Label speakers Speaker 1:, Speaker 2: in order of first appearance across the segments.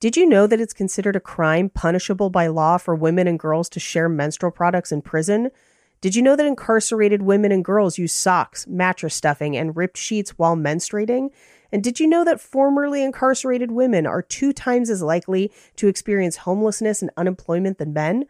Speaker 1: Did you know that it's considered a crime punishable by law for women and girls to share menstrual products in prison? Did you know that incarcerated women and girls use socks, mattress stuffing, and ripped sheets while menstruating? And did you know that formerly incarcerated women are two times as likely to experience homelessness and unemployment than men?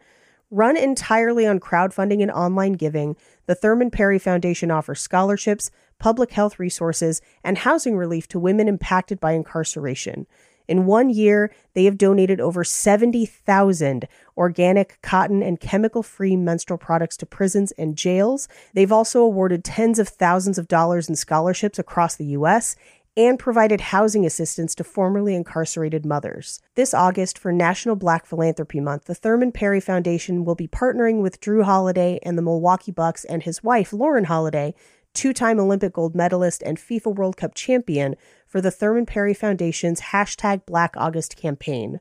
Speaker 1: Run entirely on crowdfunding and online giving, the Thurman Perry Foundation offers scholarships, public health resources, and housing relief to women impacted by incarceration. In one year, they have donated over 70,000 organic, cotton, and chemical free menstrual products to prisons and jails. They've also awarded tens of thousands of dollars in scholarships across the U.S. and provided housing assistance to formerly incarcerated mothers. This August, for National Black Philanthropy Month, the Thurman Perry Foundation will be partnering with Drew Holiday and the Milwaukee Bucks and his wife, Lauren Holiday, two time Olympic gold medalist and FIFA World Cup champion, for the Thurman Perry Foundation's hashtag Black August campaign.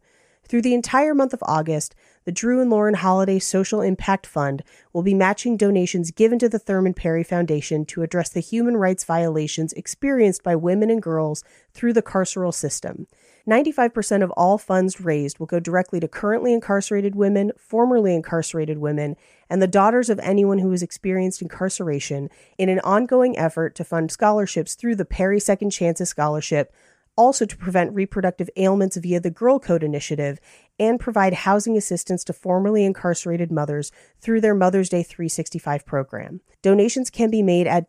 Speaker 1: Through the entire month of August, the Drew and Lauren Holiday Social Impact Fund will be matching donations given to the Thurman Perry Foundation to address the human rights violations experienced by women and girls through the carceral system. 95% of all funds raised will go directly to currently incarcerated women, formerly incarcerated women, and the daughters of anyone who has experienced incarceration in an ongoing effort to fund scholarships through the Perry Second Chances Scholarship also to prevent reproductive ailments via the Girl Code Initiative and provide housing assistance to formerly incarcerated mothers through their Mother's Day 365 program. Donations can be made at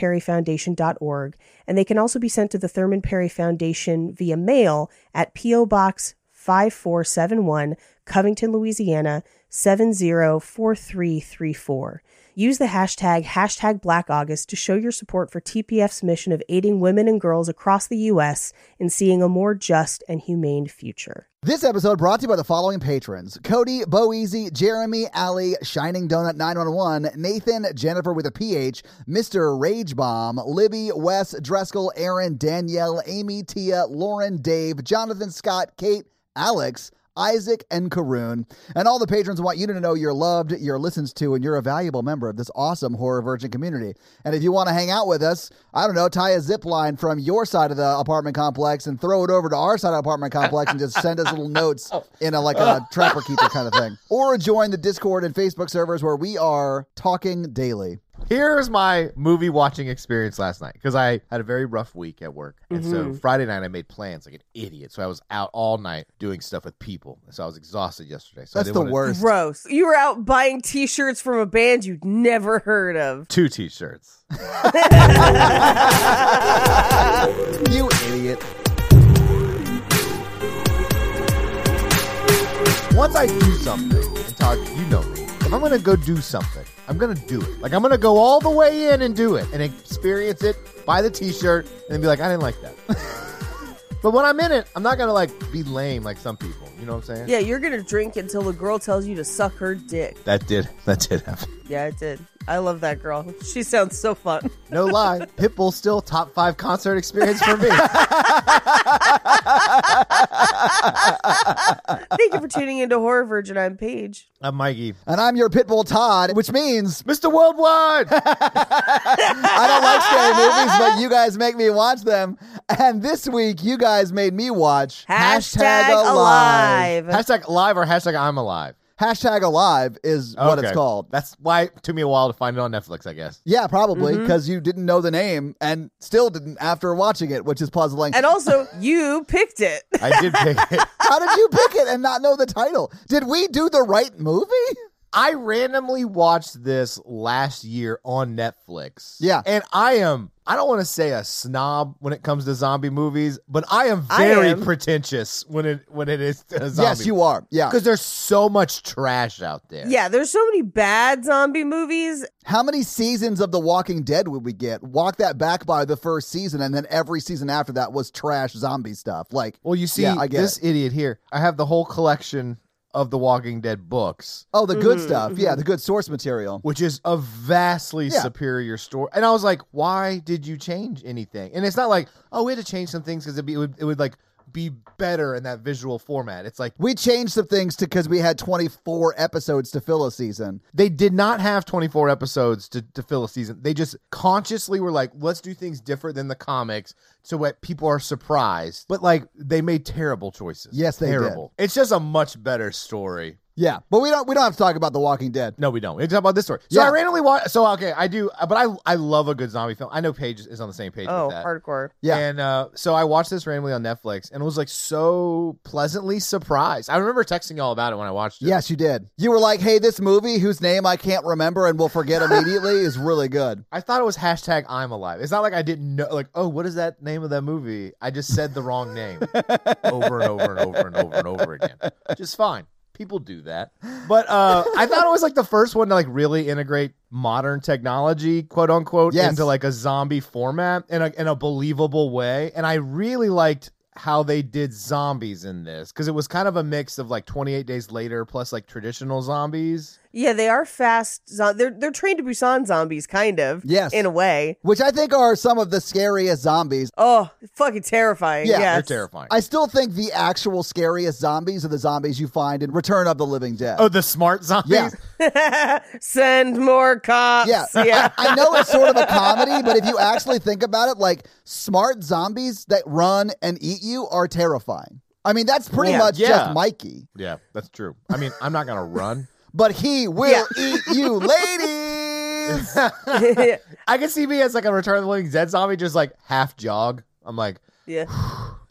Speaker 1: www.thurmanperryfoundation.org and they can also be sent to the Thurman Perry Foundation via mail at PO Box 5471 Covington, Louisiana 704334. Use the hashtag hashtag Black August to show your support for TPF's mission of aiding women and girls across the U.S. in seeing a more just and humane future.
Speaker 2: This episode brought to you by the following patrons Cody, Boeasy, Jeremy, Ali, Shining Donut 911, Nathan, Jennifer with a PH, Mr. Rage Bomb, Libby, Wes, Dreskel, Aaron, Danielle, Amy, Tia, Lauren, Dave, Jonathan, Scott, Kate, Alex, Isaac and Karoon. And all the patrons want you to know you're loved, you're listened to, and you're a valuable member of this awesome Horror Virgin community. And if you want to hang out with us, I don't know, tie a zip line from your side of the apartment complex and throw it over to our side of the apartment complex and just send us little notes in a like a trapper keeper kind of thing. Or join the Discord and Facebook servers where we are talking daily.
Speaker 3: Here's my movie watching experience last night because I had a very rough week at work. And so Friday night I made plans like an idiot. So I was out all night doing stuff with people. So I was exhausted yesterday. So I
Speaker 2: That's
Speaker 3: didn't
Speaker 2: the
Speaker 3: wanna-
Speaker 2: worst.
Speaker 1: Gross. You were out buying t shirts from a band you'd never heard of.
Speaker 3: Two t shirts.
Speaker 2: You idiot.
Speaker 3: Once I do something, and Todd, you know me, if I'm going to go do something, I'm going to do it. Like I'm going to go all the way in and do it and experience it, buy the t shirt, and then be like, I didn't like that. but when I'm in it, I'm not going to like be lame like some people. You know what I'm saying?
Speaker 1: Yeah, you're gonna drink until the girl tells you to suck her dick.
Speaker 3: That did. That did happen.
Speaker 1: Yeah, I did. I love that girl. She sounds so fun.
Speaker 3: No lie, Pitbull still top five concert experience for me.
Speaker 1: Thank you for tuning into Horror Virgin. I'm Paige.
Speaker 3: I'm Mikey,
Speaker 2: And I'm your Pitbull Todd, which means
Speaker 3: Mr. Worldwide.
Speaker 2: I don't like scary movies, but you guys make me watch them. And this week, you guys made me watch
Speaker 1: Hashtag, alive.
Speaker 3: hashtag live or hashtag I'm alive.
Speaker 2: Hashtag alive is what it's
Speaker 3: Okay.
Speaker 2: called.
Speaker 3: That's why it took me a while to find it on Netflix. I guess.
Speaker 2: Yeah, probably
Speaker 1: Mm-hmm.
Speaker 2: because you didn't know the name and still didn't after watching it, which is puzzling.
Speaker 1: And also, you picked it.
Speaker 3: I did pick it.
Speaker 2: How did you pick it and not know the title? Did we do the right movie?
Speaker 3: I randomly watched this last year on Netflix.
Speaker 2: Yeah.
Speaker 3: And I am, I don't want to say a snob when it comes to zombie movies, but I am
Speaker 1: I
Speaker 3: very
Speaker 1: am.
Speaker 3: pretentious when it when it is a zombie.
Speaker 2: Yes, you are. Yeah.
Speaker 3: Because there's so much trash out there.
Speaker 1: Yeah, there's so many bad zombie movies.
Speaker 2: How many seasons of The Walking Dead would we get? Walk that back by the first season, and then every season after that was trash zombie stuff. Like,
Speaker 3: Well, you see,
Speaker 2: Yeah, I get
Speaker 3: this idiot here, I have the whole collection of the Walking Dead books,
Speaker 2: oh, the
Speaker 1: Mm-hmm,
Speaker 2: good stuff. Yeah, the good source material.
Speaker 3: which is a vastly
Speaker 2: Yeah.
Speaker 3: superior story. And I was like, why did you change anything? And it's not like, oh, we had to change some things because it, would, it would like be better in that visual format. It's like
Speaker 2: We changed some things to because we had 24 episodes to fill a season.
Speaker 3: they did not have 24 episodes to, to fill a season. They just consciously were like, let's do things different than the comics so that people are surprised. But like, they made terrible choices.
Speaker 2: Yes, they did.
Speaker 3: terrible. It's just a much better story.
Speaker 2: Yeah, but we don't we don't have to talk about The Walking Dead.
Speaker 3: No, we don't. We can talk about this story. So
Speaker 2: Yeah.
Speaker 3: I randomly watch. So okay, I do, but I I love a good zombie film. I know Paige is on the same page
Speaker 1: Oh,
Speaker 3: with that.
Speaker 1: hardcore.
Speaker 2: Yeah.
Speaker 3: And uh, so I watched this randomly on Netflix and was like so pleasantly surprised. I remember texting y'all about it when I watched it.
Speaker 2: Yes, you did. You were like, "Hey, this movie, whose name I can't remember and will forget immediately, is really good."
Speaker 3: I thought it was hashtag I'm alive. It's not like I didn't know, like, oh, what is that name of that movie? I just said the wrong name over and over and over and over and over again. Just fine. People do that. But uh, I thought it was like the first one to like really integrate modern technology, quote unquote,
Speaker 2: Yes.
Speaker 3: into like a zombie format in a, in a believable way. And I really liked how they did zombies in this because it was kind of a mix of like 28 Days Later plus like traditional zombies.
Speaker 1: Yeah, they are fast. Zo- they're they're trained to Busan zombies, kind of.
Speaker 2: Yes.
Speaker 1: in a way.
Speaker 2: Which I think are some of the scariest zombies.
Speaker 1: Oh, fucking terrifying.
Speaker 2: Yeah,
Speaker 1: yes.
Speaker 3: They're terrifying.
Speaker 2: I still think the actual scariest zombies are the zombies you find in Return of the Living Dead.
Speaker 3: oh, the smart zombies?
Speaker 2: Yeah.
Speaker 1: Send more cops.
Speaker 2: Yeah.
Speaker 1: yeah.
Speaker 2: I know it's sort of a comedy, but if you actually think about it, like smart zombies that run and eat you are terrifying. I mean, that's pretty
Speaker 1: Yeah.
Speaker 2: much
Speaker 3: Yeah.
Speaker 2: just Mikey,
Speaker 3: Yeah, that's true. I mean, I'm not gonna run.
Speaker 2: but he will
Speaker 1: Yeah.
Speaker 2: eat you, ladies.
Speaker 3: I can see me as like a Return of the Living Dead zombie, just like half jog. I'm like,
Speaker 1: yeah.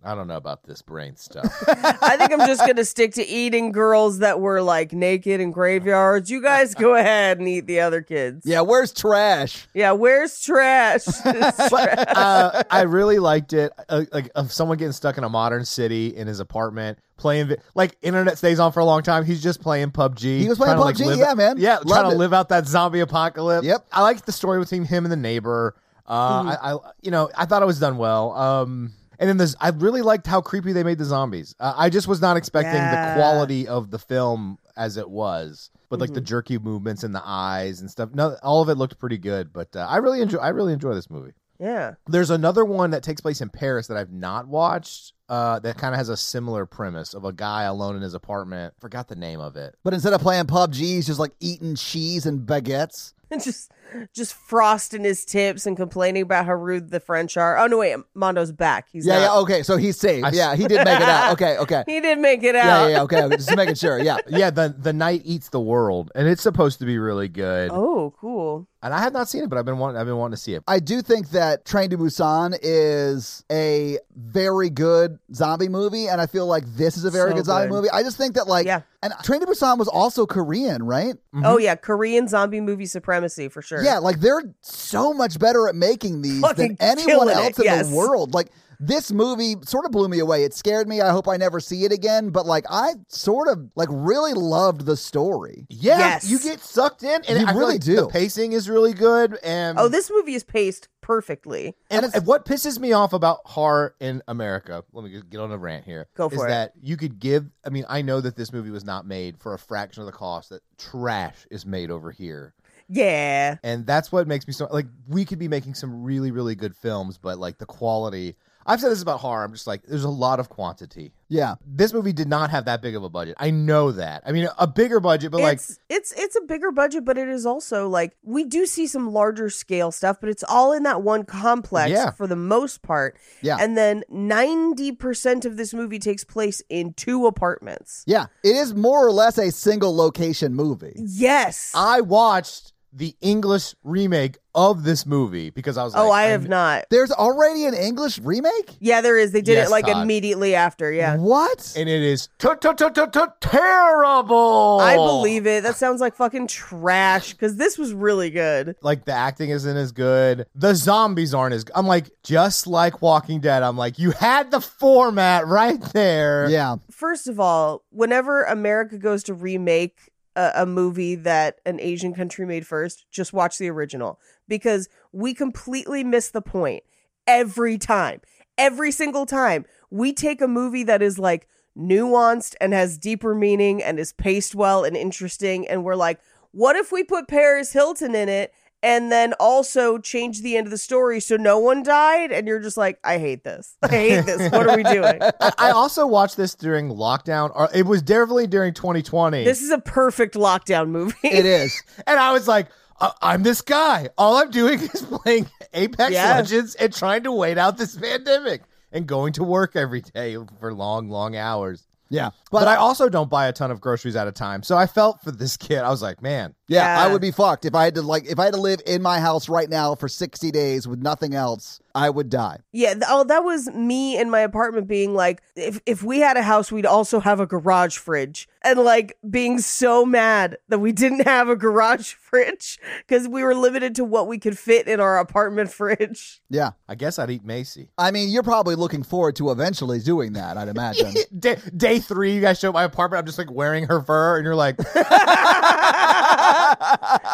Speaker 3: I don't know about this brain stuff.
Speaker 1: I think I'm just gonna stick to eating girls that were like naked in graveyards. You guys go ahead and eat the other kids.
Speaker 2: yeah, where's trash?
Speaker 1: Yeah, where's trash? It's trash.
Speaker 3: uh, I really liked it. Uh, like of someone getting stuck in a modern city in his apartment, playing vi- like internet stays on for a long time. He's just playing PUBG.
Speaker 2: He was playing
Speaker 3: trying to, like,
Speaker 2: PUBG,
Speaker 3: live-
Speaker 2: yeah, man.
Speaker 3: Yeah,
Speaker 2: Loved
Speaker 3: trying to
Speaker 2: it.
Speaker 3: live out that zombie apocalypse.
Speaker 2: Yep. Hmm.
Speaker 3: I liked the story between him and the neighbor. Uh, I, I, you know, I thought it was done well. Um, and then there's, I really liked how creepy they made the zombies. Uh, I just was not expecting
Speaker 1: Yeah.
Speaker 3: the quality of the film as it was, but
Speaker 2: Mm-hmm.
Speaker 3: like the jerky movements in the eyes and stuff. No, all of it looked pretty good. But uh, I really enjoy, I really enjoy this movie.
Speaker 1: yeah.
Speaker 3: There's another one that takes place in Paris that I've not watched. Uh, that kind of has a similar premise of a guy alone in his apartment. Forgot the name of it.
Speaker 2: But instead of playing PUBG, he's just like eating cheese and baguettes.
Speaker 1: just just frosting his tips and complaining about how rude the French are. Oh no, wait, Mondo's back. He's
Speaker 2: yeah, oh.
Speaker 1: not-
Speaker 2: yeah, okay. So he's safe.
Speaker 3: I-
Speaker 2: yeah, he did make it out. Okay, okay.
Speaker 1: He did make it
Speaker 2: Yeah,
Speaker 1: out.
Speaker 2: yeah, yeah, okay. okay. Just making sure. Yeah.
Speaker 3: Yeah, the the night eats the world, and it's supposed to be really good.
Speaker 1: Oh, cool.
Speaker 3: And I have not seen it, but I've been wanting I've been wanting to see it.
Speaker 2: I do think that Train to Busan is a very good zombie movie, and I feel like this is a very
Speaker 1: So
Speaker 2: good zombie
Speaker 1: good.
Speaker 2: movie. I just think that like,
Speaker 1: Yeah.
Speaker 2: and Train to Busan was also Korean, right?
Speaker 3: Mm-hmm.
Speaker 1: Oh yeah, Korean zombie movie supremacy for sure.
Speaker 2: Yeah, like they're so much better at making these
Speaker 1: Fucking
Speaker 2: than anyone
Speaker 1: killing it,
Speaker 2: else in
Speaker 1: yes.
Speaker 2: the world. Like this movie sort of blew me away. It scared me. I hope I never see it again. But like, I sort of like really loved the story.
Speaker 3: Yeah,
Speaker 1: Yes.
Speaker 3: you get sucked in, and
Speaker 2: You
Speaker 3: I feel
Speaker 2: really
Speaker 3: like
Speaker 2: do.
Speaker 3: The pacing is really good, and
Speaker 1: Oh, this movie is paced perfectly.
Speaker 2: and
Speaker 3: And,
Speaker 2: it's-
Speaker 3: and what pisses me off about horror in America, let me get on a rant here,
Speaker 1: Go
Speaker 3: is
Speaker 1: for it.
Speaker 3: that you could give. I mean, I know that this movie was not made for a fraction of the cost that trash is made over here,
Speaker 1: Yeah.
Speaker 3: and that's what makes me so like we could be making some really really good films, but like the quality. I've said this about horror. I'm just like, there's a lot of quantity.
Speaker 2: Yeah,
Speaker 3: This movie did not have that big of a budget. I know that. I mean, a bigger budget, but like,
Speaker 1: it's, it's it's a bigger budget, but it is also like we do see some larger scale stuff, but it's all in that one complex
Speaker 3: Yeah.
Speaker 1: for the most part.
Speaker 2: Yeah.
Speaker 1: And then ninety percent of this movie takes place in two apartments.
Speaker 2: yeah. It is more or less a single location movie.
Speaker 1: Yes.
Speaker 3: I watched the English remake of this movie because I was like,
Speaker 1: oh, I
Speaker 3: I'm-
Speaker 1: have not.
Speaker 2: There's already an English remake.
Speaker 1: Yeah, there is. They did
Speaker 3: Yes,
Speaker 1: it like
Speaker 3: Todd.
Speaker 1: immediately after. Yeah.
Speaker 2: What?
Speaker 3: and it is t- t- t- t- t- terrible.
Speaker 1: I believe it. That sounds like fucking trash because this was really good.
Speaker 3: Like the acting isn't as good. The zombies aren't as. I'm like, just like Walking Dead. I'm like, you had the format right there.
Speaker 2: yeah.
Speaker 1: First of all, whenever America goes to remake a, a movie that an Asian country made first, just watch the original because we completely miss the point every time. Every single time we take a movie that is like nuanced and has deeper meaning and is paced well and interesting, and we're like, what if we put Paris Hilton in it and then also change the end of the story so no one died and you're just like i hate this i hate this what are we doing
Speaker 3: I, I also watched this during lockdown. Or it was definitely during 2020.
Speaker 1: this is a perfect lockdown movie
Speaker 2: It is.
Speaker 3: and I was like, I- I'm this guy. All I'm doing is playing Apex
Speaker 1: Yeah.
Speaker 3: Legends and trying to wait out this pandemic and going to work every day for long, long hours.
Speaker 2: Yeah.
Speaker 3: But,
Speaker 2: But,
Speaker 3: I also don't buy a ton of groceries at a time. So I felt for this kid. I was like, man,
Speaker 2: yeah,
Speaker 1: Yeah.
Speaker 2: I would be fucked if I had to like if I had to live in my house right now for 60 days with nothing else, I would die.
Speaker 1: yeah th- oh that was me in my apartment being like if, if we had a house we'd also have a garage fridge and like being so mad that we didn't have a garage fridge because we were limited to what we could fit in our apartment fridge
Speaker 2: Yeah.
Speaker 3: I guess I'd eat Macy.
Speaker 2: I mean, you're probably looking forward to eventually doing that, I'd imagine.
Speaker 3: Day, day three, you guys show up at my apartment. I'm just like wearing her fur, and you're like,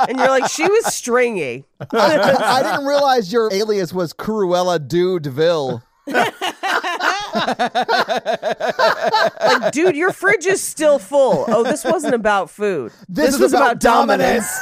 Speaker 1: and you're like she was stringy
Speaker 2: I didn't realize your alias was Cruella Du Deville.
Speaker 1: like dude your fridge is still full oh this wasn't about food
Speaker 2: This is
Speaker 1: was
Speaker 2: about
Speaker 1: about dominance.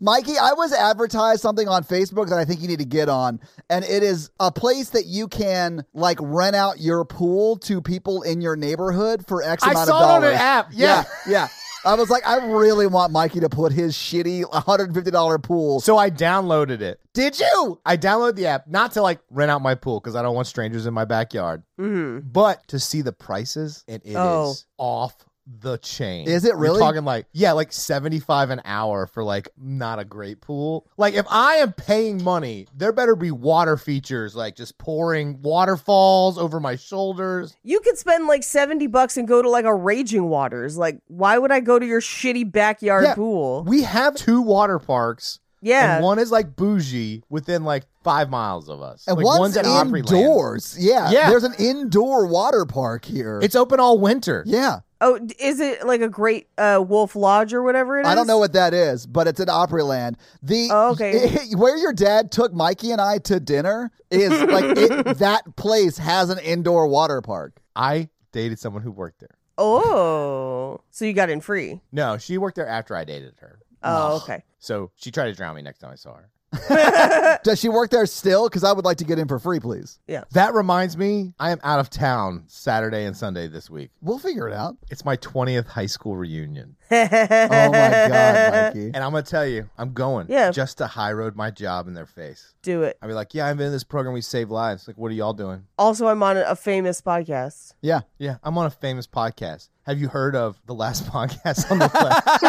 Speaker 2: Mikey, I was advertised something on Facebook that I think you need to get on, and it is a place that you can like rent out your pool to people in your neighborhood for X
Speaker 3: I
Speaker 2: amount
Speaker 3: saw
Speaker 2: of
Speaker 3: it on
Speaker 2: dollars.
Speaker 3: an app. Yeah.
Speaker 2: yeah. yeah. I was like, I really want Mikey to put his shitty $150 pool.
Speaker 3: so I downloaded it.
Speaker 2: Did you?
Speaker 3: I downloaded the app not to like rent out my pool because I don't want strangers in my backyard,
Speaker 2: Mm-hmm.
Speaker 1: Mhm.
Speaker 3: but to see the prices and it is
Speaker 1: Oh.
Speaker 3: off the chain.
Speaker 2: Is it
Speaker 3: You're
Speaker 2: really?
Speaker 3: talking like yeah, like seventy five an hour for like not a great pool. Like if I am paying money, there better be water features like just pouring waterfalls over my shoulders.
Speaker 1: You could spend like 70 bucks and go to like a raging waters. Like, why would I go to your shitty backyard
Speaker 3: Yeah.
Speaker 1: pool?
Speaker 3: We have two water parks.
Speaker 1: Yeah.
Speaker 3: And one is like bougie within like five miles of us.
Speaker 2: And
Speaker 3: Like,
Speaker 2: one's,
Speaker 3: Opryland.
Speaker 2: indoors. Yeah.
Speaker 3: Yeah.
Speaker 2: There's an indoor water park here.
Speaker 3: It's open all winter.
Speaker 2: yeah.
Speaker 1: oh, d- is it like a great uh, wolf lodge or whatever it is?
Speaker 2: I don't know what that is, but it's in Opryland. The
Speaker 1: Oh, okay.
Speaker 2: where your dad took Mikey and I to dinner is like it, that place has an indoor water park.
Speaker 3: I dated someone who worked there.
Speaker 1: Oh. So you got in free.
Speaker 3: No, she worked there after I dated her.
Speaker 1: Oh, okay.
Speaker 3: So she tried to drown me next time I saw her.
Speaker 2: Does she work there still? Because I would like to get in for free, please.
Speaker 3: That reminds me, I am out of town Saturday and Sunday this week.
Speaker 2: We'll figure it out.
Speaker 3: It's my 20th high school reunion.
Speaker 2: Oh my god, Mikey!
Speaker 3: And I'm going to tell you, I'm going
Speaker 1: Yeah.
Speaker 3: just to high road my job in their face.
Speaker 1: Do it.
Speaker 3: I'll be like, yeah, I'm in this program. We save lives. Like, what are y'all doing?
Speaker 1: Also, I'm on a a famous podcast.
Speaker 2: Yeah,
Speaker 3: Yeah, I'm on a famous podcast. Have you heard of the last podcast on the left?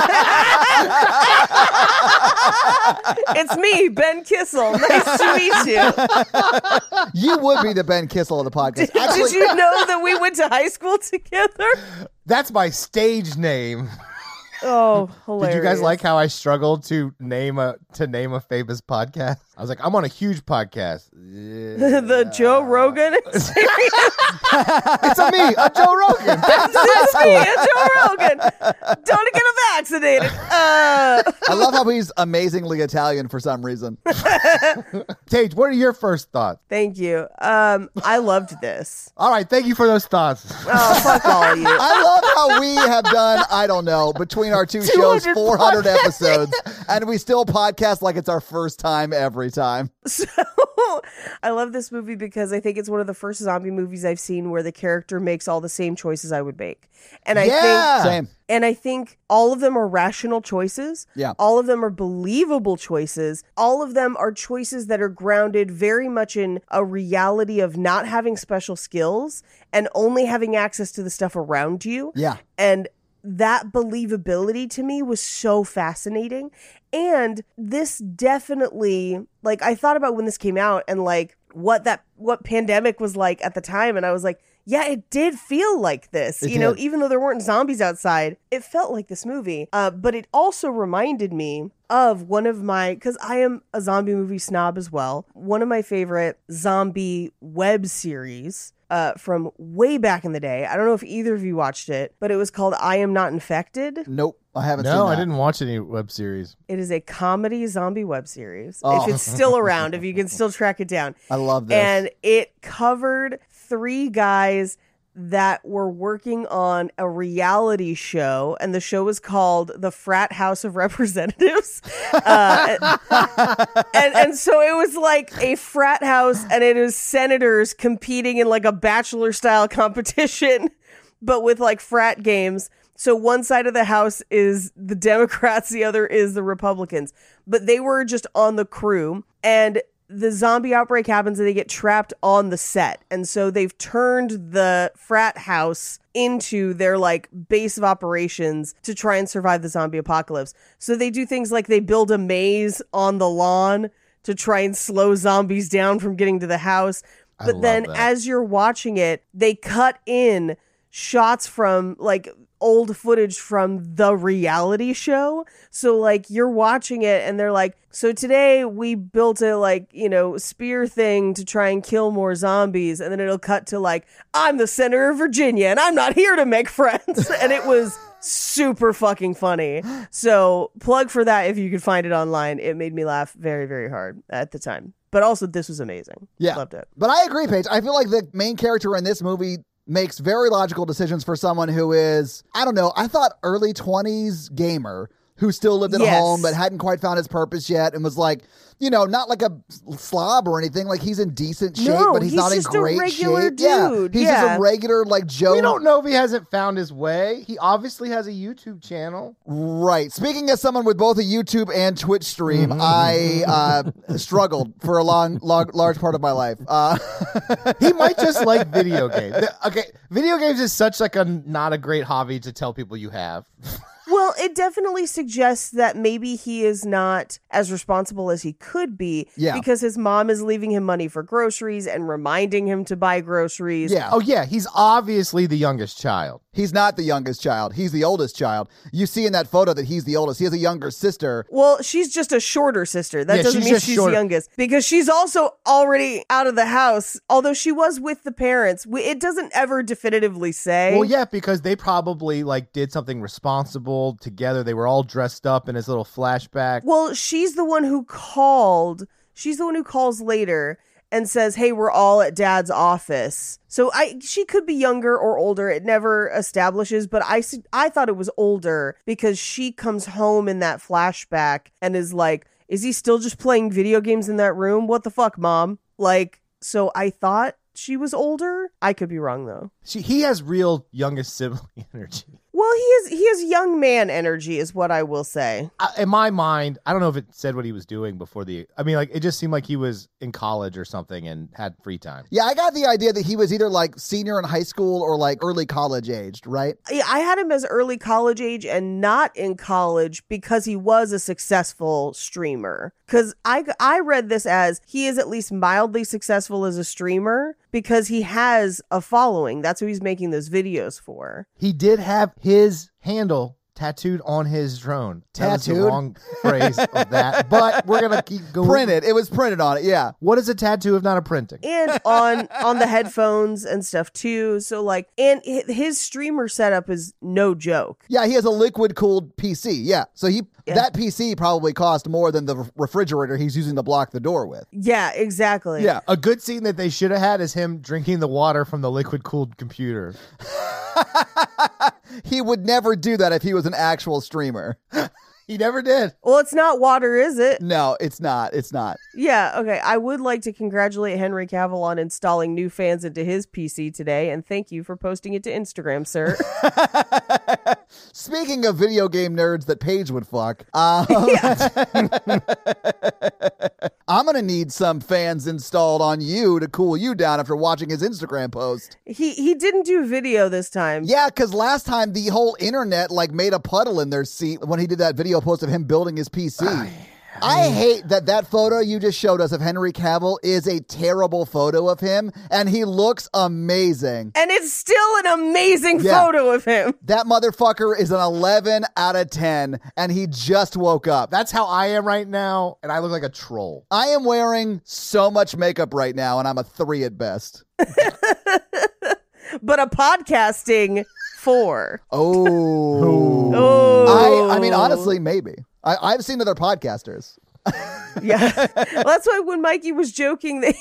Speaker 1: It's me, Ben Kissel. Nice to meet you.
Speaker 2: you would be the Ben Kissel of the podcast.
Speaker 1: Did
Speaker 2: Actually,
Speaker 1: you know that we went to high school together?
Speaker 3: That's my stage name.
Speaker 1: Oh, hilarious.
Speaker 3: Did you guys like how I struggled to name a to name a famous podcast? I was like, I'm on a huge podcast.
Speaker 1: the Joe Rogan experience?
Speaker 3: it's a me, a Joe Rogan.
Speaker 1: This is me, it's Joe Rogan. Don't get him vaccinated. Uh,
Speaker 2: I love how he's amazingly Italian for some reason.
Speaker 3: Tage, what are your first thoughts?
Speaker 1: thank you. Um, I loved this.
Speaker 3: All right, thank you for those thoughts.
Speaker 1: Oh, fuck all of you.
Speaker 2: I love how we have done, I don't know, between our two shows,
Speaker 3: 200
Speaker 2: 400 episodes, and we still podcast like it's our first time every time.
Speaker 1: So, I love this movie because I think it's one of the first zombie movies I've seen where the character makes all the same choices I would make, and I think
Speaker 3: yeah.
Speaker 2: Same.
Speaker 1: And I think all of them are rational choices.
Speaker 2: Yeah.
Speaker 1: All of them are believable choices. All of them are choices that are grounded very much in a reality of not having special skills and only having access to the stuff around you.
Speaker 2: Yeah.
Speaker 1: And that believability to me was so fascinating. And this definitely, like, I thought about when this came out and, like, what that, what pandemic was like at the time. And I was like, yeah, it did feel like this.
Speaker 2: It
Speaker 1: you know,
Speaker 2: did.
Speaker 1: even though there weren't zombies outside, it felt like this movie. Uh, but it also reminded me of one of my, because I am a zombie movie snob as well, one of my favorite zombie web series. Uh, from way back in the day. I don't know if either of you watched it, but it was called I Am Not Infected.
Speaker 2: Nope. I haven't seen
Speaker 3: No,
Speaker 2: that.
Speaker 3: I didn't watch any web series.
Speaker 1: It is a comedy zombie web series.
Speaker 2: Oh.
Speaker 1: If it's still around, if you can still track it down.
Speaker 2: I love this.
Speaker 1: And it covered three guys that were working on a reality show, and the show was called The Frat House of Representatives. Uh, and, and so it was like a frat house, and it was senators competing in like a bachelor style competition, but with like frat games. So one side of the house is the Democrats, the other is the Republicans. But they were just on the crew, and the zombie outbreak happens and they get trapped on the set. And so they've turned the frat house into their like base of operations to try and survive the zombie apocalypse. So they do things like they build a maze on the lawn to try and slow zombies down from getting to the house.
Speaker 3: I
Speaker 1: But
Speaker 3: love
Speaker 1: then
Speaker 3: that.
Speaker 1: as you're watching it, they cut in shots from like old footage from the reality show. So like you're watching it and they're like, so today we built a like, you know, spear thing to try and kill more zombies and then it'll cut to like, I'm the senator of Virginia and I'm not here to make friends. and it was super fucking funny. So plug for that if you could find it online. It made me laugh very, very hard at the time. But also this was amazing.
Speaker 2: Yeah.
Speaker 1: Loved it.
Speaker 2: But I agree, Paige. I feel like the main character in this movie makes very logical decisions for someone who is, I don't know, I thought early 20s gamer who still lived at
Speaker 1: Yes.
Speaker 2: home but hadn't quite found his purpose yet and was like, you know, not like a slob or anything. Like he's in decent shape,
Speaker 1: No,
Speaker 2: but he's,
Speaker 1: he's
Speaker 2: not
Speaker 1: just a
Speaker 2: in great
Speaker 1: regular
Speaker 2: shape. Yeah,
Speaker 1: dude.
Speaker 2: he's
Speaker 1: Yeah.
Speaker 2: just a regular like Joe.
Speaker 3: We don't know if he hasn't found his way. He obviously has a YouTube channel.
Speaker 2: Right. Speaking as someone with both a YouTube and Twitch stream,
Speaker 1: Mm-hmm,
Speaker 2: I uh, struggled for a long, long, large part of my life. Uh,
Speaker 3: He might just like video games. The- Okay, video games is such like a not a great hobby to tell people you have.
Speaker 1: Well, it definitely suggests that maybe he is not as responsible as he could be
Speaker 2: Yeah.
Speaker 1: because his mom is leaving him money for groceries and reminding him to buy groceries.
Speaker 2: yeah.
Speaker 3: Oh yeah, he's obviously the youngest child.
Speaker 2: He's not the youngest child. He's the oldest child. You see in that photo that he's the oldest. He has a younger sister.
Speaker 1: Well, she's just a shorter sister. That
Speaker 3: Yeah,
Speaker 1: doesn't
Speaker 3: she's
Speaker 1: mean
Speaker 3: just
Speaker 1: she's the
Speaker 3: shorter.
Speaker 1: youngest because she's also already out of the house, although she was with the parents. We- It doesn't ever definitively say.
Speaker 3: Well, yeah, because they probably like did something responsible together. They were all dressed up in his little flashback.
Speaker 1: Well, she's the one who called. She's the one who calls later and says, "Hey, we're all at dad's office." So I she could be younger or older. It never establishes, but I s- I thought it was older because she comes home in that flashback and is like, "Is he still just playing video games in that room? What the fuck, mom?" Like, so I thought she was older. I could be wrong though.
Speaker 3: She, he has real youngest sibling energy.
Speaker 1: Well, he is he has young man energy is what I will say.
Speaker 3: I, in my mind, I don't know if it said what he was doing before the. I mean, like it just seemed like he was in college or something and had free time.
Speaker 2: Yeah, I got the idea that he was either like senior in high school or like early college aged, right?
Speaker 1: Yeah, I had him as early college age and not in college because he was a successful streamer. Because I, I read this as he is at least mildly successful as a streamer because he has a following. That's who he's making those videos for.
Speaker 3: He did have his handle tattooed on his drone. That was the
Speaker 2: Tattooed?
Speaker 3: wrong phrase of that, but we're gonna keep going.
Speaker 2: Printed. It was printed on it. Yeah.
Speaker 3: What is a tattoo if not a printing?
Speaker 1: and on on the headphones and stuff too so like and hi- his streamer setup is no joke
Speaker 2: Yeah, he has a liquid cooled PC. Yeah. So he
Speaker 1: Yeah.
Speaker 2: that PC probably cost more than the re- refrigerator he's using to block the door with.
Speaker 1: yeah exactly
Speaker 2: Yeah.
Speaker 3: A good scene that they should have had is him drinking the water from the liquid cooled computer.
Speaker 2: he would never do that if he was an actual streamer.
Speaker 3: He never did.
Speaker 1: well it's not water is it
Speaker 2: No, it's not. It's not.
Speaker 1: Yeah, okay. I would like to congratulate Henry Cavill on installing new fans into his PC today, and thank you for posting it to Instagram, sir.
Speaker 2: Speaking of video game nerds that Paige would fuck, um, I'm going to need some fans installed on you to cool you down after watching his Instagram post.
Speaker 1: he he didn't do video this time.
Speaker 2: Yeah, because last time the whole internet like made a puddle in their seat when he did that video post of him building his PC. I hate that that photo you just showed us of Henry Cavill is a terrible photo of him, and he looks amazing.
Speaker 1: And it's still an amazing
Speaker 2: Yeah.
Speaker 1: photo of him.
Speaker 2: That motherfucker is an 11 out of 10, and he just woke up.
Speaker 3: That's how I am right now, and I look like a troll.
Speaker 2: I am wearing so much makeup right now, and I'm a three at best.
Speaker 1: But a podcasting four.
Speaker 2: Oh,
Speaker 1: Oh,
Speaker 2: I, I mean, honestly, maybe I, I've seen other podcasters.
Speaker 1: Oh. yeah. Well, that's why when Mikey was joking that,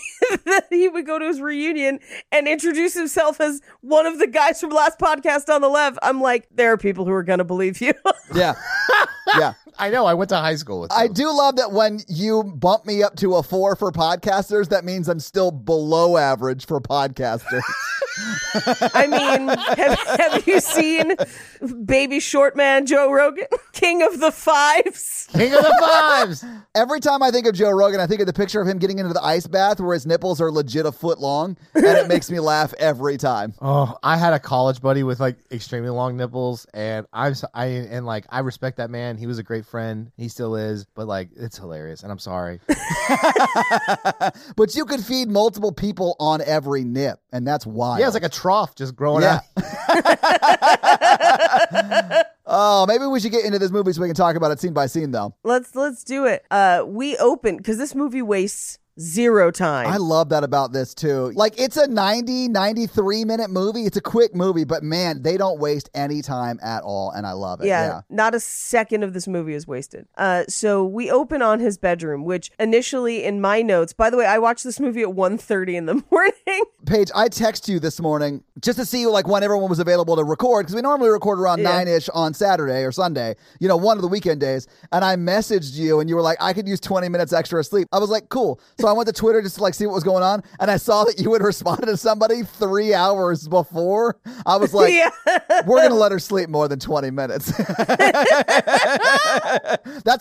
Speaker 1: that he would go to his reunion and introduce himself as one of the guys from last podcast on the left. I'm like, there are people who are going to believe you.
Speaker 2: Yeah. yeah.
Speaker 3: I know. I went to high school with.
Speaker 2: I
Speaker 3: those.
Speaker 2: do love that when you bump me up to a four for podcasters, that means I'm still below average for podcasters.
Speaker 1: I mean, have, have you seen Baby Short Man Joe Rogan, King of the Fives?
Speaker 3: King of the fives.
Speaker 2: Every time I think of Joe Rogan, I think of the picture of him getting into the ice bath where his nipples are legit a foot long, and it makes me laugh every time.
Speaker 3: Oh, I had a college buddy with like extremely long nipples, and I'm so, I and like I respect that man. He was a great friend. He still is, but like it's hilarious, and I'm sorry.
Speaker 2: But you could feed multiple people on every nip, and that's why.
Speaker 3: yeah, it's like a trough just growing
Speaker 2: Yeah.
Speaker 3: out.
Speaker 2: oh, maybe we should get into this movie so we can talk about it scene by scene, though.
Speaker 1: Let's let's do it. Uh, we open because this movie wastes zero time.
Speaker 2: I love that about this too. Like it's a 90, 93 minute movie. It's a quick movie, but man, they don't waste any time at all. And I love it.
Speaker 1: yeah,
Speaker 2: Yeah.
Speaker 1: not a second of this movie is wasted. Uh, so we open on his bedroom, which initially in my notes. By the way, I watched this movie at 1.30 in the morning.
Speaker 2: Paige, I text you this morning just to see like when everyone was available to record because we normally record around
Speaker 1: Yeah.
Speaker 2: nine ish on Saturday or Sunday, you know, one of the weekend days. And I messaged you, and you were like, "I could use twenty minutes extra of sleep." I was like, "Cool." So I went to Twitter just to like see what was going on, and I saw that you had responded to somebody three hours before. I was like,
Speaker 1: yeah,
Speaker 2: We're gonna let her sleep more than twenty minutes. That's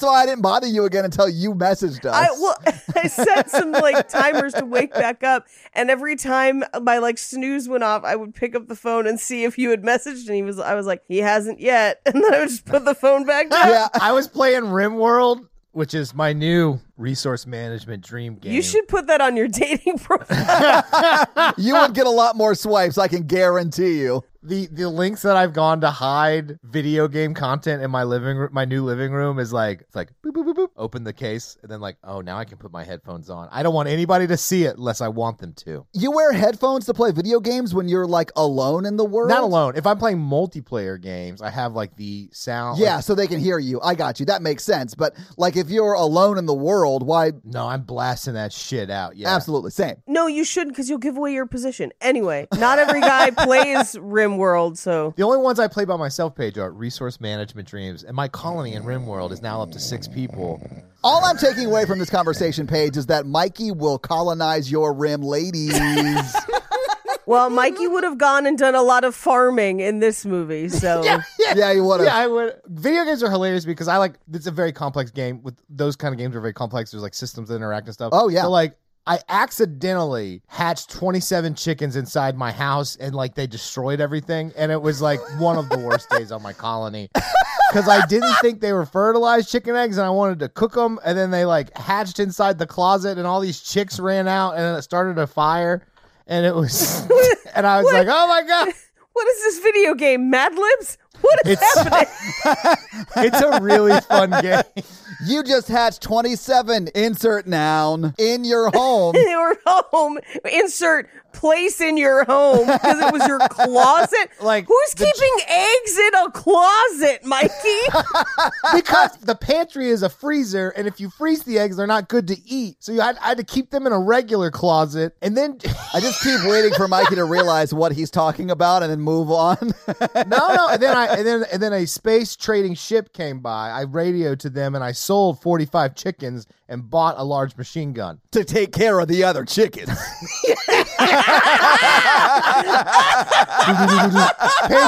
Speaker 2: why I didn't bother you again until you messaged us.
Speaker 1: I well, I set some like timers to wake back up, and every time my like snooze went off, I would pick up the phone and see if you had messaged, and he was. I was like, he hasn't yet, and then I would just put the phone back down.
Speaker 2: yeah,
Speaker 3: I was playing RimWorld, which is my new resource management dream game.
Speaker 1: You should put that on your dating profile.
Speaker 2: you would get a lot more swipes. I can guarantee you.
Speaker 3: the the links that I've gone to hide video game content in my living room, my new living room is like it's like boop boop boop boop. Open the case and then like oh now I can put my headphones on. I don't want anybody to see it unless I want them to.
Speaker 2: You wear headphones to play video games when you're like alone in the world?
Speaker 3: Not alone. If I'm playing multiplayer games, I have like the sound.
Speaker 2: Yeah,
Speaker 3: like-
Speaker 2: so they can hear you. I got you. That makes sense. But like if you're alone in the world, why?
Speaker 3: no, I'm blasting that shit out. Yeah.
Speaker 2: Absolutely. Same.
Speaker 1: no, you shouldn't, because you'll give away your position. Anyway, not every guy plays RimWorld, so
Speaker 3: The only ones I play by myself, Paige, are Resource Management Dreams, and my colony in RimWorld is now up to six people.
Speaker 2: All I'm taking away from this conversation, Paige, is that Mikey will colonize your rim, ladies.
Speaker 1: well, Mikey would have gone and done a lot of farming in this movie. So
Speaker 2: yeah, you would have.
Speaker 3: Yeah, I would. Video games are hilarious because I like. It's a very complex game. With those kind of games are very complex. There's like systems that interact and stuff.
Speaker 2: Oh, yeah.
Speaker 3: So like, I accidentally hatched 27 chickens inside my house, and like they destroyed everything, and it was like one of the worst days on my colony. Because I didn't think they were fertilized chicken eggs, and I wanted to cook them, and then they like hatched inside the closet, and all these chicks ran out, and it started a fire, and it was, and I was like, oh my god.
Speaker 1: what is this video game? Mad Libs? What is
Speaker 3: It's-
Speaker 1: happening?
Speaker 3: It's a really fun game.
Speaker 2: You just hatched 27, insert noun, in your home.
Speaker 1: in your home. Insert place in your home because it was your closet.
Speaker 3: Like,
Speaker 1: who's
Speaker 3: the-
Speaker 1: keeping eggs in a closet, Mikey?
Speaker 3: because the pantry is a freezer, and if you freeze the eggs, they're not good to eat. So you had, I had to keep them in a regular closet, and then
Speaker 2: I just keep waiting for Mikey to realize what he's talking about and then move on.
Speaker 3: no, no, and then I and then and then a space trading ship came by. I radioed to them, and I sold forty five chickens and bought a large machine gun.
Speaker 2: to take care of the other chickens.
Speaker 3: Paige,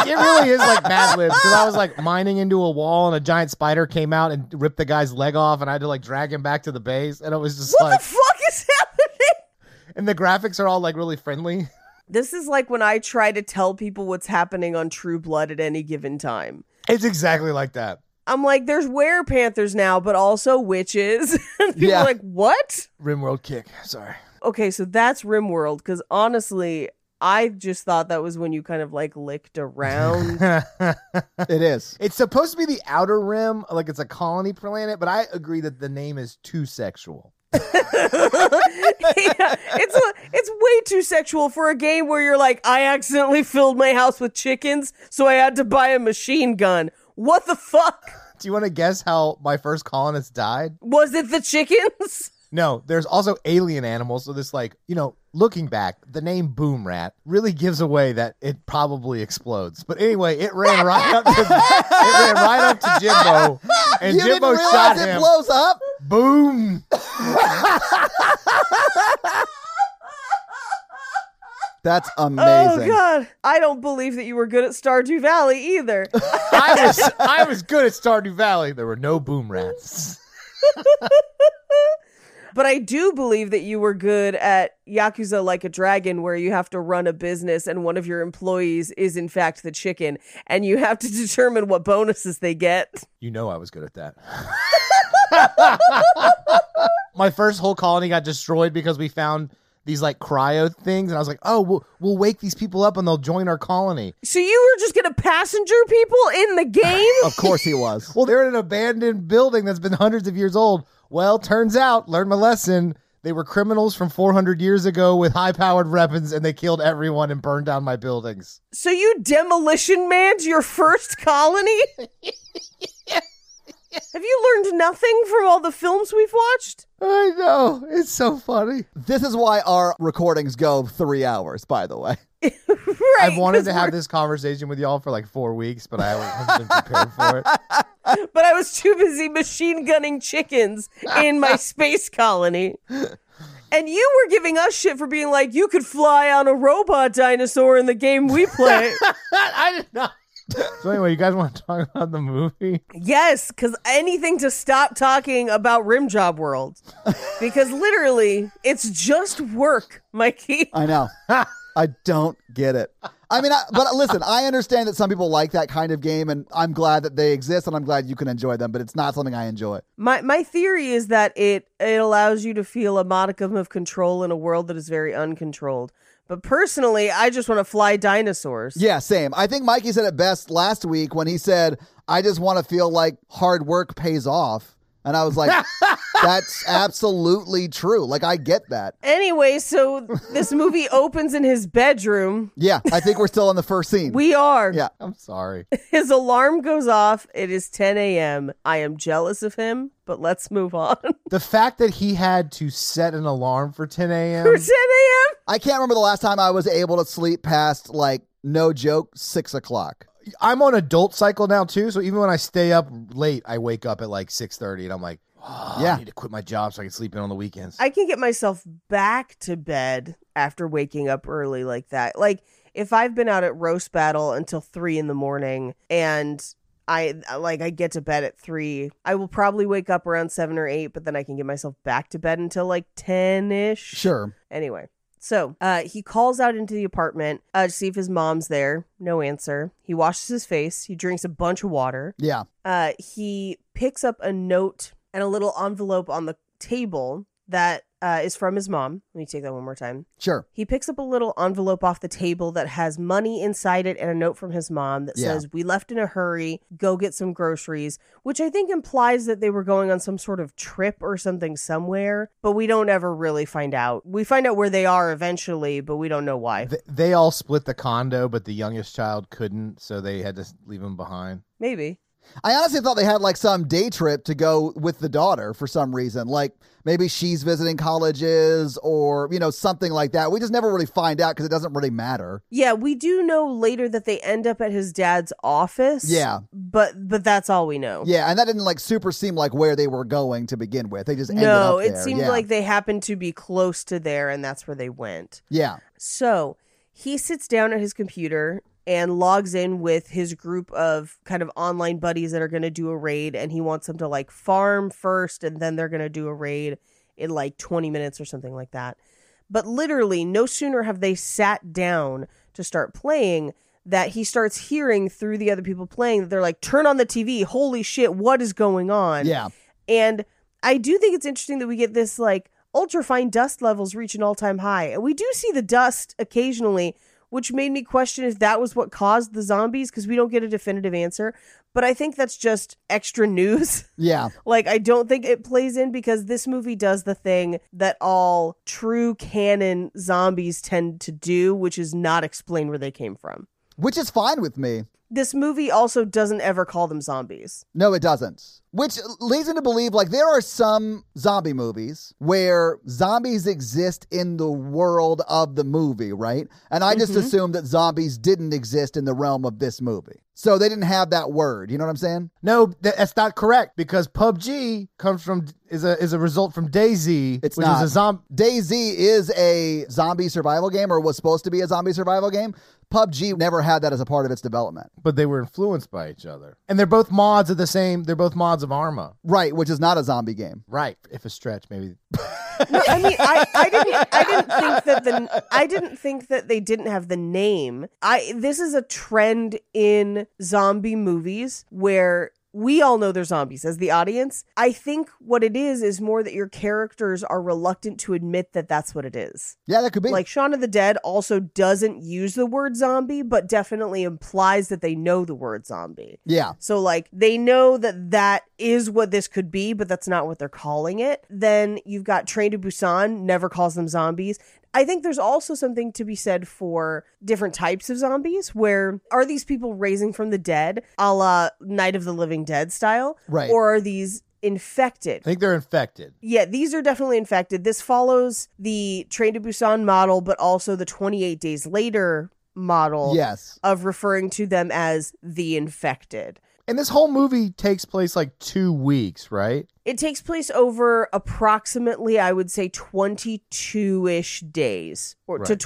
Speaker 3: it really is like Mad Libs because I was like mining into a wall, and a giant spider came out and ripped the guy's leg off, and I had to like drag him back to the base, and it was just
Speaker 1: what
Speaker 3: like,
Speaker 1: the fuck is happening?
Speaker 3: and the graphics are all like really friendly.
Speaker 1: This is like when I try to tell people what's happening on True Blood at any given time.
Speaker 3: It's exactly like that.
Speaker 1: I'm like, there's were panthers now, but also witches. and people
Speaker 2: Yeah.
Speaker 1: are like, what?
Speaker 3: Rimworld kick. Sorry.
Speaker 1: Okay, so that's RimWorld because honestly, I just thought that was when you kind of like licked around.
Speaker 2: it is.
Speaker 3: It's supposed to be the outer rim, like it's a colony planet, but I agree that the name is too sexual.
Speaker 1: yeah, it's a, it's way too sexual for a game where you're like, I accidentally filled my house with chickens, so I had to buy a machine gun. What the fuck?
Speaker 3: Do you want to guess how my first colonist died?
Speaker 1: Was it the chickens?
Speaker 3: No, there's also alien animals. So this, like, you know, looking back, the name Boom Rat really gives away that it probably explodes. But anyway, it ran right up to it ran right up to Jimbo, and
Speaker 2: you
Speaker 3: Jimbo
Speaker 2: didn't realize
Speaker 3: shot
Speaker 2: it
Speaker 3: him.
Speaker 2: blows up.
Speaker 3: Boom!
Speaker 2: That's amazing.
Speaker 1: Oh God, I don't believe that you were good at Stardew Valley either.
Speaker 3: I was I was good at Stardew Valley. There were no boom rats.
Speaker 1: but I do believe that you were good at Yakuza Like a Dragon, where you have to run a business and one of your employees is in fact the chicken, and you have to determine what bonuses they get.
Speaker 3: You know I was good at that. My first whole colony got destroyed because we found these like cryo things, and I was like, "Oh, we'll, we'll wake these people up and they'll join our colony."
Speaker 1: So you were just gonna passenger people in the game?
Speaker 2: Of course he was.
Speaker 3: Well, they're in an abandoned building that's been hundreds of years old. Well, turns out, learn my lesson. They were criminals from 400 years ago with high-powered weapons, and they killed everyone and burned down my buildings.
Speaker 1: so you demolition man's your first colony? Have you learned nothing from all the films we've watched?
Speaker 3: I know it's so funny.
Speaker 2: This is why our recordings go three hours, by the way.
Speaker 1: Right.
Speaker 3: I've wanted
Speaker 1: 'cause
Speaker 3: to have this conversation with y'all for like four weeks, but I haven't been prepared for it.
Speaker 1: but I was too busy machine gunning chickens in my space colony. And you were giving us shit for being like, you could fly on a robot dinosaur in the game we play.
Speaker 3: I did not. so anyway, you guys want to talk about the movie?
Speaker 1: yes, because anything to stop talking about Rim Job World. Because literally, it's just work, Mikey.
Speaker 2: I know. I don't get it. I mean, I, but listen, I understand that some people like that kind of game, and I'm glad that they exist, and I'm glad you can enjoy them. But it's not something I enjoy.
Speaker 1: My my theory is that it it allows you to feel a modicum of control in a world that is very uncontrolled. But personally, I just want to fly dinosaurs.
Speaker 2: Yeah, same. I think Mikey said it best last week when he said, "I just want to feel like hard work pays off," and I was like, "That's absolutely true. Like, I get that."
Speaker 1: Anyway, so this movie opens in his bedroom.
Speaker 2: Yeah, I think we're still on the first scene.
Speaker 1: We are.
Speaker 2: Yeah.
Speaker 3: I'm sorry.
Speaker 1: His alarm goes off. It is 10 a.m. I am jealous of him, but let's move on.
Speaker 3: The fact that he had to set an alarm for 10
Speaker 1: For
Speaker 3: a.m.
Speaker 1: 10
Speaker 2: Um,
Speaker 1: a.m.?
Speaker 2: I can't remember the last time I was able to sleep past like no joke six o'clock.
Speaker 3: I'm on adult cycle now too, so even when I stay up late, I wake up at like 6:30 and I'm like, oh,
Speaker 2: Yeah.
Speaker 3: I need to quit my job so I can sleep in on the weekends.
Speaker 1: I can get myself back to bed after waking up early like that. Like, if I've been out at roast battle until three in the morning and I like I get to bed at three, I will probably wake up around seven or eight, but then I can get myself back to bed until like 10 ish.
Speaker 2: Sure.
Speaker 1: Anyway, so uh, he calls out into the apartment uh, to see if his mom's there. No answer. He washes his face. He drinks a bunch of water.
Speaker 2: Yeah.
Speaker 1: Uh, he picks up a note and a little envelope on the table that uh, is from his mom. Let me take that one more time.
Speaker 2: Sure.
Speaker 1: He picks up a little envelope off the table that has money inside it and a note from his mom that
Speaker 2: Yeah.
Speaker 1: says, We left in a hurry. Go get some groceries, which I think implies that they were going on some sort of trip or something somewhere, but we don't ever really find out. We find out where they are eventually, but we don't know why.
Speaker 3: Th- they all split the condo, but the youngest child couldn't, so they had to s- leave him behind.
Speaker 1: Maybe.
Speaker 2: I honestly thought they had like some day trip to go with the daughter for some reason. Like maybe she's visiting colleges or, you know, something like that. We just never really find out because it doesn't really matter.
Speaker 1: Yeah, we do know later that they end up at his dad's office.
Speaker 2: Yeah.
Speaker 1: But but that's all we know.
Speaker 2: Yeah. And that didn't like super seem like where they were going to begin with. They just ended
Speaker 1: No,
Speaker 2: up
Speaker 1: it
Speaker 2: there.
Speaker 1: seemed
Speaker 2: Yeah.
Speaker 1: like they happened to be close to there and that's where they went.
Speaker 2: Yeah.
Speaker 1: So he sits down at his computer and logs in with his group of kind of online buddies that are going to do a raid. And he wants them to like farm first and then they're going to do a raid in like 20 minutes or something like that. But literally, no sooner have they sat down to start playing that he starts hearing through the other people playing that they're like, turn on the TV. Holy shit, what is going on?
Speaker 2: Yeah.
Speaker 1: And I do think it's interesting that we get this like ultrafine dust levels reach an all time high. And we do see the dust occasionally, which made me question if that was what caused the zombies because we don't get a definitive answer. But I think that's just extra news.
Speaker 2: Yeah.
Speaker 1: like, I don't think it plays in because this movie does the thing that all true canon zombies tend to do, which is not explain where they came from.
Speaker 2: Which is fine with me.
Speaker 1: this movie also doesn't ever call them zombies.
Speaker 2: No, it doesn't. Which leads me to believe like there are some zombie movies where zombies exist in the world of the movie, right? And I
Speaker 1: Mm-hmm.
Speaker 2: just assumed that zombies didn't exist in the realm of this movie. So they didn't have that word. You know what I'm saying?
Speaker 3: No, th- that's not correct because PUBG comes from is a is a result from Daisy,
Speaker 2: It's
Speaker 3: which
Speaker 2: not.
Speaker 3: is a zombie.
Speaker 2: Daisy is a zombie survival game or was supposed to be a zombie survival game. PUBG never had that as a part of its development.
Speaker 3: But they were influenced by each other, and they're both mods of the same. They're both mods of Arma,
Speaker 2: Right, which is not a zombie game.
Speaker 3: right? If a stretch, maybe.
Speaker 1: No, I mean, I, I didn't, I didn't think that the, I didn't think that they didn't have the name. I this is a trend in zombie movies where we all know they're zombies as the audience. I think what it is is more that your characters are reluctant to admit that that's what it is.
Speaker 2: Yeah, that could be.
Speaker 1: Like Shaun of the Dead also doesn't use the word zombie, but definitely implies that they know the word zombie.
Speaker 2: yeah.
Speaker 1: So, like, they know that that is what this could be, but that's not what they're calling it. Then you've got Train to Busan, never calls them zombies. I think there's also something to be said for different types of zombies, where are these people raising from the dead, a la Night of the Living Dead style?
Speaker 2: Right.
Speaker 1: Or are these
Speaker 3: I
Speaker 1: infected?
Speaker 3: think they're infected.
Speaker 1: Yeah, these are definitely infected. This follows the Train to Busan model, but also the 28 Days Later model
Speaker 2: Yes.
Speaker 1: of referring to them as the infected.
Speaker 3: And this whole movie takes place like two weeks, right?
Speaker 1: It takes place over approximately, I would say, 22 ish days or to
Speaker 3: Right.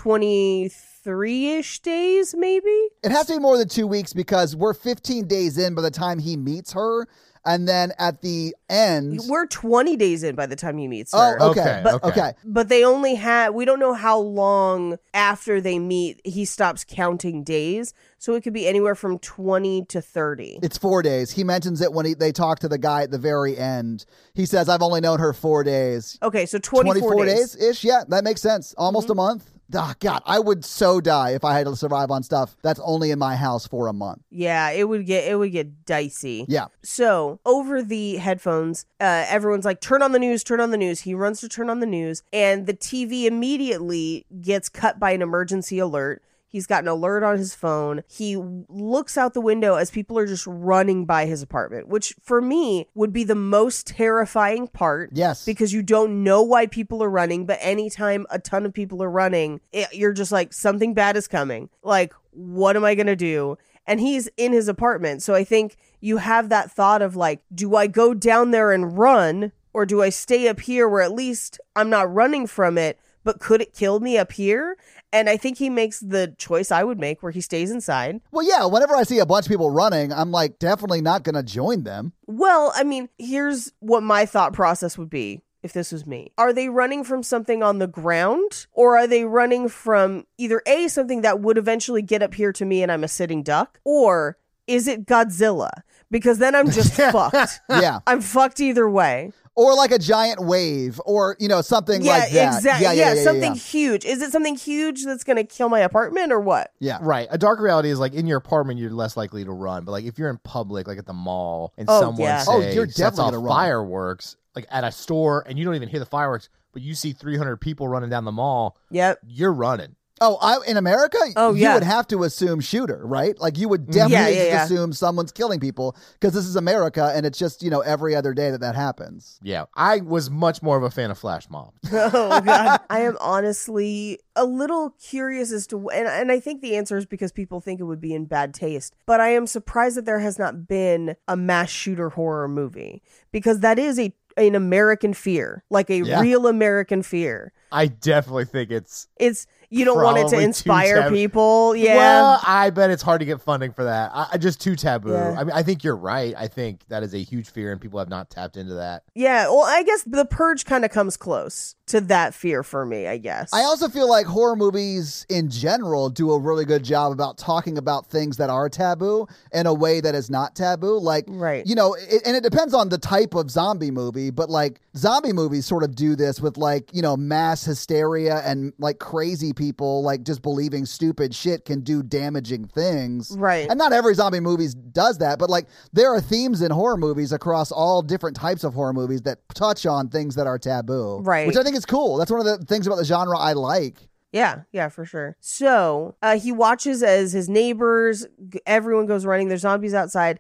Speaker 1: 23 ish days, maybe.
Speaker 2: It has to be more than two weeks because we're 15 days in by the time he meets her. And then at the end.
Speaker 1: We're 20 days in by the time he meets
Speaker 2: oh,
Speaker 1: her.
Speaker 2: okay.
Speaker 3: Okay,
Speaker 2: But-
Speaker 3: okay.
Speaker 2: okay.
Speaker 1: But they only had, we don't know how long after they meet he stops counting days. So it could be anywhere from 20 to 30.
Speaker 2: It's four days. He mentions it when he, they talk to the guy at the very end. He says, I've only known her four days.
Speaker 1: Okay, so 24, days.
Speaker 2: ish. Yeah, that makes sense. Almost a month. Ah, God, I would so die if I had to survive on stuff that's only in my house for a month.
Speaker 1: Yeah, it would get it would get dicey.
Speaker 2: Yeah.
Speaker 1: So over the headphones, uh, everyone's like, "Turn on the news! Turn on the news!" He runs to turn on the news, and the TV immediately gets cut by an emergency alert. He's got an alert on his phone. He looks out the window as people are just running by his apartment, which for me would be the most terrifying part
Speaker 2: Yes.
Speaker 1: because you don't know why people are running but anytime a ton of people are running it, you're just like something bad is coming like what am i going to do and he's in his apartment so i think you have that thought of like do i go down there and run or do i stay up here where at least i'm not running from it but could it kill me up here and i think he makes the choice i would make where he stays inside
Speaker 2: well, yeah, whenever I see a bunch of people running, I'm like, definitely not going to join them.
Speaker 1: Well, I mean, here's what my thought process would be if this was me. Are they running from something on the ground or are they running from either A, something that would eventually get up here to me and I'm a sitting duck, or is it Godzilla? Because then I'm just fucked.
Speaker 2: Yeah.
Speaker 1: I'm fucked either way.
Speaker 2: Or like a giant wave or, you know, something like that.
Speaker 1: exactly.
Speaker 2: Yeah, yeah, yeah, yeah,
Speaker 1: something
Speaker 2: yeah.
Speaker 1: huge. Is it something huge that's going to kill my apartment or what?
Speaker 2: Yeah.
Speaker 3: Right. A dark reality is like in your apartment, you're less likely to run. But like if you're in public, like at the mall, and
Speaker 1: Oh,
Speaker 3: someone
Speaker 1: yeah.
Speaker 3: say,
Speaker 2: Oh, you're
Speaker 3: sets
Speaker 2: definitely
Speaker 3: off
Speaker 2: gonna run.
Speaker 3: fireworks, like at a store, and you don't even hear the fireworks, but you see 300 people running down the mall,
Speaker 1: Yep.
Speaker 3: you're running.
Speaker 2: Oh, I, in America,
Speaker 1: Oh,
Speaker 2: you
Speaker 1: yeah. Mm-hmm.
Speaker 2: would have to assume shooter, right? Like you would
Speaker 1: Yeah,
Speaker 2: definitely
Speaker 1: yeah,
Speaker 2: just
Speaker 1: yeah.
Speaker 2: assume someone's killing people because this is America and it's just, you know, every other day that that happens.
Speaker 3: Yeah. I was much more of a fan of Flash Mob.
Speaker 1: oh god i am honestly a little curious as to and, and i think the answer is because people think it would be in bad taste but i am surprised that there has not been a mass shooter horror movie because that is a an american fear like a
Speaker 2: Yeah.
Speaker 1: real american fear
Speaker 3: I definitely think it's.
Speaker 1: it's you don't want it to
Speaker 3: Probably too
Speaker 1: inspire
Speaker 3: tab-
Speaker 1: people yeah
Speaker 3: Well, I bet it's hard to get funding for that. I, I just too taboo.
Speaker 1: Yeah.
Speaker 3: I mean, I think you're right. I think that is a huge fear, and people have not tapped into that.
Speaker 1: yeah well i guess the purge kind of comes close to that fear for me i guess
Speaker 2: I also feel like horror movies in general do a really good job about talking about things that are taboo in a way that is not taboo. Like,
Speaker 1: Right.
Speaker 2: you know, it, and it depends on the type of zombie movie, but like zombie movies sort of do this with like, you know, mass hysteria and like crazy people like just believing stupid shit can do damaging things.
Speaker 1: Right.
Speaker 2: And not every zombie movie does that, but like there are themes in horror movies across all different types of horror movies that touch on things that are taboo.
Speaker 1: Right.
Speaker 2: Which I think is cool. That's one of the things about the genre I like.
Speaker 1: Yeah, yeah, for sure. So uh, he watches as his neighbors, g- everyone goes running. There's zombies outside,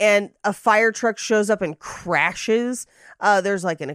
Speaker 1: and a fire truck shows up and crashes. Uh, there's like an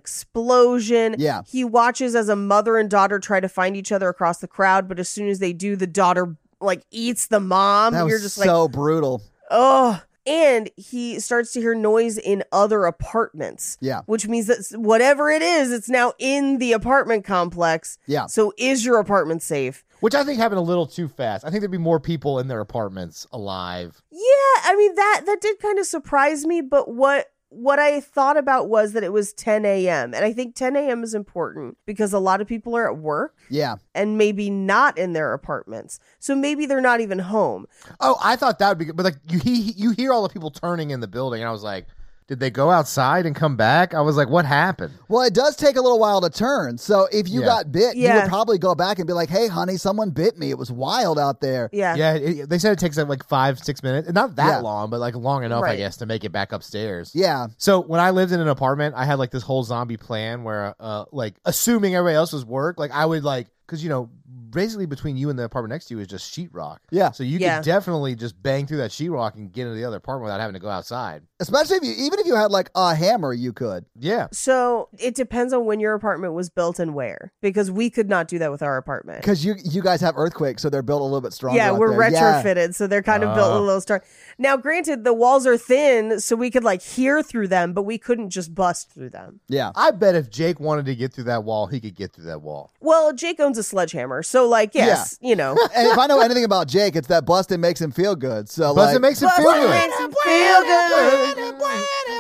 Speaker 1: explosion.
Speaker 2: Yeah.
Speaker 1: He watches as a mother and daughter try to find each other across the crowd, but as soon as they do, the daughter like eats the mom.
Speaker 2: that was
Speaker 1: Um, You're just like,
Speaker 2: so brutal.
Speaker 1: oh. And he starts to hear noise in other apartments.
Speaker 2: Yeah.
Speaker 1: Which means that s- whatever it is, it's now in the apartment complex.
Speaker 2: Yeah.
Speaker 1: So is your apartment safe?
Speaker 3: Which I think happened a little too fast. I think there'd be more people in their apartments alive.
Speaker 1: Yeah, I mean that that did kind of surprise me, but what what I thought about was that it was 10 a.m. and I think 10 a.m. is important because a lot of people are at work
Speaker 2: Yeah.
Speaker 1: and maybe not in their apartments, so maybe they're not even home.
Speaker 3: Oh, I thought that would be good. But like you, he, you hear all the people turning in the building, and I was like, did they go outside and come back? I was like, what happened?
Speaker 2: Well, it does take a little while to turn. So if you
Speaker 3: Yeah.
Speaker 2: got bit, you
Speaker 1: Yeah.
Speaker 2: would probably go back and be like, "Hey, honey, someone bit me. It was wild out there."
Speaker 1: Yeah,
Speaker 3: Yeah, it, they said it takes like, like five, six minutes. Not that
Speaker 2: Yeah.
Speaker 3: long, but like long enough, I
Speaker 1: Right.
Speaker 3: guess, to make it back upstairs.
Speaker 2: Yeah.
Speaker 3: So when I lived in an apartment, I had like this whole zombie plan where, uh, like, assuming everybody else was work, like I would like, cause you know, basically between you and the apartment next to you is just sheetrock.
Speaker 2: Yeah.
Speaker 3: So you
Speaker 1: Yeah.
Speaker 3: could definitely just bang through that sheetrock and get into the other apartment without having to go outside.
Speaker 2: Especially if you, even if you had like a hammer, you could.
Speaker 3: Yeah.
Speaker 1: So it depends on when your apartment was built and where, because we could not do that with our apartment.
Speaker 2: Because you you guys have earthquakes, so they're built a little bit stronger.
Speaker 1: Yeah,
Speaker 2: out
Speaker 1: we're
Speaker 2: there. Yeah. Uh.
Speaker 1: retrofitted, so they're kind of built a
Speaker 3: Oh.
Speaker 1: little strong. Now, granted, the walls are thin, so we could like hear through them, but we couldn't just bust through them.
Speaker 2: Yeah.
Speaker 3: I bet if Jake wanted to get through that wall, he could get through that wall.
Speaker 1: Well, Jake owns a sledgehammer, so like, yes, you know,
Speaker 2: And if I know anything about Jake, it's that busting makes him feel good. So
Speaker 3: Plus,
Speaker 2: like,
Speaker 3: it makes him
Speaker 1: Plus,
Speaker 3: feel
Speaker 1: it
Speaker 3: good.
Speaker 1: makes him feel good.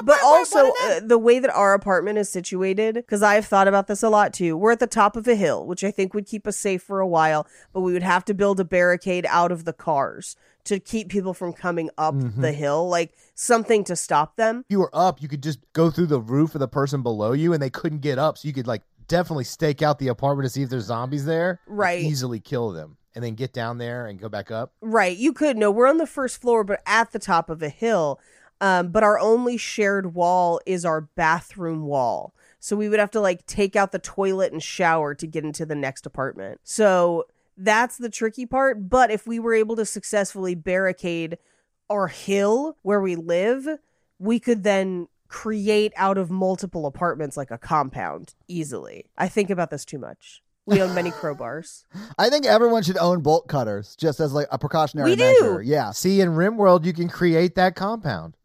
Speaker 1: But also, uh, the way that our apartment is situated, because I've thought about this a lot too, we're at the top of a hill, which I think would keep us safe for a while, but we would have to build a barricade out of the cars to keep people from coming up the hill, like something to stop them.
Speaker 3: If you were up, you could just go through the roof of the person below you, and they couldn't get up. So you could like definitely stake out the apartment to see if there's zombies there. and
Speaker 1: Right.
Speaker 3: Easily kill them, and then get down there and go back up.
Speaker 1: Right. You could. No, we're on the first floor, but at the top of a hill. Um, but our only shared wall is our bathroom wall. So we would have to like take out the toilet and shower to get into the next apartment. So that's the tricky part. But if we were able to successfully barricade our hill where we live, we could then create out of multiple apartments like a compound easily. I think about this too much. We own many crowbars.
Speaker 2: I think everyone should own bolt cutters just as like a precautionary
Speaker 1: We do.
Speaker 2: measure. Yeah.
Speaker 3: See, in RimWorld, you can create that compound.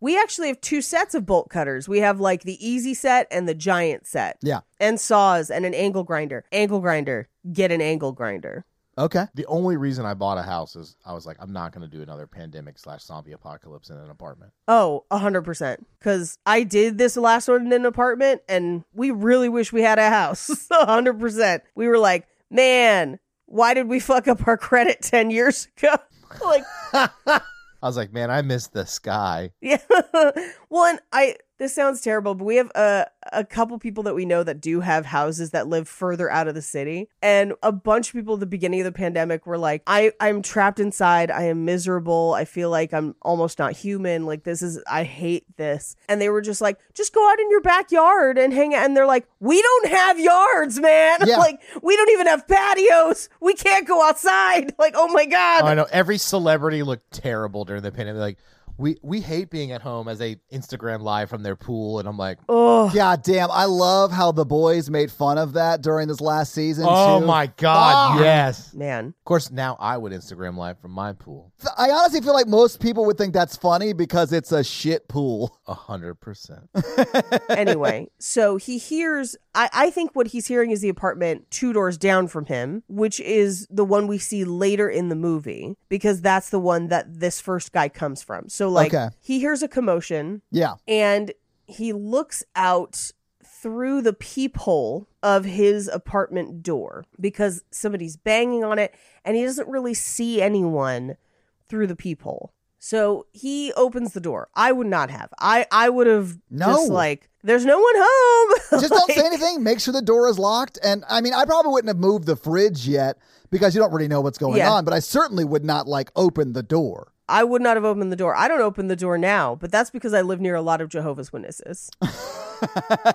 Speaker 1: We actually have two sets of bolt cutters. We have like the easy set and the giant set.
Speaker 2: Yeah.
Speaker 1: And saws and an angle grinder. Angle grinder. Get an angle grinder.
Speaker 2: Okay.
Speaker 3: The only reason I bought a house is I was like, I'm not going to do another pandemic slash zombie apocalypse in an apartment.
Speaker 1: Oh, 100%. Because I did this last one in an apartment and we really wish we had a house. 100%. We were like, man, why did we fuck up our credit 10 years ago? like,
Speaker 3: I was like, man, I miss the sky.
Speaker 1: Yeah. well, and I this sounds terrible, but we have a a couple people that we know that do have houses that live further out of the city, and a bunch of people at the beginning of the pandemic were like, "I I'm trapped inside. I am miserable. I feel like I'm almost not human. Like this is I hate this." And they were just like, "Just go out in your backyard and hang out." And they're like, "We don't have yards, man.
Speaker 2: Yeah.
Speaker 1: like we don't even have patios. We can't go outside. Like oh my god."
Speaker 3: Oh, I know every celebrity looked terrible during the pandemic. Like, we we hate being at home as they Instagram live from their pool, and I'm like,
Speaker 1: Ugh.
Speaker 2: God damn. I love how the boys made fun of that during this last season.
Speaker 3: oh
Speaker 2: too.
Speaker 3: my god,
Speaker 2: Ah.
Speaker 3: yes.
Speaker 1: Man,
Speaker 3: Of course, now I would Instagram live from my pool,
Speaker 2: I honestly feel like most people would think that's funny because it's a shit pool.
Speaker 3: a hundred percent.
Speaker 1: anyway, so he hears. I, I think what he's hearing is the apartment two doors down from him, which is the one we see later in the movie, because that's the one that this first guy comes from. So, like,
Speaker 2: Okay.
Speaker 1: he hears a commotion
Speaker 2: Yeah.
Speaker 1: and he looks out through the peephole of his apartment door because somebody's banging on it and he doesn't really see anyone through the peephole. So he opens the door. I would not have. I I would have
Speaker 2: No.
Speaker 1: just like there's no one home.
Speaker 2: Just don't say
Speaker 1: Like,
Speaker 2: anything. Make sure the door is locked. And I mean, I probably wouldn't have moved the fridge yet because you don't really know what's going
Speaker 1: Yeah.
Speaker 2: on, but I certainly would not like open the door.
Speaker 1: I would not have opened the door. I don't open the door now, but that's because I live near a lot of Jehovah's Witnesses.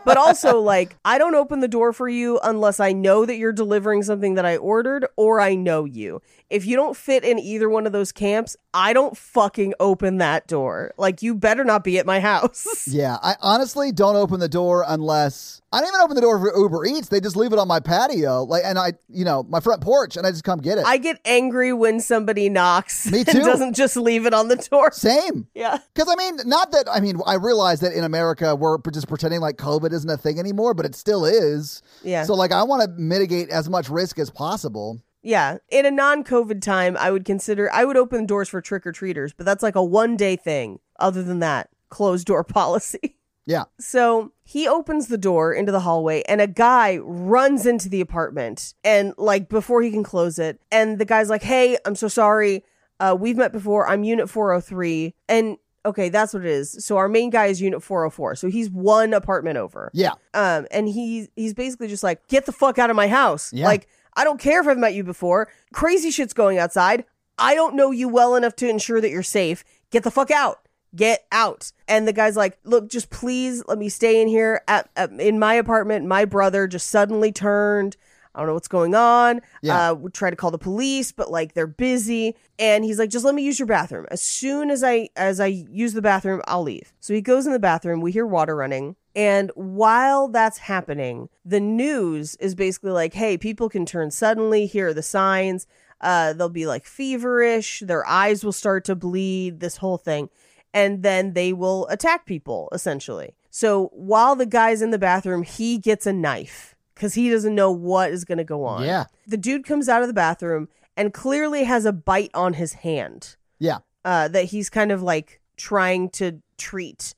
Speaker 1: but also like I don't open the door for you unless I know that you're delivering something that I ordered or I know you. If you don't fit in either one of those camps, I don't fucking open that door. Like you better not be at my house.
Speaker 2: Yeah, I honestly don't open the door unless I don't even open the door for Uber Eats. They just leave it on my patio, like, and I, you know, my front porch, and I just come get it.
Speaker 1: I get angry when somebody knocks
Speaker 2: Me too.
Speaker 1: and doesn't just leave it on the door.
Speaker 2: Same.
Speaker 1: Yeah.
Speaker 2: Because I mean, not that I mean, I realize that in America we're p- just pretending like COVID isn't a thing anymore, but it still is.
Speaker 1: Yeah.
Speaker 2: So like, I want to mitigate as much risk as possible.
Speaker 1: Yeah, in a non-COVID time, I would consider I would open doors for trick or treaters, but that's like a one-day thing. Other than that, closed door policy.
Speaker 2: Yeah.
Speaker 1: So he opens the door into the hallway, and a guy runs into the apartment, and like before he can close it, and the guy's like, "Hey, I'm so sorry. Uh, we've met before. I'm Unit 403." And okay, that's what it is. So our main guy is Unit 404. So he's one apartment over
Speaker 2: Yeah.
Speaker 1: um and he's he's basically just like get the fuck out of my house
Speaker 2: Yeah.
Speaker 1: like i don't care if i've met you before crazy shit's going outside i don't know you well enough to ensure that you're safe get the fuck out get out and the guy's like look just please let me stay in here at, at- in my apartment my brother just suddenly turned I don't know what's going on.
Speaker 2: Yeah.
Speaker 1: Uh, we try to call the police, but like they're busy. And he's like, just let me use your bathroom. As soon as I as I use the bathroom, I'll leave. So he goes in the bathroom. We hear water running. And while that's happening, the news is basically like, hey, people can turn suddenly. Here are the signs. Uh, they'll be like feverish. Their eyes will start to bleed. This whole thing and then they will attack people essentially. So while the guy's in the bathroom, he gets a knife because he doesn't know what is going to go on.
Speaker 2: Yeah.
Speaker 1: The dude comes out of the bathroom and clearly has a bite on his hand.
Speaker 2: Yeah.
Speaker 1: Uh, that he's kind of like trying to treat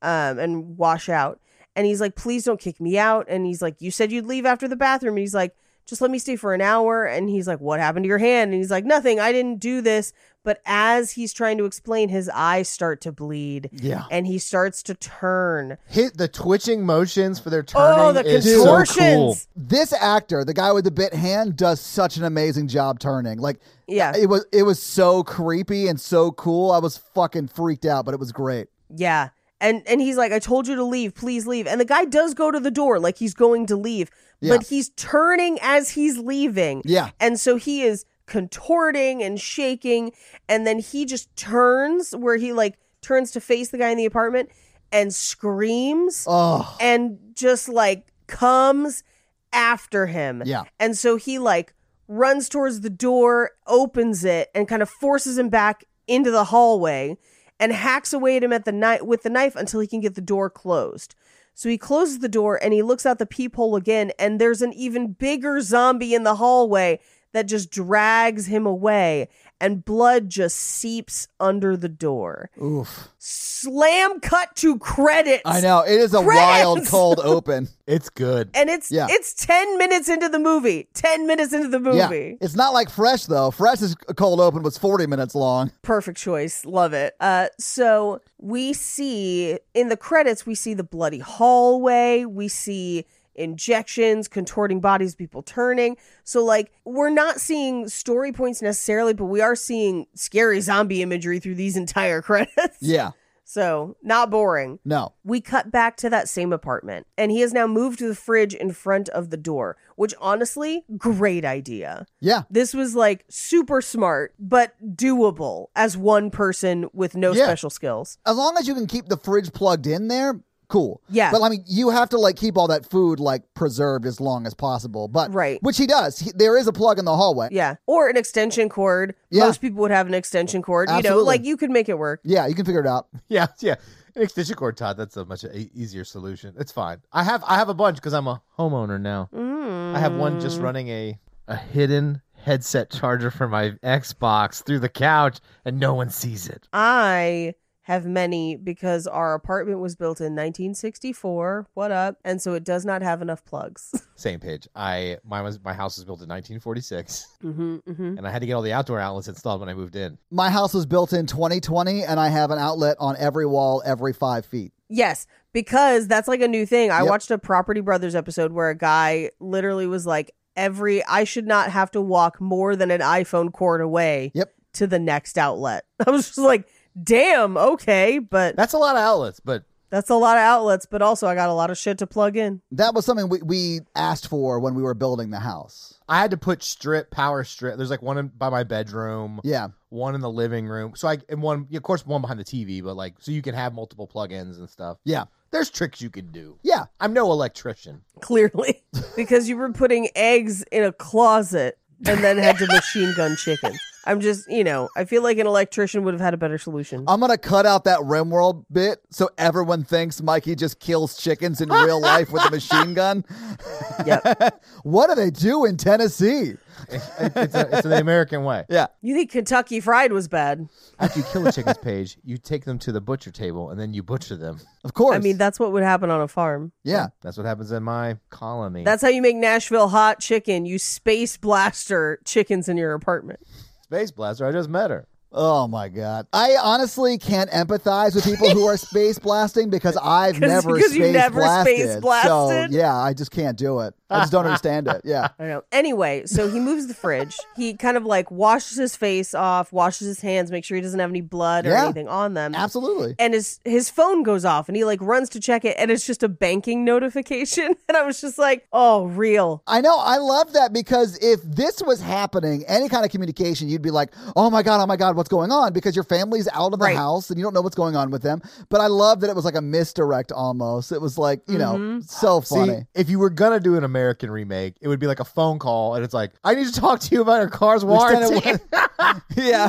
Speaker 1: um, and wash out. And he's like, please don't kick me out. And he's like, you said you'd leave after the bathroom. And he's like, just let me stay for an hour. And he's like, what happened to your hand? And he's like, nothing. I didn't do this. But as he's trying to explain, his eyes start to bleed
Speaker 2: Yeah.
Speaker 1: and he starts to turn.
Speaker 3: Hit the twitching motions for their turning.
Speaker 1: oh, the
Speaker 3: is so cool.
Speaker 1: contortions.
Speaker 2: This actor, the guy with the bit hand, does such an amazing job turning. Like,
Speaker 1: Yeah.
Speaker 2: it was it was so creepy and so cool. I was fucking freaked out, but it was great.
Speaker 1: Yeah. And and he's like, I told you to leave, please leave. And the guy does go to the door, like he's going to leave,
Speaker 2: Yeah.
Speaker 1: but he's turning as he's leaving.
Speaker 2: Yeah.
Speaker 1: And so he is contorting and shaking. And then he just turns where he like turns to face the guy in the apartment and screams
Speaker 2: Oh.
Speaker 1: and just like comes after him.
Speaker 2: Yeah.
Speaker 1: And so he like runs towards the door, opens it, and kind of forces him back into the hallway and hacks away at him at the night with the knife until he can get the door closed. So he closes the door and he looks out the peephole again, and there's an even bigger zombie in the hallway that just drags him away, and blood just seeps under the door.
Speaker 2: Oof.
Speaker 1: Slam cut to credits.
Speaker 2: I know. It is a wild
Speaker 1: Credits!
Speaker 2: cold open.
Speaker 3: It's good.
Speaker 1: And it's
Speaker 2: Yeah.
Speaker 1: it's ten minutes into the movie. Ten minutes into the movie.
Speaker 2: Yeah. It's not like Fresh though. Fresh's cold open was 40 minutes long.
Speaker 1: Perfect choice. Love it. Uh, so we see in the credits, we see the bloody hallway. We see injections, contorting bodies, people turning. So, like, we're not seeing story points necessarily, but we are seeing scary zombie imagery through these entire credits.
Speaker 2: Yeah.
Speaker 1: So, not boring.
Speaker 2: No.
Speaker 1: We cut back to that same apartment, and he has now moved to the fridge in front of the door, which honestly, great idea.
Speaker 2: Yeah.
Speaker 1: This was like super smart, but doable as one person with no
Speaker 2: Yeah.
Speaker 1: special skills.
Speaker 2: As long as you can keep the fridge plugged in there, cool.
Speaker 1: Yeah.
Speaker 2: But I mean, you have to like keep all that food like preserved as long as possible. But
Speaker 1: Right.
Speaker 2: which he does. He, there is a plug in the hallway.
Speaker 1: Yeah. Or an extension cord.
Speaker 2: Yeah.
Speaker 1: Most people would have an extension cord. You
Speaker 2: Absolutely.
Speaker 1: know, like you could make it work.
Speaker 2: Yeah, you can figure it out.
Speaker 3: Yeah, yeah. An extension cord, Todd. That's a much e- easier solution. It's fine. I have I have a bunch because I'm a homeowner now. I have one
Speaker 1: Mm.
Speaker 3: just running a a hidden headset charger for my Xbox through the couch, and no one sees it.
Speaker 1: I have many because our apartment was built in 1964. What up? And so it does not have enough plugs.
Speaker 3: Same page. I mine was my house was built in 1946,
Speaker 1: hmm hmm
Speaker 3: and I had to get all the outdoor outlets installed when I moved in.
Speaker 2: My house was built in 2020, and I have an outlet on every wall every five feet.
Speaker 1: Yes, because that's like a new thing. I
Speaker 2: Yep.
Speaker 1: watched a Property Brothers episode where a guy literally was like, "Every I should not have to walk more than an iPhone cord away
Speaker 2: Yep.
Speaker 1: to the next outlet." I was just like, "Damn, okay," but
Speaker 3: That's a lot of outlets, but
Speaker 1: That's a lot of outlets, but also I got a lot of shit to plug in.
Speaker 2: That was something we, we asked for when we were building the house.
Speaker 3: I had to put strip power strip. There's like one in, by my bedroom,
Speaker 2: Yeah.
Speaker 3: one in the living room. So I and one, of course, one behind the TV, but like so you can have multiple plugins and stuff.
Speaker 2: Yeah.
Speaker 3: There's tricks you can do.
Speaker 2: Yeah.
Speaker 3: I'm no electrician.
Speaker 1: Clearly, because you were putting eggs in a closet and then had to machine gun chickens. I'm just, you know, I feel like an electrician would have had a better solution.
Speaker 2: I'm gonna cut out that RimWorld bit so everyone thinks Mikey just kills chickens in real life with a machine gun.
Speaker 1: Yep.
Speaker 2: what do they do in Tennessee?
Speaker 3: It's, it's, a, it's the American way.
Speaker 2: Yeah.
Speaker 1: you think Kentucky Fried was bad?
Speaker 3: After you kill the chickens, Paige, you take them to the butcher table and then you butcher them.
Speaker 2: Of course.
Speaker 1: I mean, that's what would happen on a farm.
Speaker 2: yeah.
Speaker 3: That's what happens in my colony.
Speaker 1: That's how you make Nashville hot chicken. You space blaster chickens in your apartment.
Speaker 3: Space Blaster. I just met her.
Speaker 2: Oh my god. I honestly can't empathize with people who are space blasting because I've
Speaker 1: 'Cause-
Speaker 2: never
Speaker 1: 'cause
Speaker 2: space
Speaker 1: you never
Speaker 2: blasted.
Speaker 1: space blasted?
Speaker 2: So yeah, I just can't do it. I just don't understand it. Yeah.
Speaker 1: I don't know. Anyway, so he moves the fridge. he kind of like washes his face off, washes his hands, make sure he doesn't have any blood or
Speaker 2: Yeah.
Speaker 1: anything on them.
Speaker 2: Absolutely.
Speaker 1: And his his phone goes off and he like runs to check it and it's just a banking notification. And I was just like, "Oh, real."
Speaker 2: I know. I love that because if this was happening, any kind of communication, you'd be like, oh my God, oh my God, what's going on? Because your family's out of the
Speaker 1: Right.
Speaker 2: house and you don't know what's going on with them. But I love that it was like a misdirect almost. It was like, you
Speaker 1: Mm-hmm.
Speaker 2: know, so funny.
Speaker 3: See, if you were gonna do an American remake, it would be like a phone call, and it's like, I need to talk to you about your car's
Speaker 2: Extended
Speaker 3: warranty.
Speaker 2: yeah.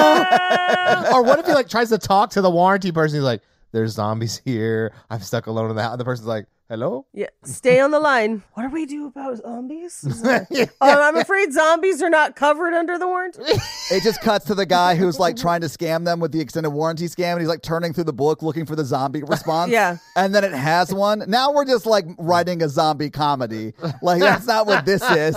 Speaker 3: no. or what if he like tries to talk to the warranty person? He's like, "There's zombies here. I'm stuck alone in the house." The person's like, "Hello."
Speaker 1: Yeah, stay on the line. What do we do about zombies? Is that- Um, I'm afraid zombies are not covered under the warranty.
Speaker 2: It just cuts to the guy who's like trying to scam them with the extended warranty scam, and he's like turning through the book looking for the zombie response.
Speaker 1: Yeah.
Speaker 2: And then it has one. Now we're just like writing a zombie comedy. Like, that's not what this is.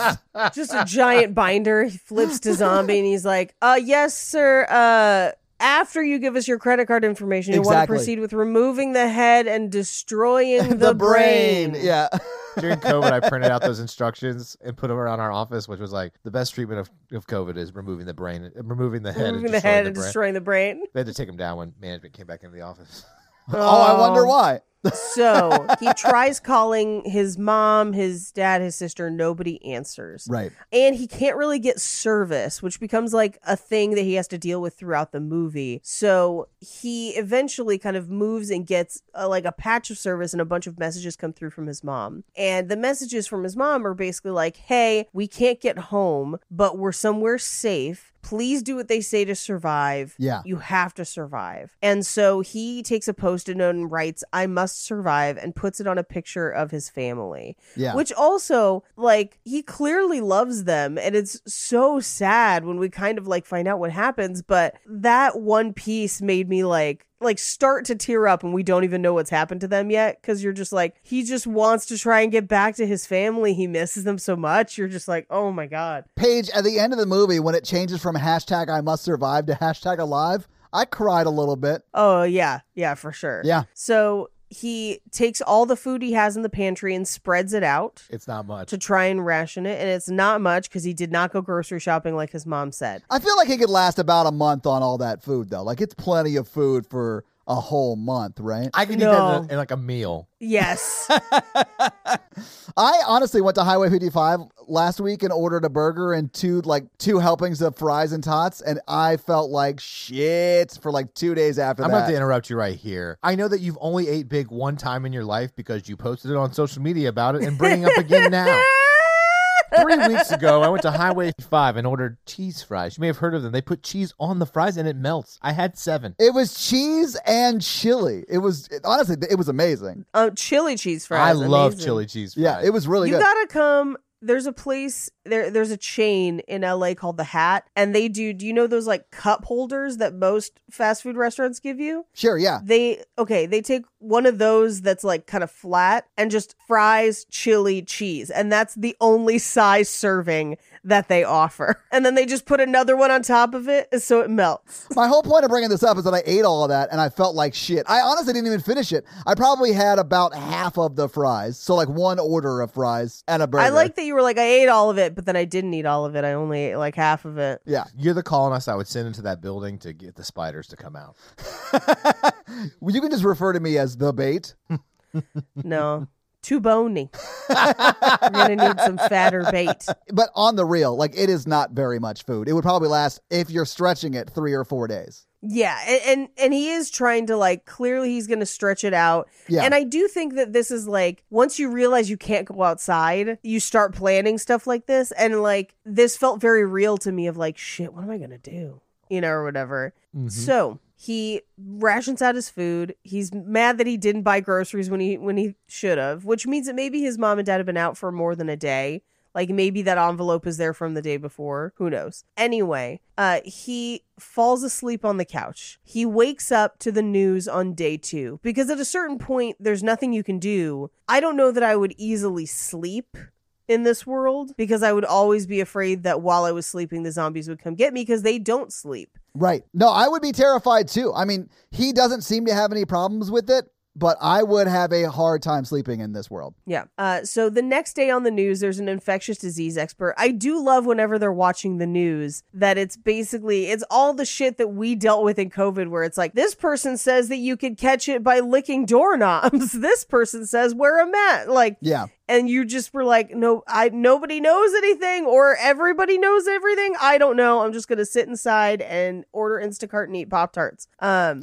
Speaker 1: just a giant binder. He flips to zombie and he's like, "Uh, yes, sir. Uh, after you give us your credit card information, you want to
Speaker 2: Exactly.
Speaker 1: proceed with removing the head and destroying the, brain."
Speaker 2: Yeah.
Speaker 3: During COVID, I printed out those instructions and put them around our office, which was like the best treatment of, of COVID is removing the brain, removing the head,
Speaker 1: removing
Speaker 3: and
Speaker 1: the head
Speaker 3: destroying
Speaker 1: and
Speaker 3: the
Speaker 1: destroying
Speaker 3: brain.
Speaker 1: the brain.
Speaker 3: They had to take them down when management came back into the office.
Speaker 2: Oh, I wonder why.
Speaker 1: so he tries calling his mom, his dad, his sister. Nobody answers.
Speaker 2: Right.
Speaker 1: and he can't really get service, which becomes like a thing that he has to deal with throughout the movie. So he eventually kind of moves and gets uh like a patch of service, and a bunch of messages come through from his mom. And the messages from his mom are basically like, "Hey, we can't get home, but we're somewhere safe." Please do what they say to survive.
Speaker 2: Yeah.
Speaker 1: You have to survive. And so he takes a post it note and writes, I must survive, and puts it on a picture of his family
Speaker 2: Yeah.
Speaker 1: which also like he clearly loves them and it's so sad when we kind of like find out what happens but that one piece made me like like start to tear up and we don't even know what's happened to them yet because you're just like he just wants to try and get back to his family he misses them so much you're just like oh my god
Speaker 2: Paige, at the end of the movie, when it changes from hashtag I must survive to hashtag alive, I cried a little bit.
Speaker 1: oh yeah yeah for sure
Speaker 2: Yeah.
Speaker 1: so he takes all the food he has in the pantry and spreads it out
Speaker 3: It's not much.
Speaker 1: to try and ration it and it's not much because he did not go grocery shopping like his mom said
Speaker 2: I feel like it could last about a month on all that food, though. Like, it's plenty of food for a whole month, right?
Speaker 3: I can eat that in,
Speaker 1: No.
Speaker 3: a, in like a meal.
Speaker 1: yes
Speaker 2: I honestly went to Highway 55 last week and ordered a burger and two like two helpings of fries and tots, and I felt like shit for like two days after
Speaker 3: I'm
Speaker 2: that.
Speaker 3: about to interrupt you right here. I know that you've only ate big one time in your life because you posted it on social media about it and bringing up again now. Three weeks ago, I went to Highway 5 and ordered cheese fries. You may have heard of them. They put cheese on the fries and it melts. I had seven.
Speaker 2: it was cheese and chili. It was it- honestly, it was amazing.
Speaker 1: Um, chili cheese
Speaker 3: I
Speaker 1: fries.
Speaker 3: love
Speaker 1: amazing.
Speaker 3: chili cheese fries.
Speaker 2: Yeah, it was really
Speaker 1: you
Speaker 2: good.
Speaker 1: gotta come. There's a place there. There's a chain in LA called the Hat, and they do. Do you know those like cup holders that most fast food restaurants give you?
Speaker 2: sure, yeah.
Speaker 1: They okay. They take one of those that's like kind of flat and just fries, chili, cheese, and that's the only size serving that they offer. And then they just put another one on top of it so it melts.
Speaker 2: My whole point of bringing this up is that I ate all of that and I felt like shit. I honestly didn't even finish it. I probably had about half of the fries, so like one order of fries and a burger.
Speaker 1: I like that you were like, I ate all of it, but then I didn't eat all of it. I only ate like half of it.
Speaker 2: Yeah,
Speaker 3: You're the colonist I would send into that building to get the spiders to come out.
Speaker 2: Well, you can just refer to me as the bait.
Speaker 1: No. Too bony. You're gonna need some fatter bait.
Speaker 2: But on the real, like it is not very much food. It would probably last if you're stretching it three or four days.
Speaker 1: Yeah, and, and and he is trying to like clearly he's gonna stretch it out.
Speaker 2: Yeah.
Speaker 1: And I do think that this is like once you realize you can't go outside, you start planning stuff like this. And like this felt very real to me of like, shit, what am I gonna do? You know, or whatever.
Speaker 3: Mm-hmm.
Speaker 1: So he rations out his food. He's mad that he didn't buy groceries when he when he should have, which means that maybe his mom and dad have been out for more than a day. Like maybe that envelope is there from the day before. Who knows? Anyway, uh, he falls asleep on the couch. He wakes up to the news on day two because at a certain point, there's nothing you can do. I don't know that I would easily sleep in this world because I would always be afraid that while I was sleeping, the zombies would come get me because they don't sleep.
Speaker 2: Right. No, I would be terrified too. I mean, he doesn't seem to have any problems with it, but I would have a hard time sleeping in this world.
Speaker 1: Yeah. Uh, so the next day on the news, there's an infectious disease expert. I do love whenever they're watching the news that it's basically it's all the shit that we dealt with in COVID, where it's like this person says that you could catch it by licking doorknobs. this person says wear a mat. Like
Speaker 2: Yeah.
Speaker 1: and you just were like no i nobody knows anything or everybody knows everything i don't know i'm just gonna sit inside and order instacart and eat pop tarts um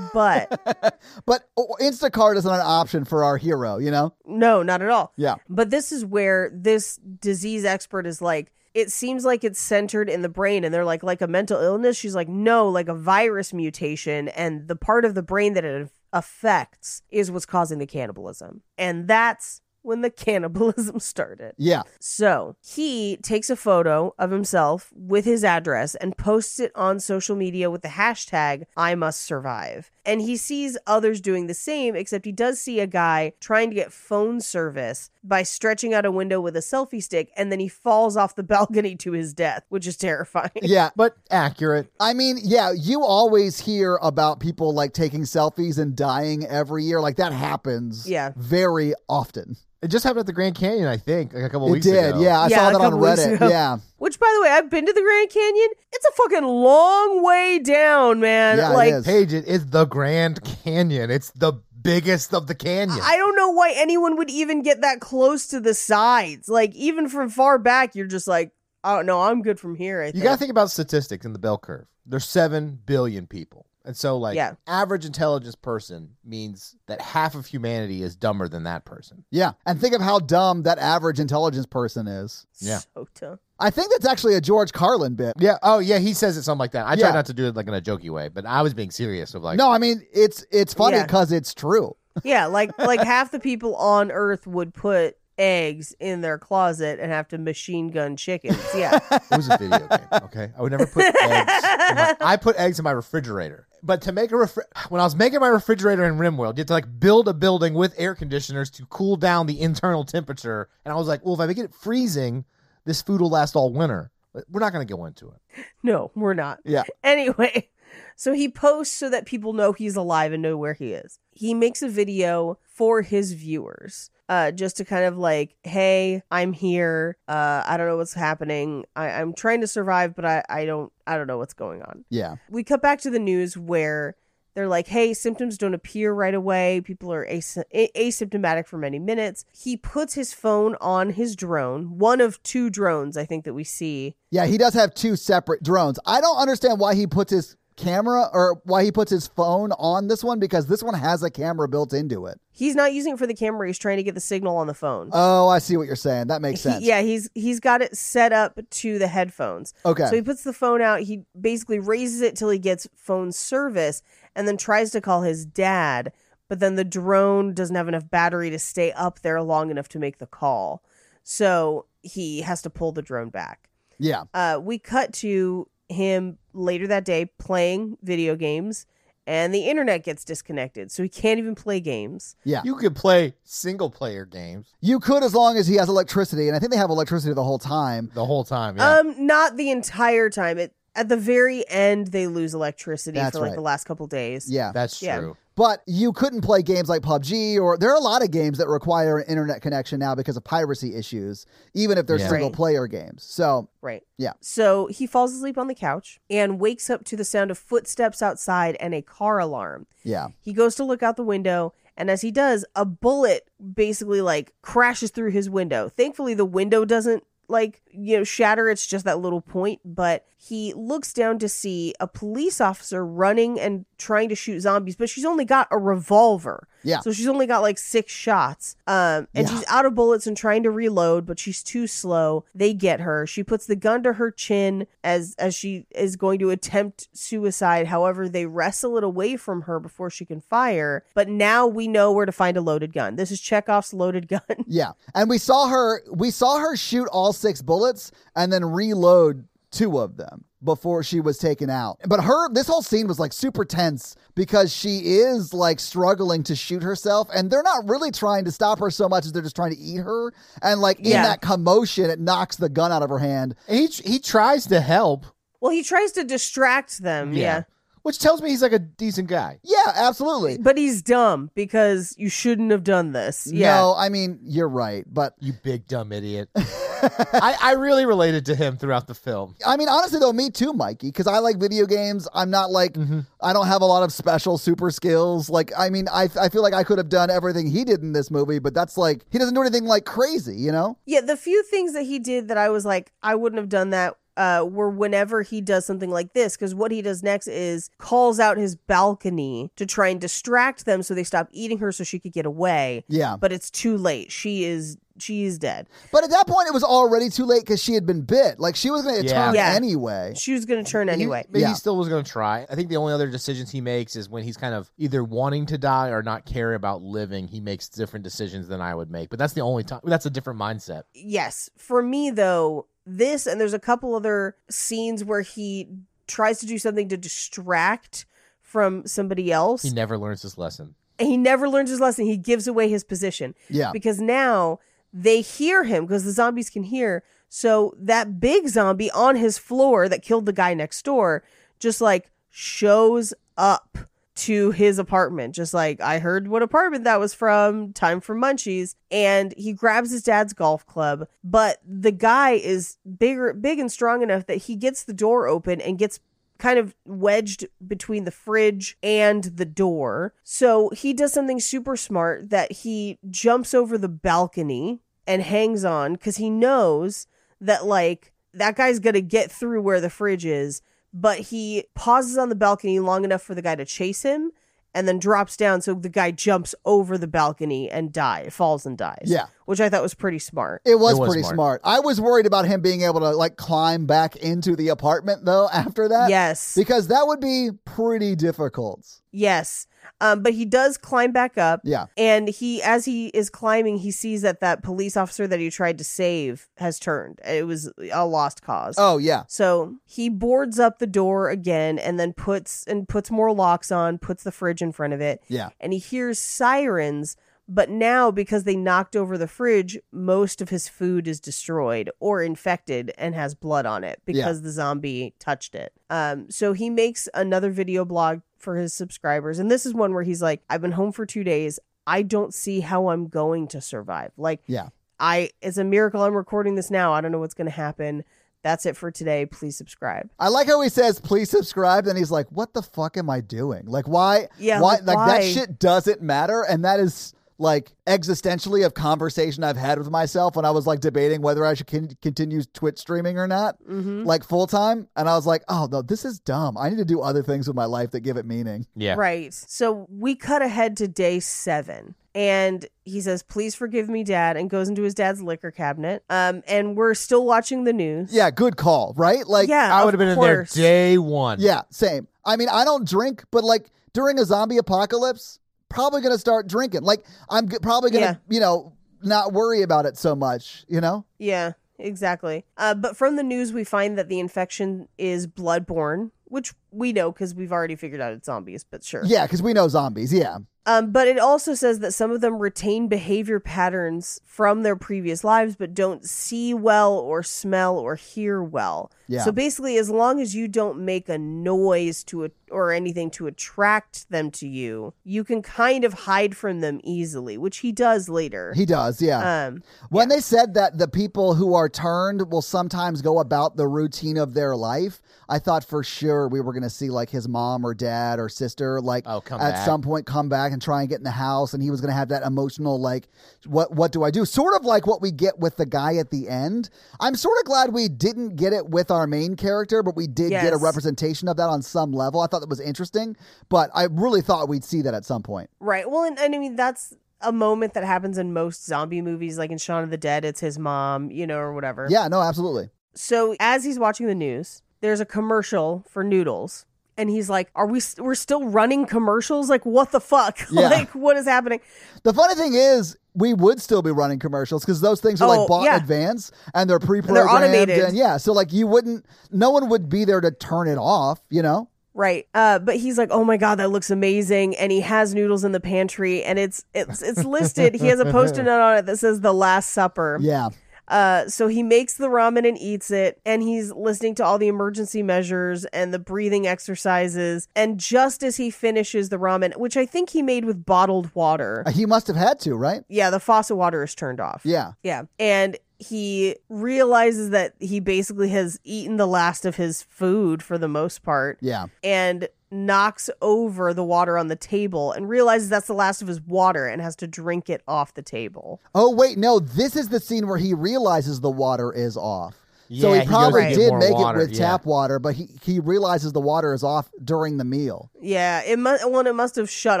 Speaker 1: but
Speaker 2: But oh, Instacart isn't an option for our hero, you know?
Speaker 1: no not at all
Speaker 2: Yeah.
Speaker 1: but this is where this disease expert is like it seems like it's centered in the brain and they're like like a mental illness she's like no like a virus mutation and the part of the brain that it affects is what's causing the cannibalism and that's when the cannibalism started
Speaker 2: Yeah.
Speaker 1: So he takes a photo of himself with his address and posts it on social media with the hashtag I must survive. And he sees others doing the same, except he does see a guy trying to get phone service by stretching out a window with a selfie stick, and then he falls off the balcony to his death, which is terrifying.
Speaker 2: Yeah.
Speaker 3: But accurate.
Speaker 2: I mean, yeah, you always hear about people like taking selfies and dying every year. Like that happens
Speaker 1: Yeah.
Speaker 2: very often.
Speaker 3: It just happened at the Grand Canyon, I think, like a couple
Speaker 2: it
Speaker 3: weeks
Speaker 2: did.
Speaker 3: ago.
Speaker 2: Yeah. I
Speaker 1: Yeah,
Speaker 2: saw
Speaker 1: a
Speaker 2: that on
Speaker 1: couple weeks
Speaker 2: Reddit.
Speaker 1: ago.
Speaker 2: Yeah.
Speaker 1: Which, by the way, I've been to the Grand Canyon. It's a fucking long way down, man.
Speaker 2: Yeah, it
Speaker 1: like,
Speaker 2: is.
Speaker 3: Paige, it is the Grand Canyon. It's the biggest of the canyon.
Speaker 1: I don't know why anyone would even get that close to the sides. Like even from far back, you're just like, oh no, I'm good from here. I
Speaker 3: you
Speaker 1: think.
Speaker 3: got to think about statistics in the bell curve. There's 7 billion people. And so, like,
Speaker 1: Yeah.
Speaker 3: average intelligence person means that half of humanity is dumber than that person.
Speaker 2: Yeah. And think of how dumb that average intelligence person is.
Speaker 3: Yeah.
Speaker 1: So tough.
Speaker 2: I think that's actually a George Carlin bit.
Speaker 3: Yeah. Oh, yeah. He says it something like that. I
Speaker 2: Yeah.
Speaker 3: try not to do it like in a jokey way, but I was being serious of like,
Speaker 2: No, I mean it's it's funny
Speaker 1: Yeah.
Speaker 2: because it's true.
Speaker 1: Yeah, like like half the people on Earth would put eggs in their closet and have to machine gun chickens. Yeah.
Speaker 3: It was a video game. Okay, I would never put eggs. In my, I put eggs in my refrigerator. But to make a refri- when I was making my refrigerator in RimWorld, you had to like build a building with air conditioners to cool down the internal temperature. And I was like, well, if I make it freezing, this food will last all winter. But We're not going to go into it.
Speaker 1: no, we're not.
Speaker 2: Yeah.
Speaker 1: Anyway, so he posts so that people know he's alive and know where he is. He makes a video for his viewers. Uh, just to kind of like, hey, I'm here. Uh, I don't know what's happening. I, I'm trying to survive, but I, I don't I don't know what's going on.
Speaker 2: Yeah.
Speaker 1: We cut back to the news where they're like, hey, symptoms don't appear right away. People are as- a- asymptomatic for many minutes. He puts his phone on his drone, one of two drones I think that we see.
Speaker 2: Yeah, he does have two separate drones. I don't understand why he puts his camera or why he puts his phone on this one because this one has a camera built into it.
Speaker 1: He's not using it for the camera. He's trying to get the signal on the phone.
Speaker 2: Oh, I see what you're saying. That makes
Speaker 1: He-
Speaker 2: sense.
Speaker 1: yeah, he's he's got it set up to the headphones.
Speaker 2: Okay.
Speaker 1: So he puts the phone out. He basically raises it till he gets phone service, and then tries to call his dad. But then the drone doesn't have enough battery to stay up there long enough to make the call. So he has to pull the drone back.
Speaker 2: yeah.
Speaker 1: Uh, we cut to him later that day playing video games and the internet gets disconnected, so he can't even play games.
Speaker 2: Yeah.
Speaker 3: You could play single player games
Speaker 2: You could as long as he has electricity, and I think they have electricity the whole time.
Speaker 3: the whole time. Yeah.
Speaker 1: Um, not the entire time. It at the very end they lose electricity
Speaker 2: That's
Speaker 1: for like
Speaker 2: right.
Speaker 1: the last couple days.
Speaker 2: Yeah.
Speaker 3: That's
Speaker 1: Um, yeah.
Speaker 3: true.
Speaker 2: But you couldn't play games like PUBG or there are a lot of games that require an internet connection now because of piracy issues, even if they're
Speaker 3: Yeah.
Speaker 2: single
Speaker 1: Right.
Speaker 2: player games. So
Speaker 1: Right.
Speaker 2: Yeah.
Speaker 1: So he falls asleep on the couch and wakes up to the sound of footsteps outside and a car alarm.
Speaker 2: yeah.
Speaker 1: He goes to look out the window, and as he does, a bullet basically like crashes through his window. Thankfully, the window doesn't like, you know, shatter. It's just that little point. But he looks down to see a police officer running and trying to shoot zombies, but she's only got a revolver.
Speaker 2: Yeah.
Speaker 1: So she's only got like six shots. Um, and
Speaker 2: Yeah.
Speaker 1: she's out of bullets and trying to reload, but she's too slow. They get her. She puts the gun to her chin as as she is going to attempt suicide. However, they wrestle it away from her before she can fire. But now we know where to find a loaded gun. This is Chekhov's loaded gun.
Speaker 2: Yeah. And we saw her we saw her shoot all six bullets and then reload two of them before she was taken out. But her this whole scene was like super tense because she is like struggling to shoot herself and they're not really trying to stop her so much as they're just trying to eat her and like in
Speaker 1: Yeah.
Speaker 2: that commotion it knocks the gun out of her hand.
Speaker 3: And he he tries to help.
Speaker 1: Well, he tries to distract them. yeah.
Speaker 3: Which tells me he's like a decent guy.
Speaker 2: Yeah, absolutely.
Speaker 1: But he's dumb because you shouldn't have done this. Yeah.
Speaker 2: No, I mean, you're right. But
Speaker 3: You big dumb idiot. I, I really related to him throughout the film.
Speaker 2: I mean, honestly, though, me too, Mikey, because I like video games. I'm not like,
Speaker 3: Mm-hmm.
Speaker 2: I don't have a lot of special super skills. Like, I mean, I, I feel like I could have done everything he did in this movie, but that's like, he doesn't do anything like crazy, you know?
Speaker 1: Yeah, the few things that he did that I was like, I wouldn't have done that. Uh, were whenever he does something like this, because what he does next is calls out his balcony to try and distract them so they stop eating her so she could get away.
Speaker 2: Yeah.
Speaker 1: But it's too late. She is she is dead.
Speaker 2: But at that point, it was already too late because she had been bit. Like, she was going to
Speaker 3: Yeah.
Speaker 2: turn
Speaker 1: Yeah.
Speaker 2: anyway.
Speaker 1: She was gonna turn anyway.
Speaker 3: He, but
Speaker 2: Yeah.
Speaker 3: he still was going to try. I think the only other decisions he makes is when he's kind of either wanting to die or not care about living. He makes different decisions than I would make. But that's the only time. That's a different mindset.
Speaker 1: yes. For me though, this and there's a couple other scenes where he tries to do something to distract from somebody else.
Speaker 3: He never learns his lesson.
Speaker 1: and he never learns his lesson. He gives away his position.
Speaker 2: Yeah.
Speaker 1: because now they hear him because the zombies can hear. So that big zombie on his floor that killed the guy next door just like shows up to his apartment, just like, I heard what apartment that was from, time for munchies. And he grabs his dad's golf club, but the guy is bigger, big and strong enough that he gets the door open and gets kind of wedged between the fridge and the door. So he does something super smart that he jumps over the balcony and hangs on because he knows that, like, that guy's going to get through where the fridge is. But he pauses on the balcony long enough for the guy to chase him and then drops down. So the guy jumps over the balcony and die, falls and dies.
Speaker 2: Yeah.
Speaker 1: Which I thought was pretty smart.
Speaker 2: It was,
Speaker 3: It was
Speaker 2: pretty smart.
Speaker 3: smart.
Speaker 2: I was worried about him being able to like climb back into the apartment though after that.
Speaker 1: yes.
Speaker 2: Because that would be pretty difficult.
Speaker 1: Yes. Um, but he does climb back up.
Speaker 2: Yeah.
Speaker 1: And he, as he is climbing, he sees that that police officer that he tried to save has turned. It was a lost cause.
Speaker 2: Oh, yeah.
Speaker 1: So he boards up the door again and then puts and puts more locks on, puts the fridge in front of it.
Speaker 2: Yeah.
Speaker 1: And he hears sirens, but now because they knocked over the fridge, most of his food is destroyed or infected and has blood on it because the zombie touched it. Um so he makes another video blog for his subscribers and this is one where he's like I've been home for 2 days. I don't see how I'm going to survive. Like
Speaker 2: Yeah.
Speaker 1: I it's a miracle I'm recording this now. I don't know what's going to happen. That's it for today. Please subscribe.
Speaker 2: I like how he says, "Please subscribe," and he's like, "What the fuck am I doing? Like, why?
Speaker 1: Yeah,
Speaker 2: why?
Speaker 1: like,
Speaker 2: Like that
Speaker 1: why?
Speaker 2: shit doesn't matter." And that is like existentially of conversation I've had with myself when I was like debating whether I should con- continue Twitch streaming or not,
Speaker 1: Mhm.
Speaker 2: like full time. And I was like, "Oh no, this is dumb. I need to do other things with my life that give it meaning."
Speaker 3: Yeah.
Speaker 1: Right. So we cut ahead to day seven. And he says, Please forgive me, Dad, and goes into his dad's liquor cabinet. Um, and we're still watching the news.
Speaker 2: Yeah, good call, right? Like,
Speaker 1: yeah.
Speaker 3: I
Speaker 1: of
Speaker 3: would have been
Speaker 1: course.
Speaker 3: in there day one.
Speaker 2: yeah, same. I mean, I don't drink, but like during a zombie apocalypse, probably gonna start drinking. Like, I'm g- probably gonna, you know, not worry about it so much, you know.
Speaker 1: Yeah, exactly. Uh, but from the news, we find that the infection is bloodborne, which we know because we've already figured out it's zombies, but sure.
Speaker 2: Yeah, because we know zombies. Yeah.
Speaker 1: Um, but it also says that some of them retain behavior patterns from their previous lives, but don't see well or smell or hear well.
Speaker 2: Yeah.
Speaker 1: So basically, as long as you don't make a noise to a- or anything to attract them to you, you can kind of hide from them easily, which he does later.
Speaker 2: He does. Yeah.
Speaker 1: um,
Speaker 2: When they said that the people who are turned will sometimes go about the routine of their life, I thought for sure we were going to see like his mom or dad or sister like
Speaker 3: Oh, come
Speaker 2: at
Speaker 3: back.
Speaker 2: some point come back and try and get in the house and he was going to have that emotional like what what do I do? Sort of like what we get with the guy at the end. I'm sort of glad we didn't get it with our main character, but we did get a
Speaker 1: Yes.
Speaker 2: representation of that on some level. I thought that was interesting, but I really thought we'd see that at some point.
Speaker 1: Right. Well, and, and I mean that's a moment that happens in most zombie movies, like in Shaun of the Dead, it's his mom, you know, or whatever.
Speaker 2: Yeah, no, absolutely.
Speaker 1: So as he's watching the news, there's a commercial for noodles, and he's like, "Are we? St- we're still running commercials? Like, what the fuck?
Speaker 2: Yeah.
Speaker 1: like, what is happening?"
Speaker 2: The funny thing is, we would still be running commercials because those things are like
Speaker 1: Oh,
Speaker 2: bought
Speaker 1: yeah.
Speaker 2: in advance and they're pre-programmed.
Speaker 1: automated.
Speaker 2: and- yeah, so like you wouldn't, no one would be there to turn it off. You know?
Speaker 1: Right. Uh, but he's like, "Oh my god, that looks amazing!" And he has noodles in the pantry, and it's it's it's listed. he has a post-it note on it that says "The Last Supper."
Speaker 2: Yeah,
Speaker 1: Uh, so he makes the ramen and eats it, and he's listening to all the emergency measures and the breathing exercises. And just as he finishes the ramen, which I think he made with bottled water,
Speaker 2: he must have had to, right?
Speaker 1: yeah, the faucet water is turned off.
Speaker 2: Yeah,
Speaker 1: Yeah. And he realizes that he basically has eaten the last of his food for the most part
Speaker 2: yeah,
Speaker 1: and knocks over the water on the table and realizes that's the last of his water and has to drink it off the table.
Speaker 2: Oh wait, no, this is the scene where he realizes the water is off. so
Speaker 3: Yeah,
Speaker 2: he
Speaker 3: he
Speaker 2: probably
Speaker 1: goes to get
Speaker 2: did
Speaker 3: more
Speaker 2: make
Speaker 3: water,
Speaker 2: it with
Speaker 3: yeah.
Speaker 2: tap water, but he he realizes the water is off during the meal.
Speaker 1: Yeah, it must. Well, it must have shut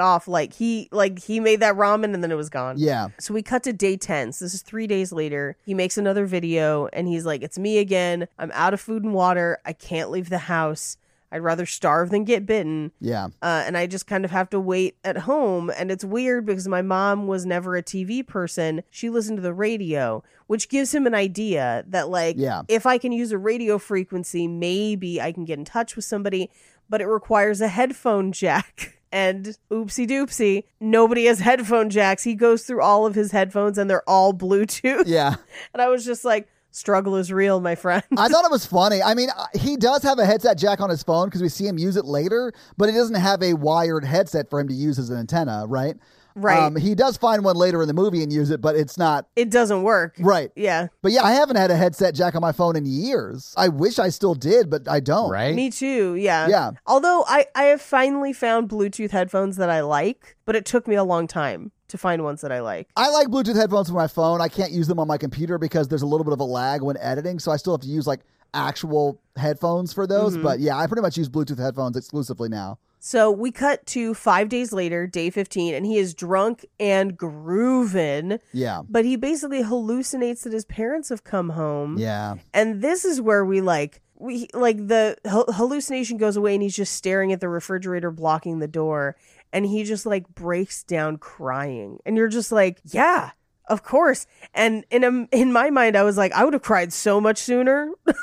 Speaker 1: off. Like he, like he made that ramen and then it was gone.
Speaker 2: Yeah,
Speaker 1: So we cut to day ten. So this is three days later. He makes another video and he's like, "It's me again. I'm out of food and water. I can't leave the house. I'd rather starve than get bitten."
Speaker 2: yeah,
Speaker 1: Uh, and I just kind of have to wait at home. And it's weird because my mom was never a TV person. She listened to the radio, which gives him an idea that, like,
Speaker 2: Yeah.
Speaker 1: if I can use a radio frequency, maybe I can get in touch with somebody, but it requires a headphone jack. And oopsie doopsie, nobody has headphone jacks. He goes through all of his headphones and they're all Bluetooth.
Speaker 2: yeah.
Speaker 1: And I was just like, struggle is real, my friend.
Speaker 2: I thought it was funny. I mean, uh, he does have a headset jack on his phone because we see him use it later, but he doesn't have a wired headset for him to use as an antenna, right? Um,
Speaker 1: Right.
Speaker 2: he does find one later in the movie and use it, but it's not
Speaker 1: it doesn't work.
Speaker 2: right.
Speaker 1: Yeah.
Speaker 2: But yeah, I haven't had a headset jack on my phone in years. I wish I still did, but I don't.
Speaker 3: right?
Speaker 1: Me too. Yeah.
Speaker 2: Yeah.
Speaker 1: Although I I have finally found Bluetooth headphones that I like, but it took me a long time to find ones that I like.
Speaker 2: I like Bluetooth headphones for my phone. I can't use them on my computer because there's a little bit of a lag when editing, so I still have to use like actual headphones for those. But yeah, I pretty much use Bluetooth headphones exclusively now.
Speaker 1: So we cut to 5 days later, day 15, and he is drunk and grooving,
Speaker 2: Yeah.
Speaker 1: but he basically hallucinates that his parents have come home.
Speaker 2: Yeah.
Speaker 1: And this is where we like we like the hal- hallucination goes away and he's just staring at the refrigerator blocking the door and he just like breaks down crying. And you're just like, "Yeah, of course." And in a, in my mind I was like, "I would have cried so much sooner."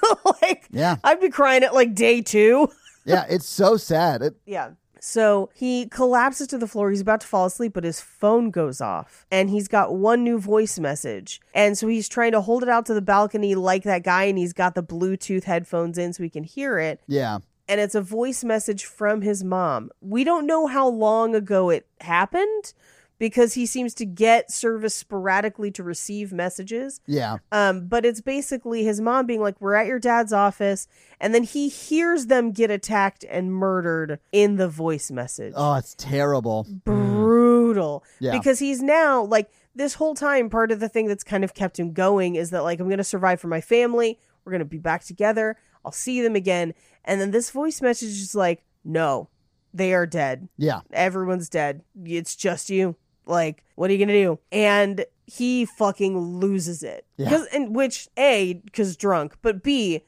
Speaker 1: like
Speaker 2: Yeah.
Speaker 1: I'd be crying at like day 2.
Speaker 2: Yeah. It's so sad. It,
Speaker 1: Yeah. So he collapses to the floor. He's about to fall asleep, but his phone goes off and he's got one new voice message. And so he's trying to hold it out to the balcony like that guy, and he's got the Bluetooth headphones in so he can hear it.
Speaker 2: yeah.
Speaker 1: And it's a voice message from his mom. We don't know how long ago it happened because he seems to get service sporadically to receive messages.
Speaker 2: Yeah.
Speaker 1: Um, but it's basically his mom being like, "We're at your dad's office," and then he hears them get attacked and murdered in the voice message.
Speaker 2: Oh, it's terrible.
Speaker 1: Brutal,
Speaker 2: Yeah.
Speaker 1: because he's now like this whole time. Part of the thing that's kind of kept him going is that like I'm going to survive for my family. We're going to be back together. I'll see them again. And then this voice message is like, "No, they are dead."
Speaker 2: Yeah.
Speaker 1: everyone's dead. It's just you. Like, what are you gonna do? And he fucking loses it.
Speaker 2: Yeah.
Speaker 1: 'Cause- And which a because drunk, but b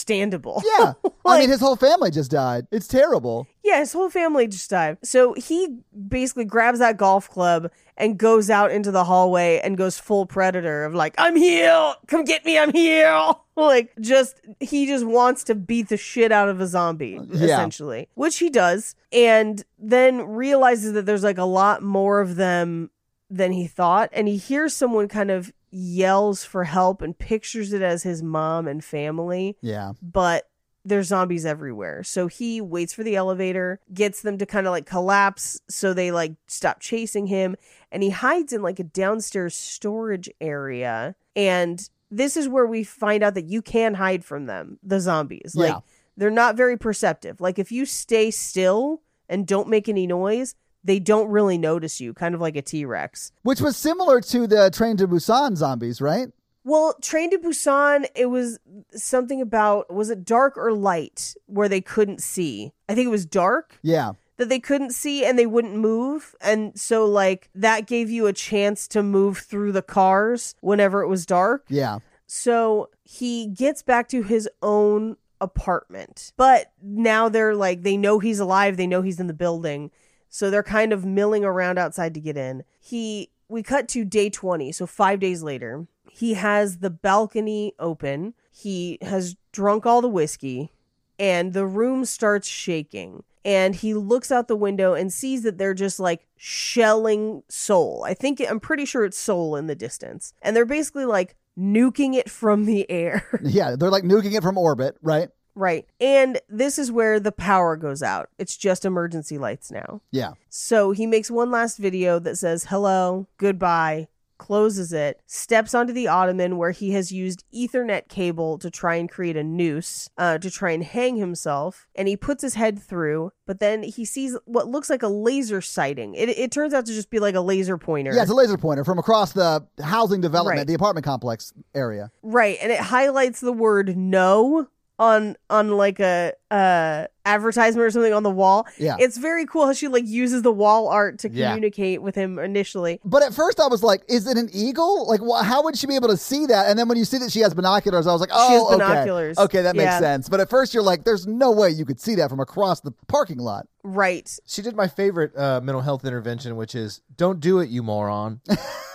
Speaker 1: understandable.
Speaker 2: Yeah. I
Speaker 1: Like-
Speaker 2: mean, his whole family just died. It's terrible.
Speaker 1: Yeah, his whole family just died. So he basically grabs that golf club and goes out into the hallway and goes full predator of like, I'm here, come get me, I'm here. Like, just he just wants to beat the shit out of a zombie,
Speaker 2: Yeah.
Speaker 1: essentially, which he does, and then realizes that there's like a lot more of them than he thought, and he hears someone kind of yells for help and pictures it as his mom and family
Speaker 2: Yeah.
Speaker 1: but there's zombies everywhere. So he waits for the elevator, gets them to kind of like collapse so they like stop chasing him, and he hides in like a downstairs storage area. And this is where we find out that you can hide from them, the zombies. Like
Speaker 2: Yeah.
Speaker 1: they're not very perceptive. Like if you stay still and don't make any noise, they don't really notice you, kind of like a T-Rex.
Speaker 2: Which was similar to the Train to Busan zombies, right?
Speaker 1: Well, Train to Busan, it was something about was it dark or light where they couldn't see? I think it was dark
Speaker 2: Yeah.
Speaker 1: that they couldn't see and they wouldn't move. And so like that gave you a chance to move through the cars whenever it was dark.
Speaker 2: Yeah.
Speaker 1: So he gets back to his own apartment. But now they're like, they know he's alive, they know he's in the building. So they're kind of milling around outside to get in. He, we cut to day 20, so five days later. He has the balcony open, he has drunk all the whiskey, and the room starts shaking. And he looks out the window and sees that they're just like shelling Seoul. I think, I'm pretty sure it's Seoul in the distance. And they're basically like nuking it from the air.
Speaker 2: Yeah. They're like nuking it from orbit, right?
Speaker 1: right. And this is where the power goes out. It's just emergency lights now.
Speaker 2: Yeah.
Speaker 1: So he makes one last video that says hello, goodbye, closes it, steps onto the ottoman where he has used Ethernet cable to try and create a noose uh, to try and hang himself, and he puts his head through. But then he sees what looks like a laser sighting. It, it turns out to just be like a laser pointer.
Speaker 2: Yeah. It's a laser pointer from across the housing development,
Speaker 1: Right.
Speaker 2: the apartment complex area.
Speaker 1: Right, and it highlights the word no on on like a uh advertisement or something on the wall.
Speaker 2: Yeah.
Speaker 1: It's very cool how she like uses the wall art to
Speaker 3: Yeah.
Speaker 1: communicate with him initially.
Speaker 2: But at first, I was like, "Is it an eagle? Like, wh- how would she be able to see that?" And then when you see that she has binoculars, I was like, "Oh,
Speaker 1: she has
Speaker 2: okay.
Speaker 1: binoculars.
Speaker 2: Okay, that makes
Speaker 1: Yeah.
Speaker 2: sense. But at first, you're like, "There's no way you could see that from across the parking lot."
Speaker 1: Right.
Speaker 3: She did my favorite uh, mental health intervention, which is don't do it, you moron.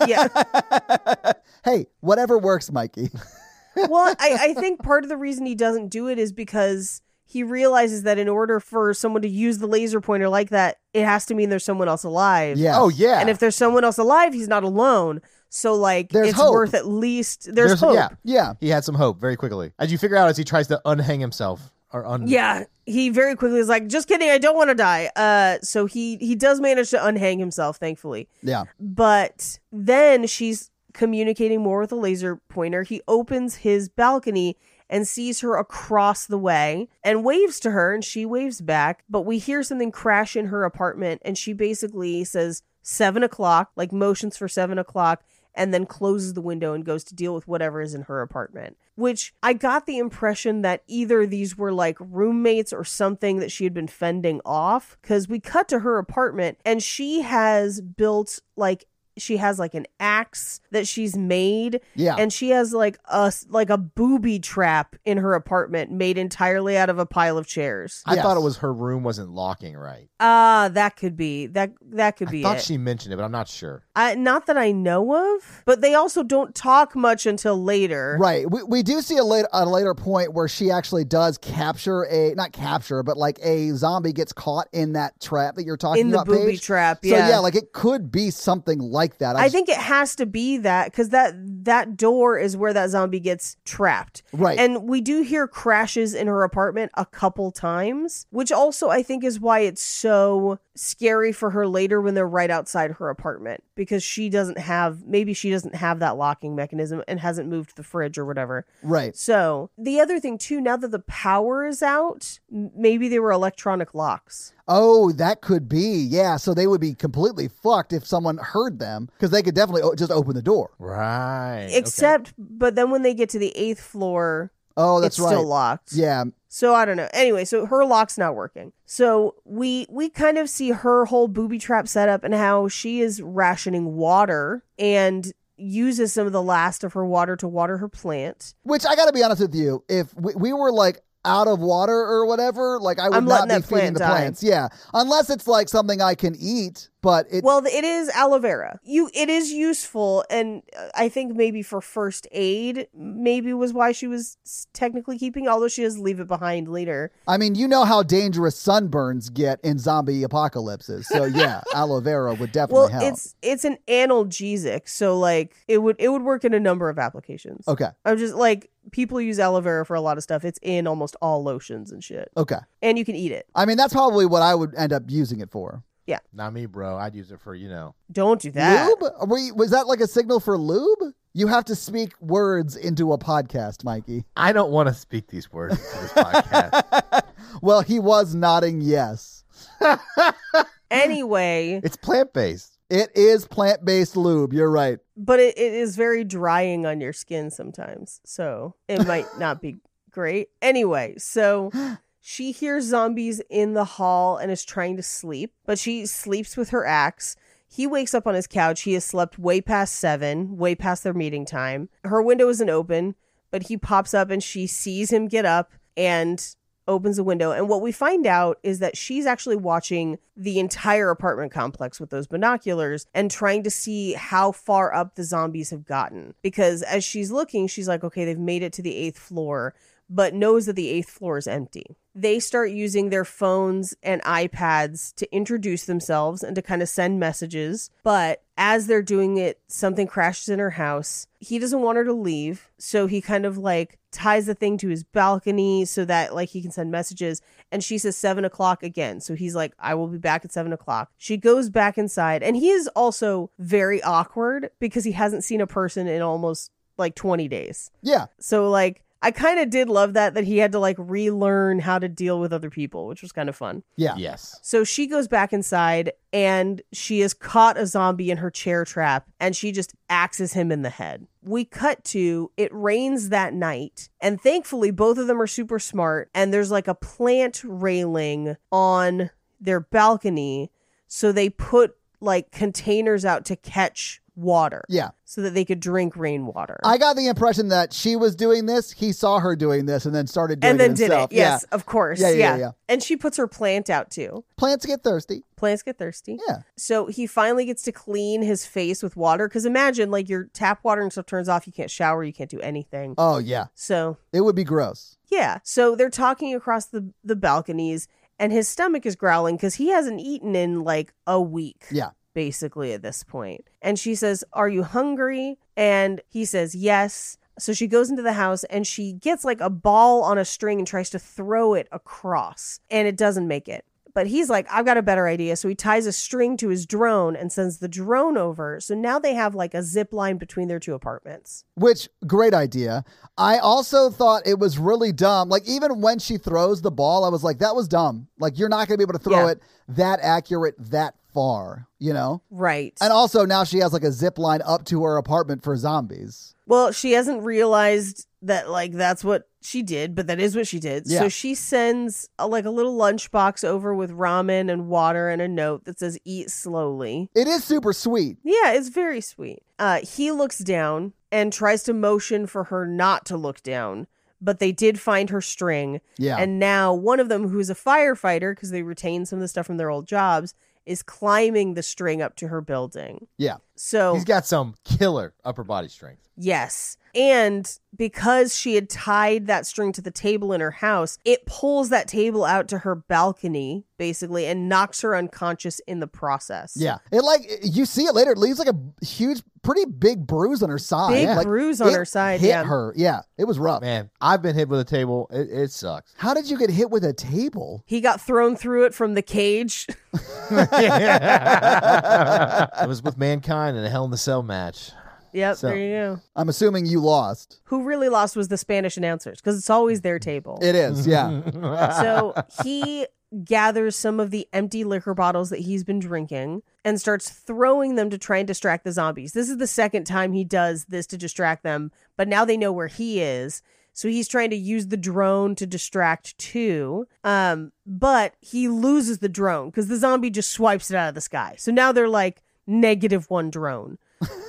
Speaker 1: Yeah.
Speaker 2: hey, whatever works, Mikey.
Speaker 1: well, I, I think part of the reason he doesn't do it is because he realizes that in order for someone to use the laser pointer like that, it has to mean there's someone else alive.
Speaker 2: yeah.
Speaker 3: Oh, yeah.
Speaker 1: And if there's someone else alive, he's not alone. So like
Speaker 2: There's
Speaker 1: it's
Speaker 2: hope.
Speaker 1: worth at least there's,
Speaker 3: There's-
Speaker 1: hope.
Speaker 3: yeah.
Speaker 2: yeah.
Speaker 3: he had some hope very quickly. As you figure out as he tries to unhang himself or un.
Speaker 1: Yeah, he very quickly is like, "Just kidding, I don't want to die." Uh, so he he does manage to unhang himself, thankfully.
Speaker 2: Yeah.
Speaker 1: But then she's communicating more with a laser pointer. He opens his balcony and sees her across the way and waves to her, and she waves back. But we hear something crash in her apartment, and she basically says seven o'clock, like motions for seven o'clock, and then closes the window and goes to deal with whatever is in her apartment. Which I got the impression that either these were like roommates or something that she had been fending off. Cause we cut to her apartment and she has built like she has like an axe that she's made
Speaker 2: Yeah.
Speaker 1: and she has like a like a booby trap in her apartment made entirely out of a pile of chairs.
Speaker 3: I
Speaker 2: Yes.
Speaker 3: thought it was her room wasn't locking right.
Speaker 1: Ah, that could be that that could
Speaker 3: I
Speaker 1: be
Speaker 3: thought
Speaker 1: it.
Speaker 3: she mentioned it, but I'm not sure.
Speaker 1: I, not that I know of, but they also don't talk much until later.
Speaker 2: Right. We, we do see a later a later point where she actually does capture a not capture, but like a zombie gets caught in that trap that you're talking
Speaker 1: in the
Speaker 2: about.
Speaker 1: booby
Speaker 2: Paige.
Speaker 1: trap.
Speaker 2: So
Speaker 1: Yeah.
Speaker 2: yeah, like it could be something like that.
Speaker 1: I
Speaker 2: just-
Speaker 1: think it has to be that because that that door is where that zombie gets trapped.
Speaker 2: right.
Speaker 1: And we do hear crashes in her apartment a couple times, which also I think is why it's so scary for her later when they're right outside her apartment because she doesn't have maybe she doesn't have that locking mechanism and hasn't moved the fridge or whatever.
Speaker 2: right.
Speaker 1: So, the other thing too, now that the power is out, m- maybe they were electronic locks.
Speaker 2: Oh, that could be. Yeah. So they would be completely fucked if someone heard them because they could definitely o- just open the door. Eh,
Speaker 3: Right. okay.
Speaker 1: Except but then when they get to the 8th floor,
Speaker 2: Oh, that's
Speaker 1: it's
Speaker 2: right.
Speaker 1: still locked.
Speaker 2: yeah.
Speaker 1: So I don't know. Anyway, so her lock's not working. So we we kind of see her whole booby trap setup and how she is rationing water and uses some of the last of her water to water her plant.
Speaker 2: Which I got to be honest with you, if we, we were like out of water or whatever, like I would
Speaker 1: I'm letting
Speaker 2: not be
Speaker 1: that
Speaker 2: feeding
Speaker 1: plant
Speaker 2: the
Speaker 1: die.
Speaker 2: plants. Yeah, unless it's like something I can eat. But it
Speaker 1: Well, it is aloe vera. You, it is useful, and uh, I think maybe for first aid, maybe was why she was s- technically keeping. Although she does leave it behind later.
Speaker 2: I mean, you know how dangerous sunburns get in zombie apocalypses. So yeah, aloe vera would definitely
Speaker 1: Well,
Speaker 2: help.
Speaker 1: it's it's an analgesic, so like it would it would work in a number of applications.
Speaker 2: okay,
Speaker 1: I'm just like people use aloe vera for a lot of stuff. It's in almost all lotions and shit,
Speaker 2: okay.
Speaker 1: and you can eat it.
Speaker 2: I mean, that's probably what I would end up using it for.
Speaker 3: Not me, bro. I'd use it for you know.
Speaker 1: Don't do that.
Speaker 2: Lube? Are we- was that like a signal for lube? You have to speak words into a podcast, Mikey.
Speaker 3: I don't want to speak these words to this podcast.
Speaker 2: well, he was nodding yes.
Speaker 1: Anyway,
Speaker 3: It's plant based.
Speaker 2: It is plant based lube. You're right.
Speaker 1: but it, it is very drying on your skin sometimes, so it might not be great. Anyway, so she hears zombies in the hall and is trying to sleep, but she sleeps with her axe. He wakes up on his couch. He has slept way past seven, way past their meeting time. Her window isn't open, but he pops up and she sees him get up and opens the window. And what we find out is that she's actually watching the entire apartment complex with those binoculars and trying to see how far up the zombies have gotten. Because as she's looking, she's like, okay, they've made it to the eighth floor, but knows that the eighth floor is empty. They start using their phones and iPads to introduce themselves and to kind of send messages. But as they're doing it, something crashes in her house. He doesn't want her to leave. So he kind of like ties the thing to his balcony so that like he can send messages. And she says seven o'clock again. So he's like, I will be back at seven o'clock. She goes back inside. And he is also very awkward because he hasn't seen a person in almost like 20 days.
Speaker 2: Yeah.
Speaker 1: So like I kind of did love that that he had to like relearn how to deal with other people, which was kind of fun.
Speaker 2: Yeah.
Speaker 3: Yes.
Speaker 1: So she goes back inside and she has caught a zombie in her chair trap and she just axes him in the head. We cut to it rains that night and thankfully both of them are super smart and there's like a plant railing on their balcony so they put like containers out to catch water
Speaker 2: Yeah.
Speaker 1: so that they could drink rainwater.
Speaker 2: I got the impression that she was doing this. He saw her doing this and then started doing
Speaker 1: and then
Speaker 2: it
Speaker 1: did
Speaker 2: himself.
Speaker 1: it. Yes, of course.
Speaker 2: Yeah,
Speaker 1: Yeah,
Speaker 2: yeah, yeah, yeah.
Speaker 1: And she puts her plant out too.
Speaker 2: Yeah. Plants get thirsty.
Speaker 1: Plants get thirsty.
Speaker 2: Yeah.
Speaker 1: So he finally gets to clean his face with water. Cause imagine like your tap water and stuff turns off. You can't shower. You can't do anything.
Speaker 2: Oh, yeah.
Speaker 1: So
Speaker 2: It would be gross.
Speaker 1: yeah. So they're talking across the, the balconies and his stomach is growling because he hasn't eaten in like a week.
Speaker 2: Yeah.
Speaker 1: Basically at this point. And she says, Are you hungry? And he says, Yes. So she goes into the house and she gets like a ball on a string and tries to throw it across and it doesn't make it. But he's like, I've got a better idea. So he ties a string to his drone and sends the drone over. So now they have like a zip line between their two apartments.
Speaker 2: Which great idea. I also thought it was really dumb. Like even when she throws the ball, I was like, that was dumb. Like you're not gonna be able to throw
Speaker 1: Yeah.
Speaker 2: it that accurate that far, you know?
Speaker 1: Right.
Speaker 2: And also now she has like a zip line up to her apartment for zombies.
Speaker 1: Well, she hasn't realized that like that's what she did, but that is what she did.
Speaker 2: Yeah.
Speaker 1: So she sends a, like a little lunchbox over with ramen and water and a note that says "Eat slowly."
Speaker 2: It is super sweet.
Speaker 1: Yeah, it's very sweet. Uh, he looks down and tries to motion for her not to look down, but they did find her string,
Speaker 2: Yeah.
Speaker 1: and now one of them, who's a firefighter, because they retained some of the stuff from their old jobs, is climbing the string up to her building.
Speaker 2: Yeah.
Speaker 1: So
Speaker 3: He's got some killer upper body strength.
Speaker 1: Yes. And because she had tied that string to the table in her house, it pulls that table out to her balcony, basically, and knocks her unconscious in the process.
Speaker 2: yeah. It like you see it later, it leaves like a huge pretty big bruise on her side.
Speaker 1: Big
Speaker 2: Like,
Speaker 1: bruise on
Speaker 2: it
Speaker 1: her side.
Speaker 2: Hit
Speaker 1: Yeah.
Speaker 2: her. Yeah. It was rough.
Speaker 3: Man, I've been hit with a table. It, it sucks.
Speaker 2: How did you get hit with a table?
Speaker 1: He got thrown through it from the cage.
Speaker 3: it was with mankind in a Hell in the Cell match.
Speaker 1: yep.
Speaker 3: So-
Speaker 1: There you go.
Speaker 2: I'm assuming you lost.
Speaker 1: Who really lost was the Spanish announcers because it's always their table.
Speaker 2: It is, yeah.
Speaker 1: so he gathers some of the empty liquor bottles that he's been drinking and starts throwing them to try and distract the zombies. This is the second time he does this to distract them, but now they know where he is. So he's trying to use the drone to distract too. Um, but he loses the drone because the zombie just swipes it out of the sky. So now they're like negative one drone.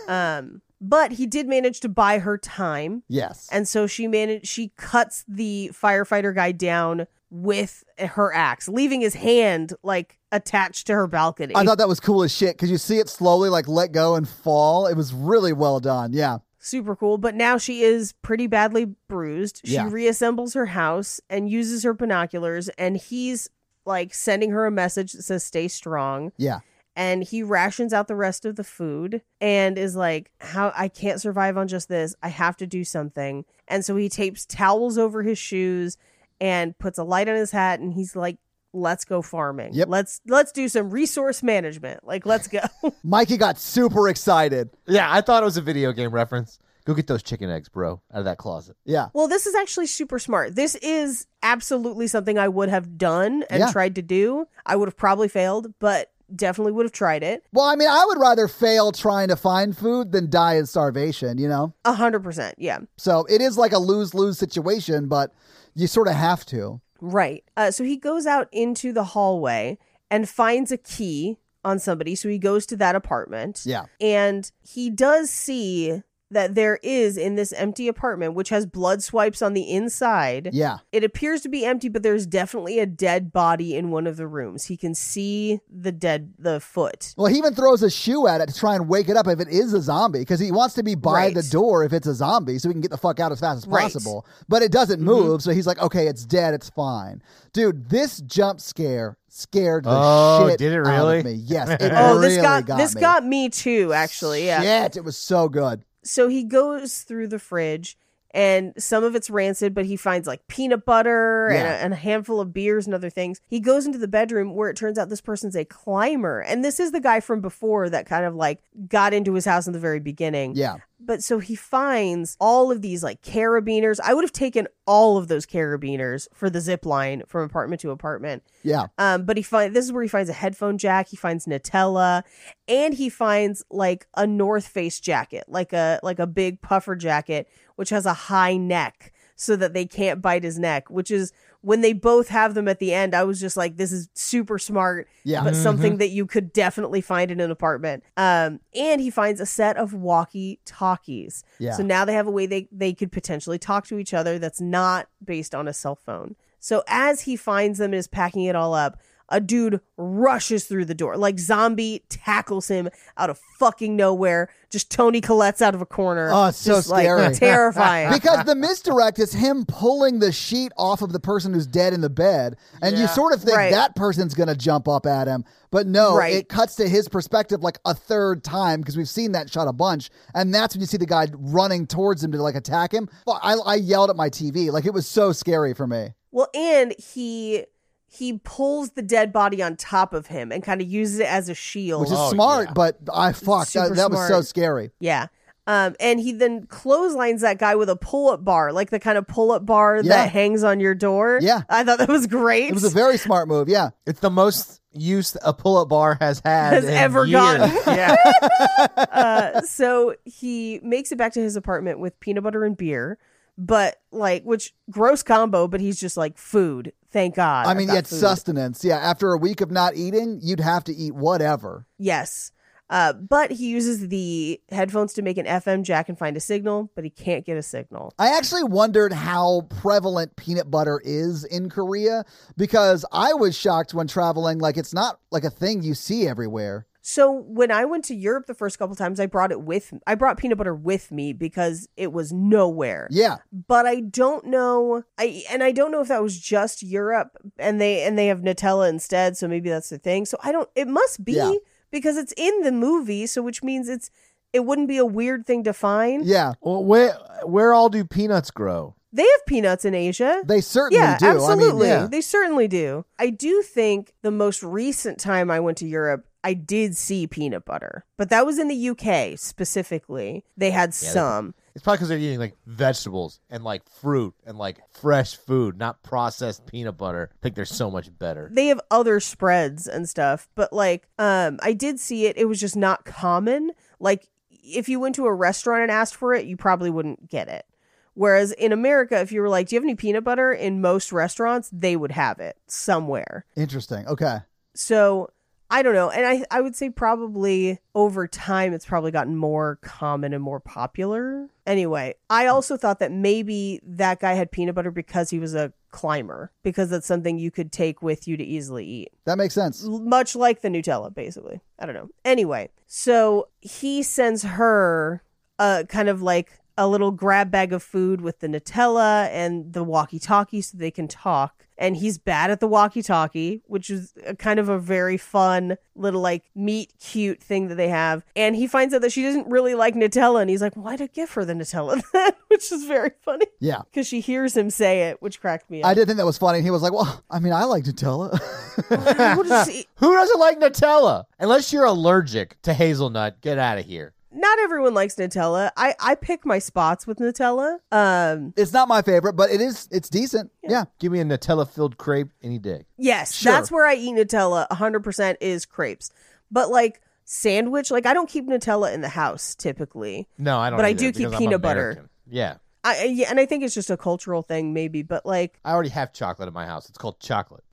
Speaker 1: Um, But he did manage to buy her time.
Speaker 2: Yes.
Speaker 1: And so she managed she cuts the firefighter guy down with her axe, leaving his hand like attached to her balcony.
Speaker 2: I thought that was cool as shit because you see it slowly like let go and fall. It was really well done. Yeah.
Speaker 1: Super cool, but now she is pretty badly bruised. She
Speaker 2: Yeah.
Speaker 1: reassembles her house and uses her binoculars and he's like sending her a message that says stay strong
Speaker 2: Yeah.
Speaker 1: and he rations out the rest of the food and is like how I can't survive on just this. I have to do something. And so he tapes towels over his shoes and puts a light on his hat and he's like let's go farming.
Speaker 2: Yep.
Speaker 1: Let's let's do some resource management. Like let's go.
Speaker 2: Mikey got super excited.
Speaker 3: Yeah, I thought it was a video game reference. Go get those chicken eggs, bro, out of that closet.
Speaker 2: Yeah.
Speaker 1: well, this is actually super smart. This is absolutely something I would have done and
Speaker 2: Yeah.
Speaker 1: tried to do. I would have probably failed, but definitely would have tried it.
Speaker 2: Well, I mean, I would rather fail trying to find food than die in starvation, you know?
Speaker 1: A 100%. Yeah.
Speaker 2: So it is like a lose lose situation, but you sort of have to.
Speaker 1: Right. Uh, so he goes out into the hallway and finds a key on somebody. So he goes to that apartment.
Speaker 2: Yeah.
Speaker 1: And he does see that there is in this empty apartment, which has blood swipes on the inside.
Speaker 2: Yeah.
Speaker 1: It appears to be empty, but there's definitely a dead body in one of the rooms. He can see the dead, the foot.
Speaker 2: Well, he even throws a shoe at it to try and wake it up if it is a zombie because he wants to be by
Speaker 1: Right.
Speaker 2: the door if it's a zombie so we can get the fuck out as fast as
Speaker 1: Right. Mm-hmm.
Speaker 2: possible. But it doesn't move, so he's like, okay, it's dead, it's fine. Dude, this jump scare scared the
Speaker 3: Oh,
Speaker 2: shit
Speaker 3: did it
Speaker 2: out of
Speaker 3: really?
Speaker 2: me. Yes, it
Speaker 1: Oh,
Speaker 2: really
Speaker 1: this got, this
Speaker 2: me.
Speaker 1: got me too, actually. Yeah.
Speaker 2: Shit, it was so good.
Speaker 1: so he goes through the fridge and some of it's rancid but he finds like peanut butter and,
Speaker 2: Yeah.
Speaker 1: a, and a handful of beers and other things he goes into the bedroom where it turns out this person's a climber and this is the guy from before that kind of like got into his house in the very beginning
Speaker 2: Yeah.
Speaker 1: but so he finds all of these like carabiners i would have taken all of those carabiners for the zip line from apartment to apartment
Speaker 2: Yeah.
Speaker 1: um, but he find this is where he finds a headphone jack. He finds Nutella, and he finds like a North Face jacket, like a like a big puffer jacket, which has a high neck, so that they can't bite his neck. Which is when they both have them at the end. I was just like, this is super smart,
Speaker 2: Yeah.
Speaker 1: but something that you could definitely find in an apartment. Um, and he finds a set of walkie talkies.
Speaker 2: Yeah.
Speaker 1: So now they have a way they, they could potentially talk to each other that's not based on a cell phone. So as he finds them and is packing it all up, a dude rushes through the door. Like zombie tackles him out of fucking nowhere. Just Tony Collette's out of a corner.
Speaker 2: Oh, it's so
Speaker 1: Just, like,
Speaker 2: scary.
Speaker 1: terrifying.
Speaker 2: because the misdirect is him pulling the sheet off of the person who's dead in the bed, and you
Speaker 3: Yeah.
Speaker 2: sort of think
Speaker 1: Right.
Speaker 2: that person's going to jump up at him, but no,
Speaker 1: Right.
Speaker 2: it cuts to his perspective like a third time because we've seen that shot a bunch, and that's when you see the guy running towards him to like attack him. Well, I, I yelled at my TV, like it was so scary for me.
Speaker 1: well, and he he pulls the dead body on top of him and kind of uses it as a shield.
Speaker 2: Which is
Speaker 3: Oh,
Speaker 2: smart,
Speaker 3: yeah.
Speaker 2: but I fuck
Speaker 1: Super
Speaker 2: that, that was so
Speaker 1: smart.
Speaker 2: scary.
Speaker 1: Yeah. Um, and he then clotheslines that guy with a pull-up bar, like the kind of pull-up bar
Speaker 2: Yeah.
Speaker 1: that hangs on your door.
Speaker 2: Yeah.
Speaker 1: I thought that was great.
Speaker 2: It was a very smart move, yeah.
Speaker 3: It's the most use a pull-up bar has had
Speaker 1: Has
Speaker 3: in
Speaker 1: ever
Speaker 3: years.
Speaker 1: gotten.
Speaker 3: yeah,
Speaker 1: uh, so he makes it back to his apartment with peanut butter and beer, but like, which gross combo. But he's just like food. Thank God.
Speaker 2: I
Speaker 1: I've
Speaker 2: mean,
Speaker 1: got
Speaker 2: it's
Speaker 1: food.
Speaker 2: sustenance. Yeah, after a week of not eating, you'd have to eat whatever.
Speaker 1: Yes. Uh, but he uses the headphones to make an FM jack and find a signal, but he can't get a signal.
Speaker 2: I actually wondered how prevalent peanut butter is in Korea because I was shocked when traveling. Like, it's not like a thing you see everywhere.
Speaker 1: So when I went to Europe the first couple times, I brought it with I brought peanut butter with me because it was nowhere.
Speaker 2: Yeah.
Speaker 1: But I don't know I and I don't know if that was just Europe and they and they have Nutella instead, so maybe that's the thing. So I don't it must be
Speaker 2: Yeah.
Speaker 1: because it's in the movie, so which means it's it wouldn't be a weird thing to find.
Speaker 2: Yeah.
Speaker 3: Well, where where all do peanuts grow?
Speaker 1: They have peanuts in Asia.
Speaker 2: They certainly
Speaker 1: yeah,
Speaker 2: do.
Speaker 1: absolutely.
Speaker 2: I mean, yeah.
Speaker 1: They certainly do. I do think the most recent time I went to Europe, I did see peanut butter, but that was in the UK specifically. They had
Speaker 3: Yeah, they-
Speaker 1: some.
Speaker 3: It's probably because they're eating like vegetables and like fruit and like fresh food, not processed peanut butter. I think they're so much better.
Speaker 1: They have other spreads and stuff, but like, um, I did see it. It was just not common. Like, if you went to a restaurant and asked for it, you probably wouldn't get it. Whereas in America, if you were like, "Do you have any peanut butter?" in most restaurants, they would have it somewhere.
Speaker 2: Interesting. Okay.
Speaker 1: So I don't know. And I, I would say probably over time, it's probably gotten more common and more popular. Anyway, I also thought that maybe that guy had peanut butter because he was a climber, because that's something you could take with you to easily eat
Speaker 2: That makes sense.
Speaker 1: much like the Nutella, basically. I don't know. Anyway, so he sends her a kind of like a little grab bag of food with the Nutella and the walkie talkie so they can talk. And he's bad at the walkie talkie, which is a kind of a very fun little like meet cute thing that they have. And he finds out that she doesn't really like Nutella. And he's like, why'd I give her the Nutella then? which is very funny
Speaker 2: Yeah.
Speaker 1: because she hears him say it, which cracked me up.
Speaker 2: I did think that was funny. He was like, "Well, I mean, I like Nutella."
Speaker 1: What is he-
Speaker 3: Who doesn't like Nutella? Unless you're allergic to hazelnut, get out of here.
Speaker 1: not everyone likes Nutella. I, I pick my spots with Nutella. Um,
Speaker 2: it's not my favorite, but it is. It's decent. Yeah.
Speaker 3: Give me a Nutella filled crepe any day.
Speaker 1: yes,
Speaker 2: Sure.
Speaker 1: that's where I eat Nutella. 100% is crepes. But like sandwich, like I don't keep Nutella in the house typically.
Speaker 3: No, I don't.
Speaker 1: But I
Speaker 3: either,
Speaker 1: do keep
Speaker 3: because I'm
Speaker 1: peanut butter.
Speaker 3: American. Yeah,
Speaker 1: I I- yeah, and I think it's just a cultural thing maybe, but like
Speaker 3: I already have chocolate at my house. It's called chocolate.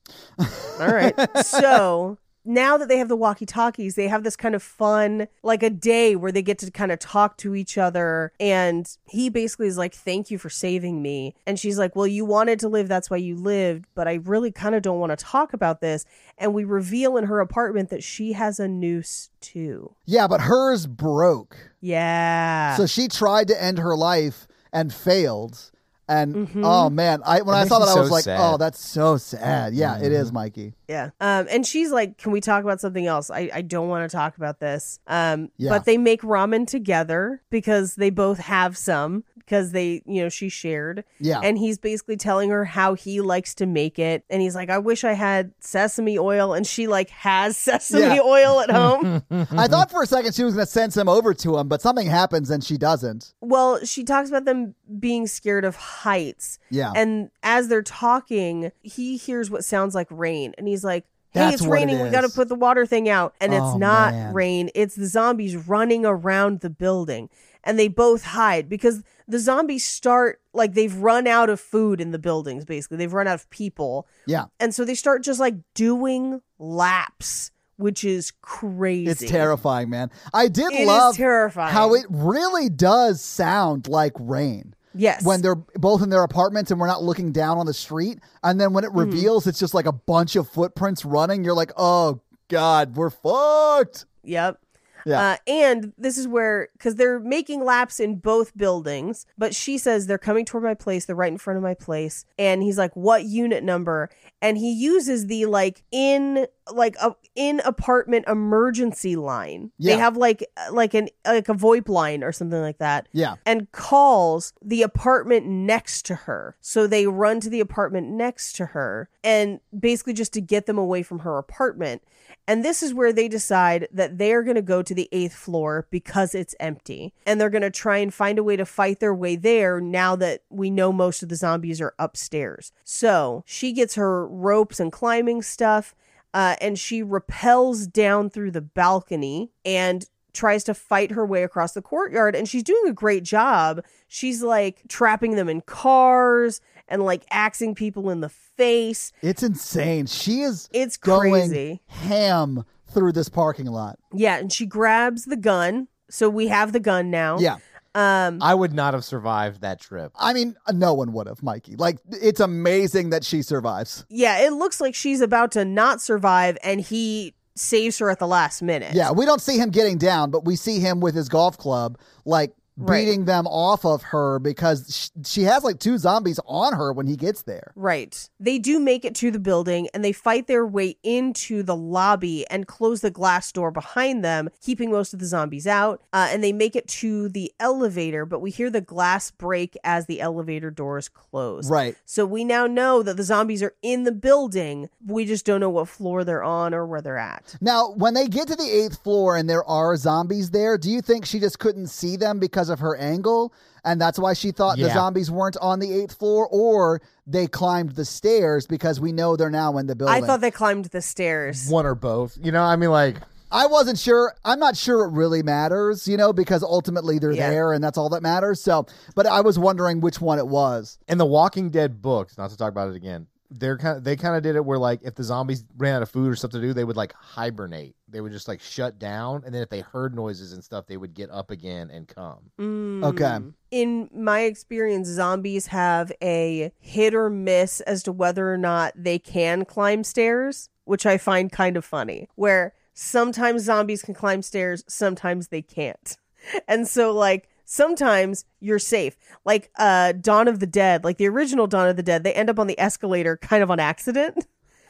Speaker 1: all right. so now that they have the walkie-talkies, they have this kind of fun like a day where they get to kind of talk to each other and he basically is like, "Thank you for saving me." And she's like, "Well, you wanted to live, that's why you lived, but I really kind of don't want to talk about this." And we reveal in her apartment that she has a noose too.
Speaker 2: Yeah, but hers broke.
Speaker 1: Yeah.
Speaker 2: So she tried to end her life and failed. And
Speaker 1: Mm-hmm.
Speaker 2: oh man, I when I
Speaker 3: makes
Speaker 2: saw
Speaker 3: me
Speaker 2: that I
Speaker 3: so
Speaker 2: was like,
Speaker 3: sad. Mm-hmm.
Speaker 2: "Oh, that's so sad." Yeah, it is, Mikey.
Speaker 1: Yeah. Um, and she's like, Can we talk about something else? I, I don't want to talk about this. Um,
Speaker 2: Yeah.
Speaker 1: But they make ramen together because they both have some because they, you know, she shared.
Speaker 2: Yeah.
Speaker 1: And he's basically telling her how he likes to make it. And he's like, I wish I had sesame oil. And she like has sesame
Speaker 2: Yeah.
Speaker 1: oil at home.
Speaker 2: I thought for a second she was going to send him over to him, but something happens and she doesn't.
Speaker 1: well, she talks about them being scared of heights.
Speaker 2: Yeah.
Speaker 1: And as they're talking, he hears what sounds like rain and he's like, Hey,
Speaker 2: That's
Speaker 1: it's
Speaker 2: what it
Speaker 1: raining. we got to
Speaker 2: is."
Speaker 1: put the water thing out. And it's
Speaker 2: Oh,
Speaker 1: not
Speaker 2: man.
Speaker 1: rain, it's the zombies running around the building. And they both hide because the zombies start like they've run out of food in the buildings, basically. They've run out of people.
Speaker 2: yeah.
Speaker 1: And so they start just like doing laps, which is crazy.
Speaker 2: It's terrifying, man. I did
Speaker 1: It is
Speaker 2: love
Speaker 1: terrifying.
Speaker 2: how it really does sound like rain.
Speaker 1: Yes.
Speaker 2: when they're both in their apartments and we're not looking down on the street. And then when it
Speaker 1: Mm-hmm.
Speaker 2: reveals it's just like a bunch of footprints running, you're like, oh God, we're fucked.
Speaker 1: Yep.
Speaker 2: Yeah.
Speaker 1: Uh, and this is where, because they're making laps in both buildings, but she says they're coming toward my place. They're right in front of my place. And he's like, what unit number? And he uses the like in, like a in apartment emergency line.
Speaker 2: Yeah.
Speaker 1: They have like, like an, like a VoIP line or something like that
Speaker 2: Yeah.
Speaker 1: and calls the apartment next to her. So they run to the apartment next to her and basically just to get them away from her apartment. And this is where they decide that they are going to go to the eighth floor because it's empty. And they're going to try and find a way to fight their way there now that we know most of the zombies are upstairs. So she gets her ropes and climbing stuff. Uh, and she repels down through the balcony and tries to fight her way across the courtyard and she's doing a great job. She's like trapping them in cars and like axing people in the face.
Speaker 2: It's insane. She is
Speaker 1: It's
Speaker 2: going
Speaker 1: crazy.
Speaker 2: ham through this parking lot.
Speaker 1: Yeah, and she grabs the gun. So we have the gun now.
Speaker 2: Yeah.
Speaker 1: Um
Speaker 3: I would not have survived that trip.
Speaker 2: I mean, no one would have, Mikey. Like, it's amazing that she survives.
Speaker 1: yeah, it looks like she's about to not survive and he saves her at the last minute.
Speaker 2: Yeah, we don't see him getting down, but we see him with his golf club, like
Speaker 1: Right.
Speaker 2: beating them off of her because sh- she has like two zombies on her when he gets there.
Speaker 1: Right. They do make it to the building and they fight their way into the lobby and close the glass door behind them, keeping most of the zombies out. Uh, and they make it to the elevator, but we hear the glass break as the elevator doors close.
Speaker 2: Right.
Speaker 1: So we now know that the zombies are in the building. We just don't know what floor they're on or where they're at.
Speaker 2: Now, when they get to the eighth floor and there are zombies there, do you think she just couldn't see them because of her angle? And that's why she thought the
Speaker 3: Yeah.
Speaker 2: zombies weren't on the eighth floor, or they climbed the stairs because we know they're now in the building.
Speaker 1: I thought they climbed the stairs.
Speaker 3: One or both. You know, I mean, like,
Speaker 2: I wasn't sure. I'm not sure it really matters, you know, because ultimately they're
Speaker 1: Yeah.
Speaker 2: there and that's all that matters. So, but I was wondering which one it was.
Speaker 3: in the Walking Dead books, not to talk about it again, they're kind of, they kind of did it where like if the zombies ran out of food or stuff to do, they would like hibernate. They would just like shut down, and then if they heard noises and stuff, they would get up again and come.
Speaker 2: Okay.
Speaker 1: In my experience, zombies have a hit or miss as to whether or not they can climb stairs, which I find kind of funny, where sometimes zombies can climb stairs, sometimes they can't. And so, like, sometimes you're safe. Like, uh, Dawn of the Dead, like the original Dawn of the Dead, they end up on the escalator kind of on accident.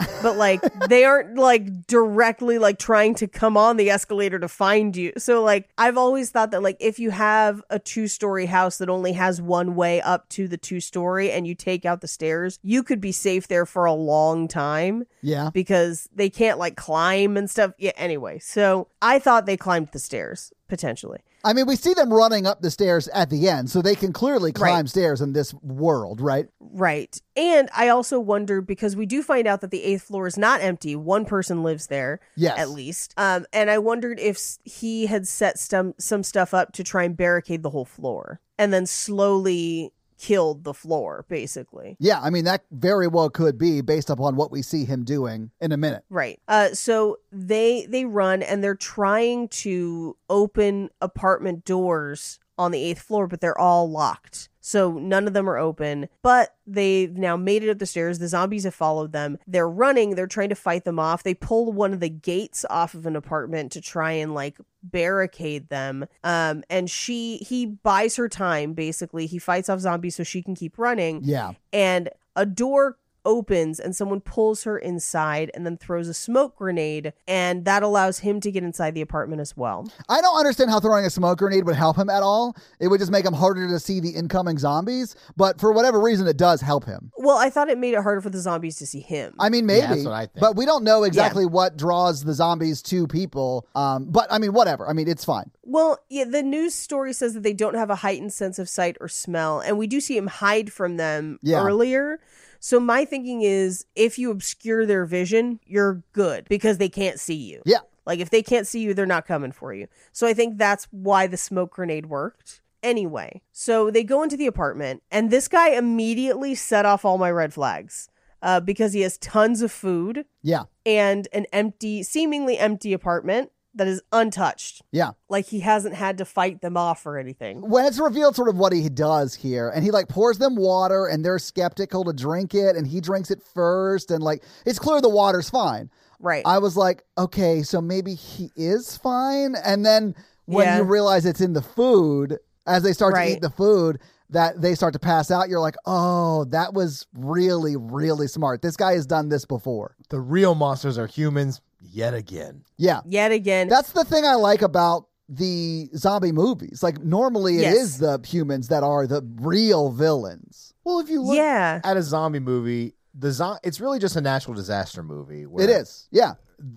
Speaker 1: but like they aren't like directly like trying to come on the escalator to find you. So like I've always thought that like if you have a two-story house that only has one way up to the two-story and you take out the stairs, you could be safe there for a long time
Speaker 2: Yeah.
Speaker 1: because they can't like climb and stuff. Yeah, anyway. So I thought they climbed the stairs potentially.
Speaker 2: I mean, we see them running up the stairs at the end, so they can clearly climb stairs in this world, right?
Speaker 1: Right. And I also wonder because we do find out that the 8th floor is not empty. One person lives there.
Speaker 2: Yes.
Speaker 1: at least. Um, and I wondered if s- he had set some some stuff up to try and barricade the whole floor, and then slowly killed the floor, basically.
Speaker 2: Yeah, I mean, that very well could be based upon what we see him doing in a minute.
Speaker 1: Right. Uh, so they they run and they're trying to open apartment doors on the eighth floor, but they're all locked. So none of them are open. But they've now made it up the stairs. The zombies have followed them. They're running. They're trying to fight them off. They pull one of the gates off of an apartment to try and like barricade them. Um, and she he buys her time basically. He fights off zombies so she can keep running
Speaker 2: Yeah.
Speaker 1: and a door opens and someone pulls her inside and then throws a smoke grenade and that allows him to get inside the apartment as well.
Speaker 2: I don't understand how throwing a smoke grenade would help him at all. It would just make him harder to see the incoming zombies, but for whatever reason, it does help him.
Speaker 1: Well, I thought it made it harder for the zombies to see him.
Speaker 2: I mean, maybe,
Speaker 3: Yeah, that's what I think.
Speaker 2: but we don't know exactly what draws the zombies to people. Um, but I mean, whatever. I mean, it's fine.
Speaker 1: well, yeah, the news story says that they don't have a heightened sense of sight or smell and we do see him hide from them
Speaker 2: Yeah.
Speaker 1: earlier. So my thinking is if you obscure their vision, you're good because they can't see you.
Speaker 2: Yeah.
Speaker 1: Like if they can't see you, they're not coming for you. So I think that's why the smoke grenade worked. Anyway, so they go into the apartment, and this guy immediately set off all my red flags uh, because he has tons of food
Speaker 2: Yeah.
Speaker 1: and an empty, seemingly empty apartment that is untouched.
Speaker 2: Yeah.
Speaker 1: Like he hasn't had to fight them off or anything.
Speaker 2: When it's revealed sort of what he does here, and he like pours them water and they're skeptical to drink it, and he drinks it first, and like it's clear the water's fine.
Speaker 1: Right.
Speaker 2: I was like, okay, so maybe he is fine. And then when
Speaker 1: Yeah.
Speaker 2: you realize it's in the food, as they start to
Speaker 1: Right.
Speaker 2: eat the food, that they start to pass out, you're like, oh, that was really, really smart. This guy has done this before.
Speaker 3: The real monsters are humans yet again.
Speaker 2: Yeah.
Speaker 1: Yet again.
Speaker 2: That's the thing I like about the zombie movies. Like, normally it is
Speaker 1: Yes.
Speaker 2: the humans that are the real villains.
Speaker 3: Well, if you look
Speaker 1: yeah.
Speaker 3: at a zombie movie, the zo- it's really just a natural disaster movie. Where
Speaker 2: It is. Yeah.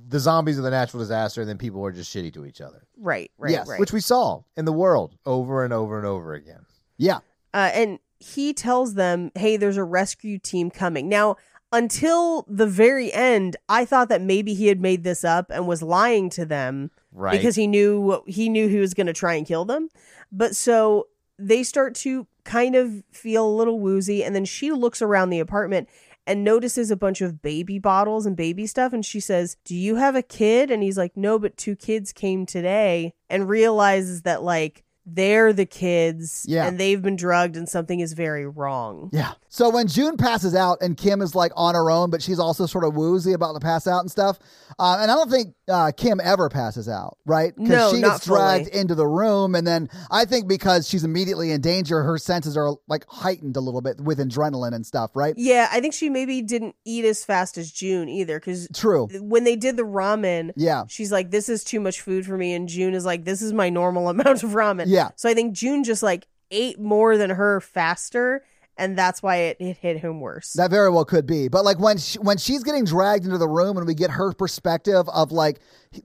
Speaker 3: the zombies are the natural disaster, and then people are just shitty to each other,
Speaker 1: Right. Right.
Speaker 2: Yes.
Speaker 1: Right.
Speaker 3: which we saw in the world over and over and over again.
Speaker 2: Yeah.
Speaker 1: uh, and he tells them, "Hey, there's a rescue team coming." Now, until the very end, I thought that maybe he had made this up and was lying to them
Speaker 3: Right?
Speaker 1: because he knew he knew he was going to try and kill them. But so they start to kind of feel a little woozy, and then she looks around the apartment and notices a bunch of baby bottles and baby stuff, and she says, "Do you have a kid?" And he's like, "No, but two kids came today," and realizes that like. They're the kids,
Speaker 2: Yeah.
Speaker 1: and they've been drugged, and something is very wrong.
Speaker 2: Yeah. So when June passes out and Kim is like on her own, but she's also sort of woozy about the pass out and stuff. Uh, and I don't think uh, Kim ever passes out, right?
Speaker 1: No,
Speaker 2: she
Speaker 1: not
Speaker 2: gets dragged
Speaker 1: fully.
Speaker 2: into the room. And then I think because she's immediately in danger, her senses are like heightened a little bit with adrenaline and stuff, right?
Speaker 1: Yeah, I think she maybe didn't eat as fast as June either, because
Speaker 2: True.
Speaker 1: when they did the ramen,
Speaker 2: Yeah.
Speaker 1: She's like, this is too much food for me. And June is like, this is my normal amount of ramen.
Speaker 2: Yeah.
Speaker 1: So I think June just like ate more than her faster. And that's why it, it hit him worse.
Speaker 2: That very well could be. But like when she, when she's getting dragged into the room and we get her perspective of like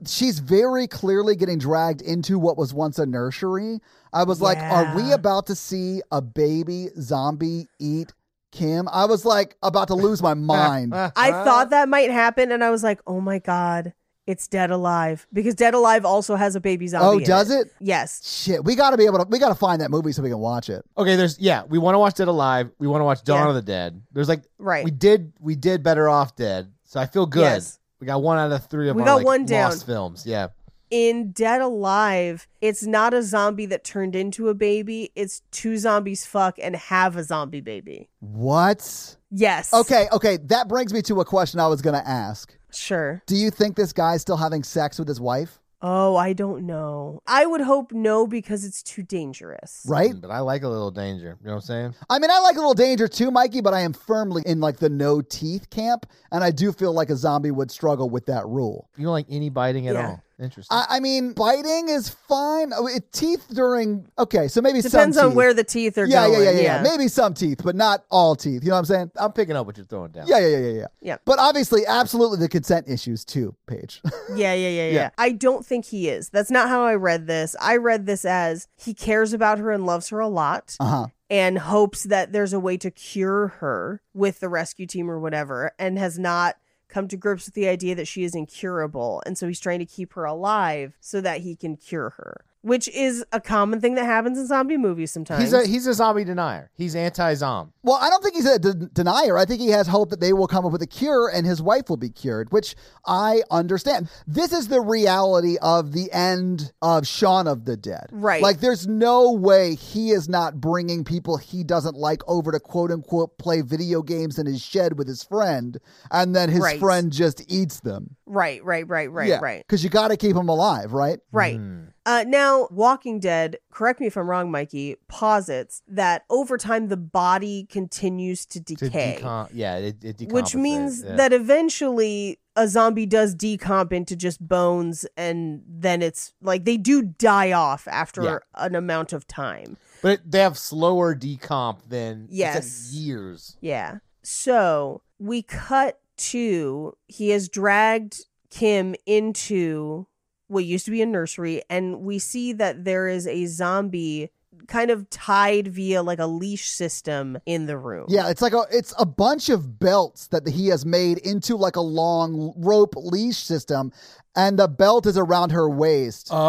Speaker 2: she's very clearly getting dragged into what was once a nursery. I was like, are we
Speaker 1: Yeah.
Speaker 2: about to see a baby zombie eat Kim? I was like about to lose my mind.
Speaker 1: I thought that might happen. And I was like, oh my God, It's Dead Alive because Dead Alive also has a baby zombie.
Speaker 2: Oh,
Speaker 1: in
Speaker 2: does it?
Speaker 1: Yes.
Speaker 2: Shit, we got to be able to. We got to find that movie so we can watch it.
Speaker 3: Okay, there's yeah, we want to watch Dead Alive. We want to watch Dawn
Speaker 1: Yeah.
Speaker 3: of the Dead. There's like
Speaker 1: Right.
Speaker 3: we did we did better off dead. So I feel good.
Speaker 1: Yes.
Speaker 3: We got one out of three of
Speaker 1: We
Speaker 3: our
Speaker 1: got
Speaker 3: like,
Speaker 1: one down.
Speaker 3: lost films. Yeah.
Speaker 1: in Dead Alive, it's not a zombie that turned into a baby. It's two zombies fuck and have a zombie baby.
Speaker 2: What?
Speaker 1: Yes.
Speaker 2: Okay, okay. That brings me to a question I was going to ask.
Speaker 1: Sure.
Speaker 2: Do you think this guy's still having sex with his wife?
Speaker 1: Oh, I don't know. I would hope no because it's too dangerous.
Speaker 2: Right?
Speaker 3: But I like a little danger. You know what I'm saying?
Speaker 2: I mean, I like a little danger too, Mikey, but I am firmly in like the no teeth camp, and I do feel like a zombie would struggle with that rule.
Speaker 3: You don't like any biting at
Speaker 1: Yeah.
Speaker 3: all. Interesting.
Speaker 2: I, I mean, biting is fine. Oh, it- Teeth during okay, so maybe
Speaker 1: Depends
Speaker 2: some
Speaker 1: on
Speaker 2: teeth.
Speaker 1: where the teeth are
Speaker 2: yeah, yeah,
Speaker 1: going.
Speaker 2: yeah, yeah, yeah. Maybe some teeth, but not all teeth. You know what I'm saying?
Speaker 3: I'm picking up what you're throwing down.
Speaker 2: Yeah, yeah, yeah, yeah, yeah.
Speaker 1: Yeah.
Speaker 2: But obviously, absolutely the consent issues too, Paige.
Speaker 1: Yeah, yeah, yeah, yeah,
Speaker 2: Yeah.
Speaker 1: I don't think he is. That's not how I read this. I read this as he cares about her and loves her a lot
Speaker 2: uh huh.
Speaker 1: and hopes that there's a way to cure her with the rescue team or whatever and has not come to grips with the idea that she is incurable. And so he's trying to keep her alive so that he can cure her, which is a common thing that happens in zombie movies sometimes.
Speaker 3: He's a he's a zombie denier. He's anti-zom.
Speaker 2: Well, I don't think he's a de- denier. I think he has hope that they will come up with a cure and his wife will be cured, which I understand. This is the reality of the end of Shaun of the Dead.
Speaker 1: Right.
Speaker 2: Like, there's no way he is not bringing people he doesn't like over to quote unquote play video games in his shed with his friend, and then his
Speaker 1: Right.
Speaker 2: friend just eats them.
Speaker 1: right, right, right, right, right.
Speaker 2: Because you got to keep him alive, right?
Speaker 1: Right.
Speaker 3: Mm-hmm. Hmm.
Speaker 1: Uh, now, Walking Dead, correct me if I'm wrong, Mikey, posits that over time the body continues to
Speaker 3: To
Speaker 1: decay,
Speaker 3: decom- yeah, it, it
Speaker 1: which
Speaker 3: decompensates,
Speaker 1: means
Speaker 3: yeah.
Speaker 1: that eventually a zombie does decomp into just bones, and then it's like they do die off after
Speaker 3: Yeah.
Speaker 1: an amount of time.
Speaker 3: But they have slower decomp than it's like
Speaker 1: Yes.
Speaker 3: years.
Speaker 1: Yeah. So we cut to he has dragged Kim into what used to be a nursery, and we see that there is a zombie kind of tied via like a leash system in the room.
Speaker 2: Yeah, it's like a it's a bunch of belts that he has made into like a long rope leash system, and the belt is around her waist.
Speaker 1: Uh-huh.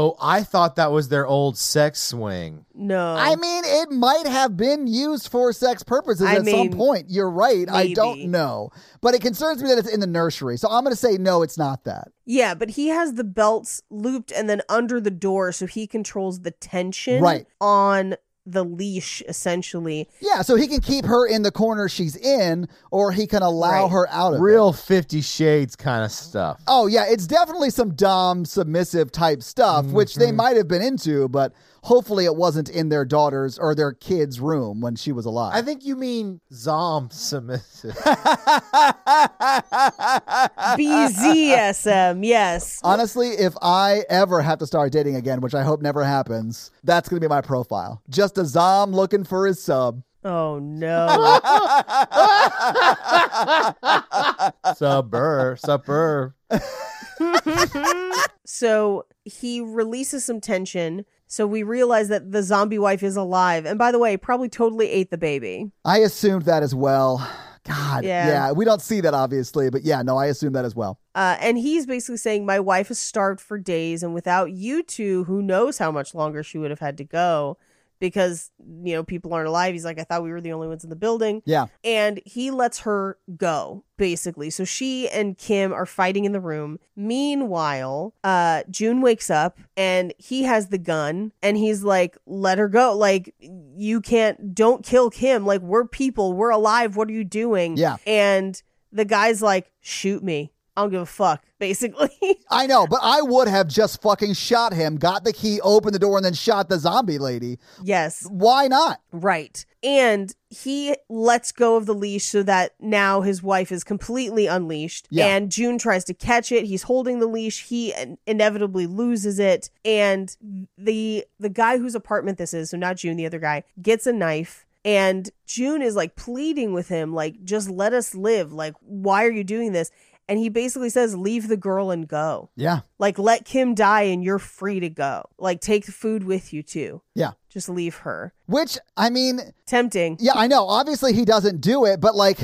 Speaker 3: Oh, I thought that was their old sex swing.
Speaker 1: No.
Speaker 2: I mean, it might have been used for sex purposes
Speaker 1: I
Speaker 2: at
Speaker 1: mean,
Speaker 2: some point. You're right. I
Speaker 1: maybe.
Speaker 2: don't know, but it concerns me that it's in the nursery. So I'm going to say no, it's not that.
Speaker 1: yeah, but he has the belts looped and then under the door, so he controls the tension
Speaker 2: Right.
Speaker 1: on the leash essentially.
Speaker 2: Yeah, so he can keep her in the corner she's in, or he can allow
Speaker 1: Right.
Speaker 2: her out of it.
Speaker 3: Real Fifty Shades kind of stuff.
Speaker 2: Oh yeah, it's definitely some dom submissive type stuff, which they might have been into, but hopefully it wasn't in their daughter's or their kid's room when she was alive.
Speaker 3: I think you mean zom submissive.
Speaker 1: BZSM, yes.
Speaker 2: Honestly, if I ever have to start dating again, which I hope never happens, that's gonna be my profile. Just a zom looking for his sub.
Speaker 1: Oh no.
Speaker 3: Suburb, suburb.
Speaker 1: So he releases some tension. So we realize that the zombie wife is alive. And by the way, probably totally ate the baby.
Speaker 2: I assumed that as well. God,
Speaker 1: Yeah.
Speaker 2: yeah. we don't see that obviously, but yeah, no, I assumed that as well.
Speaker 1: Uh, and he's basically saying, My wife is starved for days. And without you two, who knows how much longer she would have had to go because, you know, people aren't alive. He's like, I thought we were the only ones in the building.
Speaker 2: Yeah.
Speaker 1: And he lets her go, basically. So she and Kim are fighting in the room. Meanwhile, uh, June wakes up and he has the gun and he's like, let her go. Like, you can't, don't kill Kim. Like, we're people, we're alive. What are you doing?
Speaker 2: Yeah.
Speaker 1: And the guy's like, shoot me. I don't give a fuck, basically.
Speaker 2: I know, but I would have just fucking shot him, got the key, opened the door, and then shot the zombie lady.
Speaker 1: yes.
Speaker 2: Why not?
Speaker 1: Right. And he lets go of the leash so that now his wife is completely unleashed.
Speaker 2: Yeah.
Speaker 1: And June tries to catch it. He's holding the leash. He in- inevitably loses it. And the the guy whose apartment this is, so not June, the other guy, gets a knife. And June is like pleading with him, like, just let us live. Like, why are you doing this? And he basically says, leave the girl and go.
Speaker 2: Yeah.
Speaker 1: Like, let Kim die and you're free to go. Like, take the food with you too.
Speaker 2: Yeah.
Speaker 1: Just leave her.
Speaker 2: Which I mean,
Speaker 1: Tempting.
Speaker 2: yeah, I know. Obviously, he doesn't do it, but like,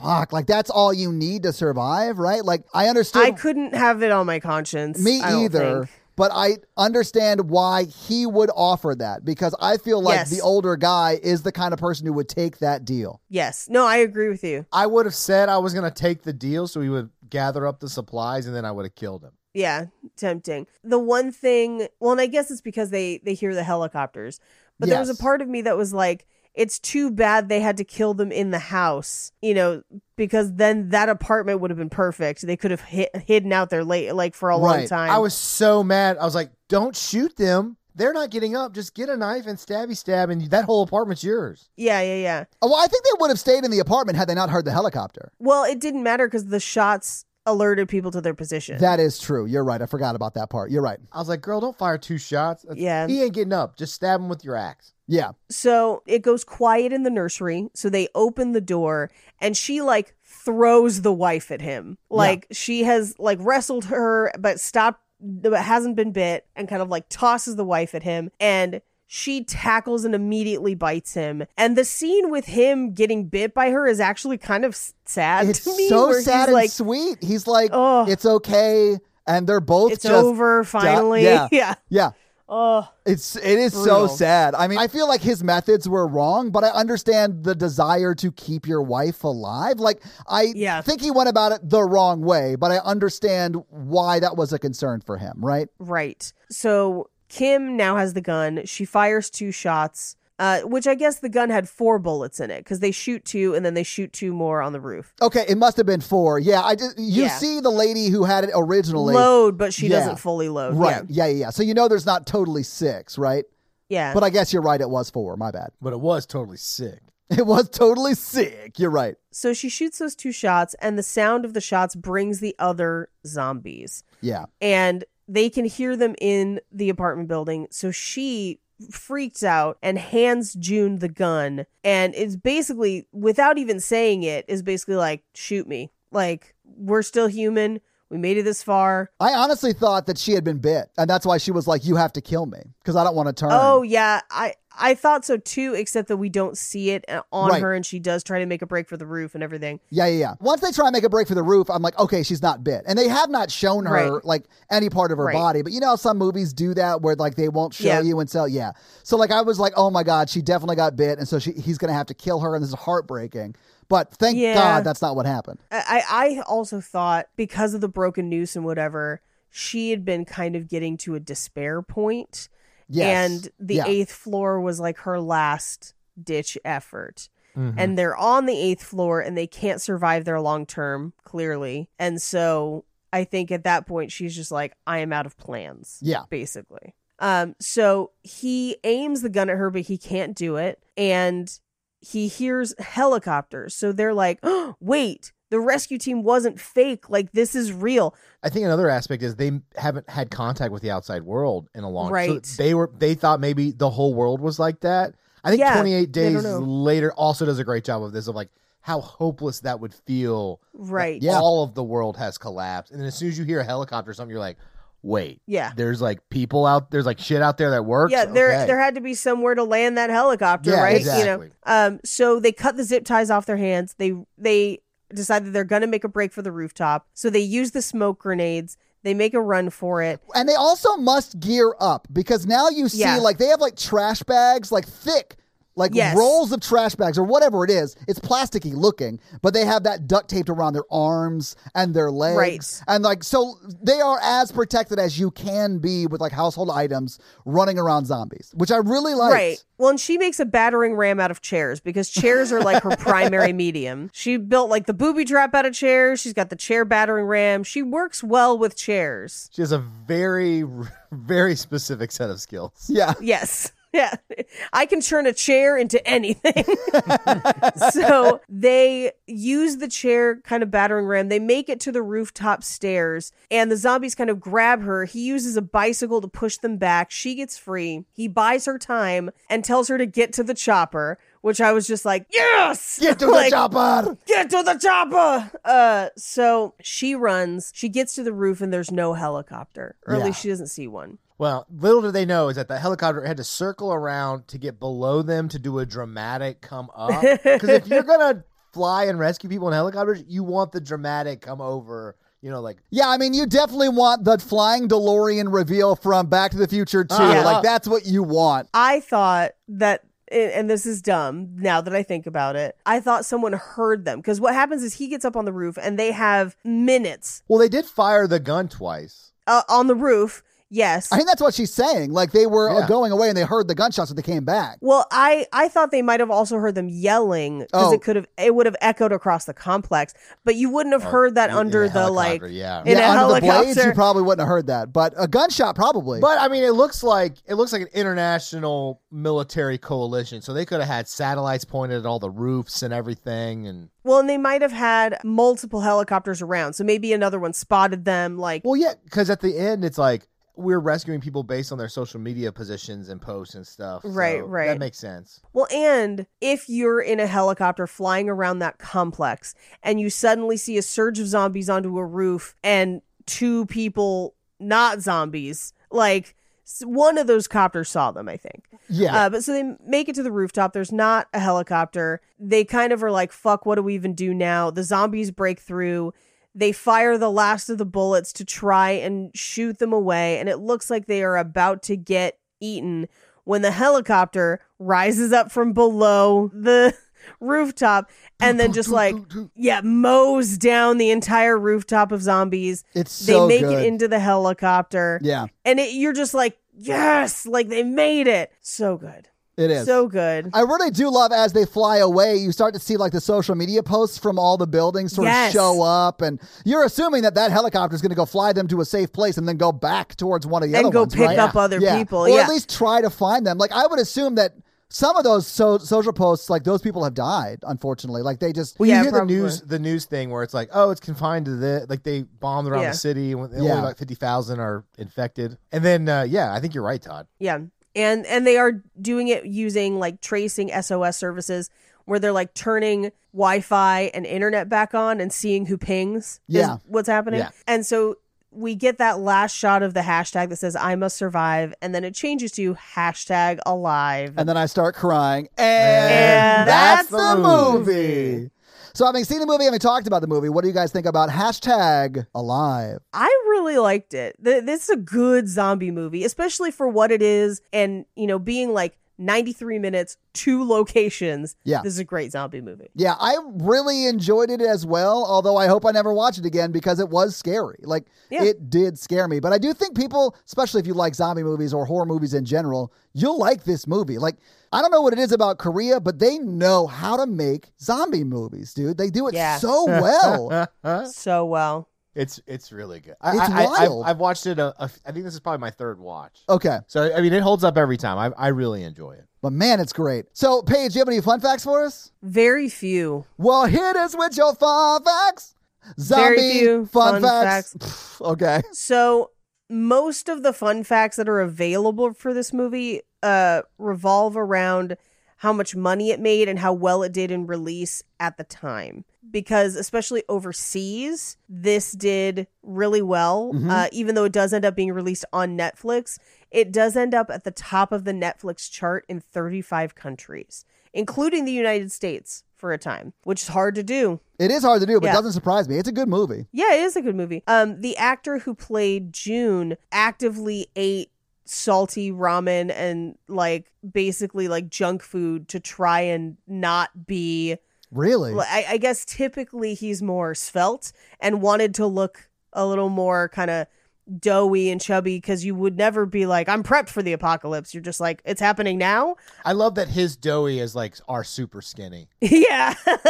Speaker 2: fuck, like that's all you need to survive, right? Like I understood
Speaker 1: I couldn't have it on my conscience.
Speaker 2: me
Speaker 1: I don't
Speaker 2: either.
Speaker 1: think.
Speaker 2: But I understand why he would offer that because I feel like
Speaker 1: Yes.
Speaker 2: the older guy is the kind of person who would take that deal.
Speaker 1: Yes. No, I agree with you.
Speaker 3: I would have said I was going to take the deal so he would gather up the supplies and then I would have killed him.
Speaker 1: Yeah, tempting. The one thing, well, and I guess it's because they they hear the helicopters. But there was
Speaker 2: Yes.
Speaker 1: a part of me that was like, it's too bad they had to kill them in the house, you know, because then that apartment would have been perfect. They could have hid, hidden out there late, like for a long
Speaker 2: Right.
Speaker 1: time.
Speaker 3: I was so mad. I was like, don't shoot them. They're not getting up. Just get a knife and stabby stab, and that whole apartment's yours.
Speaker 1: yeah, yeah, yeah.
Speaker 2: Oh, Well, I think they would have stayed in the apartment had they not heard the helicopter.
Speaker 1: Well, it didn't matter because the shots alerted people to their position.
Speaker 2: That is true. You're right. I forgot about that part. You're right.
Speaker 3: I was like, girl, don't fire two shots. That's-
Speaker 1: Yeah.
Speaker 3: He ain't getting up. Just stab him with your axe.
Speaker 2: Yeah.
Speaker 1: So it goes quiet in the nursery. So they open the door and she like throws the wife at him. Like she has like wrestled her, but stopped, but hasn't been bit and kind of like tosses the wife at him. And she tackles and immediately bites him. And the scene with him getting bit by her is actually kind of s- sad
Speaker 2: It's
Speaker 1: to me.
Speaker 2: so
Speaker 1: where he's
Speaker 2: sad and
Speaker 1: like,
Speaker 2: sweet. He's like,
Speaker 1: oh, it's,
Speaker 2: it's okay. And they're both just.
Speaker 1: over finally.
Speaker 2: yeah.
Speaker 1: yeah.
Speaker 2: Yeah.
Speaker 1: Oh,
Speaker 2: It's it is
Speaker 1: Brutal.
Speaker 2: so sad. I mean, I feel like his methods were wrong, but I understand the desire to keep your wife alive. Like I
Speaker 1: Yeah.
Speaker 2: think he went about it the wrong way, but I understand why that was a concern for him, right?
Speaker 1: Right. So Kim now has the gun. She fires two shots, uh, which I guess the gun had four bullets in it because they shoot two and then they shoot two more on the roof.
Speaker 2: Okay, it must have been 4. Yeah, I just you
Speaker 1: Yeah.
Speaker 2: see the lady who had it originally.
Speaker 1: Load, but she
Speaker 2: Yeah.
Speaker 1: doesn't fully load.
Speaker 2: Right. Yeah. yeah, yeah, So you know there's not totally 6, right?
Speaker 1: Yeah. yeah.
Speaker 2: But I guess you're right it was 4, my bad.
Speaker 3: But it was totally sick.
Speaker 2: It was totally sick. You're right.
Speaker 1: so she shoots those two shots, and the sound of the shots brings the other zombies,
Speaker 2: Yeah.
Speaker 1: and they can hear them in the apartment building. So she freaks out and hands June the gun, and it's basically without even saying it is basically like shoot me. Like we're still human. We made it this far.
Speaker 2: I honestly thought that she had been bit, and that's why she was like, "You have to kill me because I don't want to turn."
Speaker 1: Oh yeah, I I thought so too, except that we don't see it uh, on
Speaker 2: Right.
Speaker 1: her, and she does try to make a break for the roof and everything.
Speaker 2: Yeah, yeah, yeah. Once they try and make a break for the roof, I'm like, okay, she's not bit. And they have not shown her
Speaker 1: Right.
Speaker 2: like any part of her
Speaker 1: Right.
Speaker 2: body. But you know how some movies do that where like they won't show
Speaker 1: Yeah.
Speaker 2: you until yeah. So like I was like, oh my god, she definitely got bit, and so she he's gonna have to kill her, and this is heartbreaking. But thank
Speaker 1: Yeah.
Speaker 2: God that's not what happened.
Speaker 1: I I I also thought because of the broken noose and whatever, she had been kind of getting to a despair point,
Speaker 2: Yes.
Speaker 1: and the
Speaker 2: yeah.
Speaker 1: eighth floor was like her last ditch effort.
Speaker 2: Mm-hmm.
Speaker 3: And
Speaker 1: and they're on the eighth floor and they can't survive their long term clearly and so i think at that point she's just like i am out of plans
Speaker 2: Yeah.
Speaker 1: basically um so he aims the gun at her but he can't do it and he hears helicopters so they're like oh, wait the rescue team wasn't fake like this is real
Speaker 3: I think another aspect is they haven't had contact with the outside world in a long time.
Speaker 1: Right.
Speaker 3: they were they thought maybe the whole world was like that. I think
Speaker 1: Yeah,
Speaker 3: 28
Speaker 1: they don't
Speaker 3: days
Speaker 1: know.
Speaker 3: later also does a great job of this of like how hopeless that would feel. that
Speaker 1: right
Speaker 2: Yeah.
Speaker 3: All of the world has collapsed. And then as soon as you hear a helicopter or something, you're like, wait,
Speaker 1: yeah
Speaker 3: there's like people out there's like shit out there that works.
Speaker 1: yeah there
Speaker 3: Okay.
Speaker 1: there had to be somewhere to land that helicopter
Speaker 3: Yeah,
Speaker 1: right you know
Speaker 3: exactly.
Speaker 1: Um, so they cut the zip ties off their hands. They they decide that they're gonna make a break for the rooftop. So they use the smoke grenades. They make a run for it.
Speaker 2: And they also must gear up because now you see
Speaker 1: Yeah.
Speaker 2: like they have like trash bags, like thick, like
Speaker 1: Yes.
Speaker 2: rolls of trash bags or whatever it is. It's plasticky looking, but they have that duct taped around their arms and their legs.
Speaker 1: Right.
Speaker 2: And like so they are as protected as you can be with like household items running around zombies, which I really like.
Speaker 1: Right. Well, and she makes a battering ram out of chairs because chairs are like her primary medium. She built like the booby trap out of chairs. She's got the chair battering ram. She works well with chairs.
Speaker 3: She has a very very specific set of skills.
Speaker 2: Yeah.
Speaker 1: Yes. Yeah. I can turn a chair into anything. so they use the chair kind of battering ram. They make it to the rooftop stairs, and the zombies kind of grab her. He uses a bicycle to push them back. She gets free. He buys her time and tells her to get to the chopper, which I was just like, yes!
Speaker 2: Get to the
Speaker 1: Like,
Speaker 2: chopper.
Speaker 1: Get to the chopper! Uh, so she runs. She gets to the roof, and there's no helicopter, or
Speaker 2: Yeah.
Speaker 1: at least she doesn't see one.
Speaker 3: Well, little do they know is that the helicopter had to circle around to get below them to do a dramatic come up. Because if you're gonna fly and rescue people in helicopters, you want the dramatic come over. You know, like
Speaker 2: Yeah, I mean, you definitely want the flying DeLorean reveal from Back to the Future 2.
Speaker 1: Uh-huh.
Speaker 3: Ah, yeah.
Speaker 2: Like, that's what you want.
Speaker 1: I thought that, and this is dumb now that I think about it, I thought someone heard them because what happens is he gets up on the roof and they have minutes
Speaker 3: well, they did fire the gun twice.
Speaker 1: uh, on the roof. Yes.
Speaker 2: I think that's what she's saying. Like, they were uh,
Speaker 3: Yeah.
Speaker 2: going away and they heard the gunshots when they came back.
Speaker 1: well, I I thought they might have also heard them yelling because
Speaker 2: Oh.
Speaker 1: it could have it would have echoed across the complex, but you wouldn't
Speaker 2: Oh,
Speaker 1: have heard that
Speaker 3: In- in
Speaker 1: under
Speaker 3: a
Speaker 1: the like
Speaker 3: helicopter, yeah.
Speaker 1: in
Speaker 2: yeah,
Speaker 1: a
Speaker 2: under the blades, you
Speaker 1: helicopter.
Speaker 2: probably wouldn't have heard that, but a gunshot probably.
Speaker 3: But I mean, it looks like it looks like an international military coalition. So they could have had satellites pointed at all the roofs and everything. And
Speaker 1: well, and they might have had multiple helicopters around, so maybe another one spotted them. Like,
Speaker 3: well, yeah, because at the end, it's like we're rescuing people based on their social media positions and posts and stuff. So
Speaker 1: Right, right.
Speaker 3: That makes sense.
Speaker 1: Well, and if you're in a helicopter flying around that complex and you suddenly see a surge of zombies onto a roof and two people not zombies, like s- one of those copters saw them, I think.
Speaker 2: yeah.
Speaker 1: Uh, but so they make it to the rooftop. There's not a helicopter. They kind of are like, fuck, what do we even do now? The zombies break through. They fire the last of the bullets to try and shoot them away. And it looks like they are about to get eaten when the helicopter rises up from below the rooftop and then just like, yeah, mows down the entire rooftop of zombies.
Speaker 2: it's
Speaker 1: They
Speaker 2: so
Speaker 1: make
Speaker 2: good.
Speaker 1: it into the helicopter.
Speaker 2: yeah,
Speaker 1: And it, you're just like, yes, like they made it. So good.
Speaker 2: it is.
Speaker 1: So good.
Speaker 2: I really do love as they fly away, you start to see like the social media posts from all the buildings sort
Speaker 1: Yes.
Speaker 2: of show up, and you're assuming that that helicopter is going to go fly them to a safe place and then go back towards one of the
Speaker 1: And
Speaker 2: other
Speaker 1: go
Speaker 2: ones,
Speaker 1: pick
Speaker 2: right?
Speaker 1: up other
Speaker 2: Yeah.
Speaker 1: people,
Speaker 2: or
Speaker 1: yeah.
Speaker 2: at least try to find them. Like I would assume that some of those so- social posts, like those people have died, unfortunately. Like they just
Speaker 3: Well, you
Speaker 1: Yeah,
Speaker 3: hear
Speaker 1: probably.
Speaker 3: the news, the news thing where it's like, oh, it's confined to the like they bombed around
Speaker 1: Yeah.
Speaker 3: the city, and when-
Speaker 2: Yeah.
Speaker 3: only like fifty thousand are infected. And then, uh, yeah, I think you're right, Todd.
Speaker 1: Yeah. And and they are doing it using like tracing SOS services where they're like turning Wi-Fi and internet back on and seeing who pings. is
Speaker 2: Yeah.
Speaker 1: what's happening.
Speaker 3: Yeah.
Speaker 1: And so we get that last shot of the hashtag that says I must survive and then it changes to hashtag alive.
Speaker 2: And then I start crying. And,
Speaker 1: And that's
Speaker 2: that's, the
Speaker 1: the
Speaker 2: movie.
Speaker 1: movie.
Speaker 2: So, having seen the movie, having talked about the movie, what do you guys think about hashtag alive?
Speaker 1: I really liked it. Th- This is a good zombie movie, especially for what it is and, you know, being like 93 minutes, two locations.
Speaker 2: Yeah.
Speaker 1: This is a great zombie movie.
Speaker 2: Yeah, I really enjoyed it as well, although I hope I never watch it again because it was scary. Like,
Speaker 1: Yeah.
Speaker 2: it did scare me. But I do think people, especially if you like zombie movies or horror movies in general, you'll like this movie. Like, I don't know what it is about Korea, but they know how to make zombie movies, dude. They do it
Speaker 1: Yeah.
Speaker 2: so well.
Speaker 1: Oh. So well.
Speaker 3: it's it's really good. I,
Speaker 2: It's
Speaker 3: I,
Speaker 2: wild.
Speaker 3: I, have watched it. A, a, I think this is probably my third watch.
Speaker 2: Okay,
Speaker 3: So I mean, it holds up every time. I I really enjoy it.
Speaker 2: but man, it's great. So, Paige, do you have any fun facts for us?
Speaker 1: Very few.
Speaker 2: Well, hit us with your fun facts. Zombie
Speaker 1: Very few
Speaker 2: fun,
Speaker 1: fun
Speaker 2: facts. Pff, okay.
Speaker 1: So most of the fun facts that are available for this movie uh, revolve around how much money it made and how well it did in release at the time. Because especially overseas, this did really well.
Speaker 2: Mhm.
Speaker 1: Uh, even though it does end up being released on Netflix, it does end up at the top of the Netflix chart in 35 countries, including the United States for a time, which is hard to do.
Speaker 2: It is hard to do, but it
Speaker 1: Yeah.
Speaker 2: doesn't surprise me. It's a good movie.
Speaker 1: Yeah, it is a good movie. Um, the actor who played June actively ate salty ramen and like basically like junk food to try and not be.
Speaker 2: Really?
Speaker 1: I, I guess typically he's more svelte and wanted to look a little more kind of doughy and chubby because you would never be like I'm prepped for the apocalypse. You're just like it's happening now.
Speaker 3: I love that his doughy is like our super skinny.
Speaker 1: yeah.
Speaker 2: But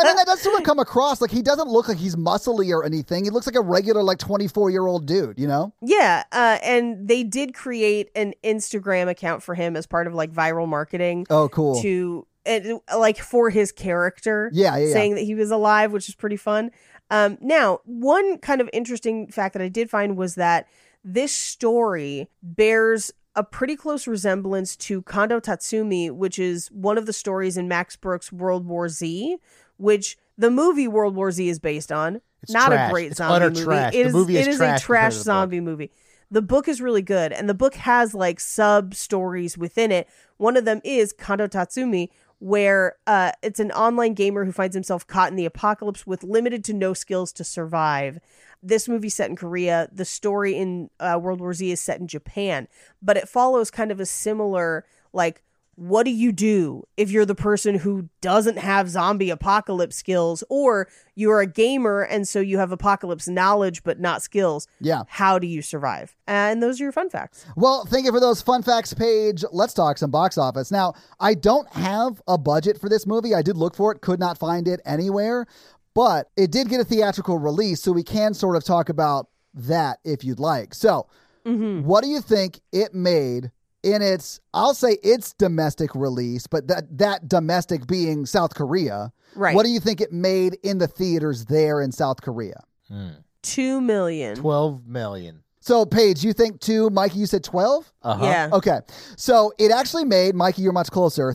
Speaker 2: I mean, that does sort of come across like he doesn't look like he's muscly or anything. He looks like a regular, like twenty-four-year-old dude. You know?
Speaker 1: Yeah, uh, and they did create an Instagram account for him as part of like viral marketing
Speaker 2: Oh, cool.
Speaker 1: to and, like for his character,
Speaker 2: Yeah, yeah, yeah.
Speaker 1: saying that he was alive, which is pretty fun. Um, now, one kind of interesting fact that I did find was that this story bears a pretty close resemblance to Kondo Tatsumi, which is one of the stories in Max Brooks' World War Z, which the movie World War Z is based on
Speaker 3: It's
Speaker 1: not
Speaker 3: trash.
Speaker 1: a great
Speaker 3: It's
Speaker 1: zombie
Speaker 3: utter
Speaker 1: movie.
Speaker 3: trash.
Speaker 1: It
Speaker 3: The
Speaker 1: is,
Speaker 3: movie is
Speaker 1: it is
Speaker 3: trash
Speaker 1: a
Speaker 3: compared
Speaker 1: trash
Speaker 3: to the book.
Speaker 1: zombie movie. The book is really good, and the book has like sub stories within it. One of them is Kando Tatsumi, where uh, it's an online gamer who finds himself caught in the apocalypse with limited to no skills to survive. This movie's set in Korea. The story in uh, World War Z is set in Japan, but it follows kind of a similar like. What do you do if you're the person who doesn't have zombie apocalypse skills, or you're a gamer and so you have apocalypse knowledge but not skills?
Speaker 2: Yeah.
Speaker 1: How do you survive? And those are your fun facts.
Speaker 2: Well, thank you for those fun facts, Paige. Let's talk some box office. Now, I don't have a budget for this movie. I did look for it, could not find it anywhere, but it did get a theatrical release, so we can sort of talk about that if you'd like. So, what do you think it made in its, I'll say its domestic release, but that, that domestic being South Korea?
Speaker 1: Right.
Speaker 2: What do you think it made in the theaters there in South Korea?
Speaker 3: Hmm.
Speaker 1: Two million.
Speaker 3: Twelve million.
Speaker 2: So, Paige, you think two? Mikey, you said 12?
Speaker 3: Uh-huh.
Speaker 1: Yeah.
Speaker 2: Okay. So it actually made, Mikey, you're much closer,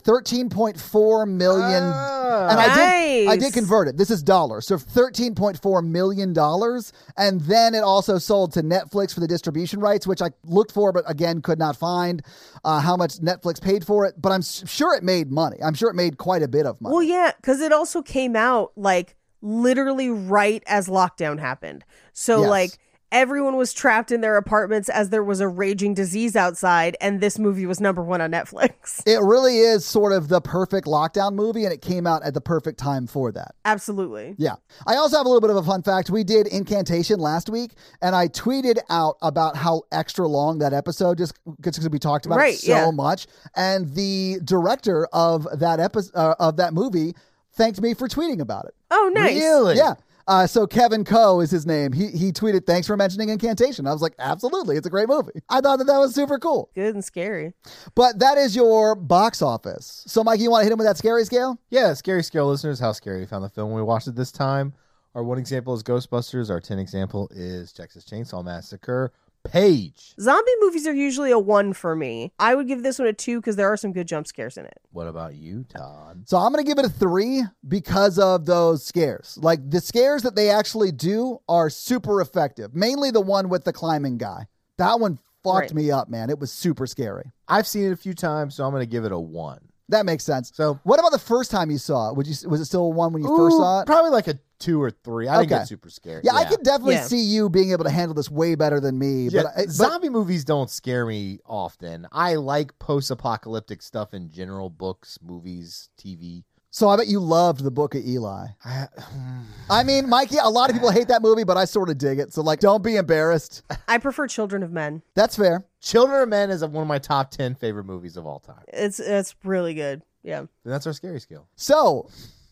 Speaker 2: $13.4 million.
Speaker 1: Oh.
Speaker 3: Ah.
Speaker 2: Oh, and I did, I did
Speaker 1: Nice.
Speaker 2: convert it. This is dollars. So $13.4 million. dollars. And then it also sold to Netflix for the distribution rights, which I looked for, but again, could not find uh, how much Netflix paid for it. But I'm s- sure it made money. I'm sure it made quite a bit of money.
Speaker 1: Well, yeah, because it also came out like literally right as lockdown happened. So,
Speaker 2: Yes.
Speaker 1: like, everyone was trapped in their apartments as there was a raging disease outside, and this movie was number one on Netflix.
Speaker 2: it really is sort of the perfect lockdown movie, and it came out at the perfect time for that.
Speaker 1: Absolutely.
Speaker 2: Yeah. I also have a little bit of a fun fact. We did Incantation last week, and I tweeted out about how extra long that episode just because we talked about
Speaker 1: Right,
Speaker 2: it so
Speaker 1: yeah.
Speaker 2: much. And the director of that episode uh, of that movie thanked me for tweeting about it.
Speaker 1: Oh, nice.
Speaker 3: Really?
Speaker 2: Yeah. Uh, so Kevin Coe is his name. He he tweeted, "Thanks for mentioning Incantation." I was like, "Absolutely, it's a great movie." I thought that that was super cool.
Speaker 1: Good and scary.
Speaker 2: But that is your box office. So, Mikey, you want to hit him with that scary scale?
Speaker 3: Yeah, Scary Scale listeners, how scary we found the film when we watched it this time. Our one example is Ghostbusters. Our 10 example is Texas Chainsaw Massacre. Page.
Speaker 1: Zombie movies are usually a one for me. I would give this one a two because there are some good jump scares in it.
Speaker 3: What about you, Todd?
Speaker 2: So I'm going to give it a three because of those scares. Like the scares that they actually do are super effective, mainly the one with the climbing guy. That one fucked
Speaker 1: Right.
Speaker 2: me up, man. It was super scary.
Speaker 3: I've seen it a few times, so I'm going to give it a one.
Speaker 2: That makes sense.
Speaker 3: So
Speaker 2: What about the first time you saw it? Would you was it still a one when you first
Speaker 3: Ooh,
Speaker 2: saw it?
Speaker 3: probably like a two or three. I didn't
Speaker 2: Okay.
Speaker 3: get super scared.
Speaker 2: yeah, I could definitely
Speaker 1: Yeah.
Speaker 2: see you being able to handle this way better than me.
Speaker 3: Yeah,
Speaker 2: But, I, but
Speaker 3: zombie movies don't scare me often. I like post-apocalyptic stuff in general, books, movies, TV.
Speaker 2: so I bet you loved the Book of Eli.
Speaker 3: I,
Speaker 2: I mean, Mikey, a lot of people hate that movie, but I sort of dig it. So like, don't be embarrassed.
Speaker 1: I prefer Children of Men.
Speaker 2: That's fair.
Speaker 3: Children of Men is one of my top ten favorite movies of all time.
Speaker 1: It's it's really good. Yeah.
Speaker 3: And that's our scary scale.
Speaker 2: So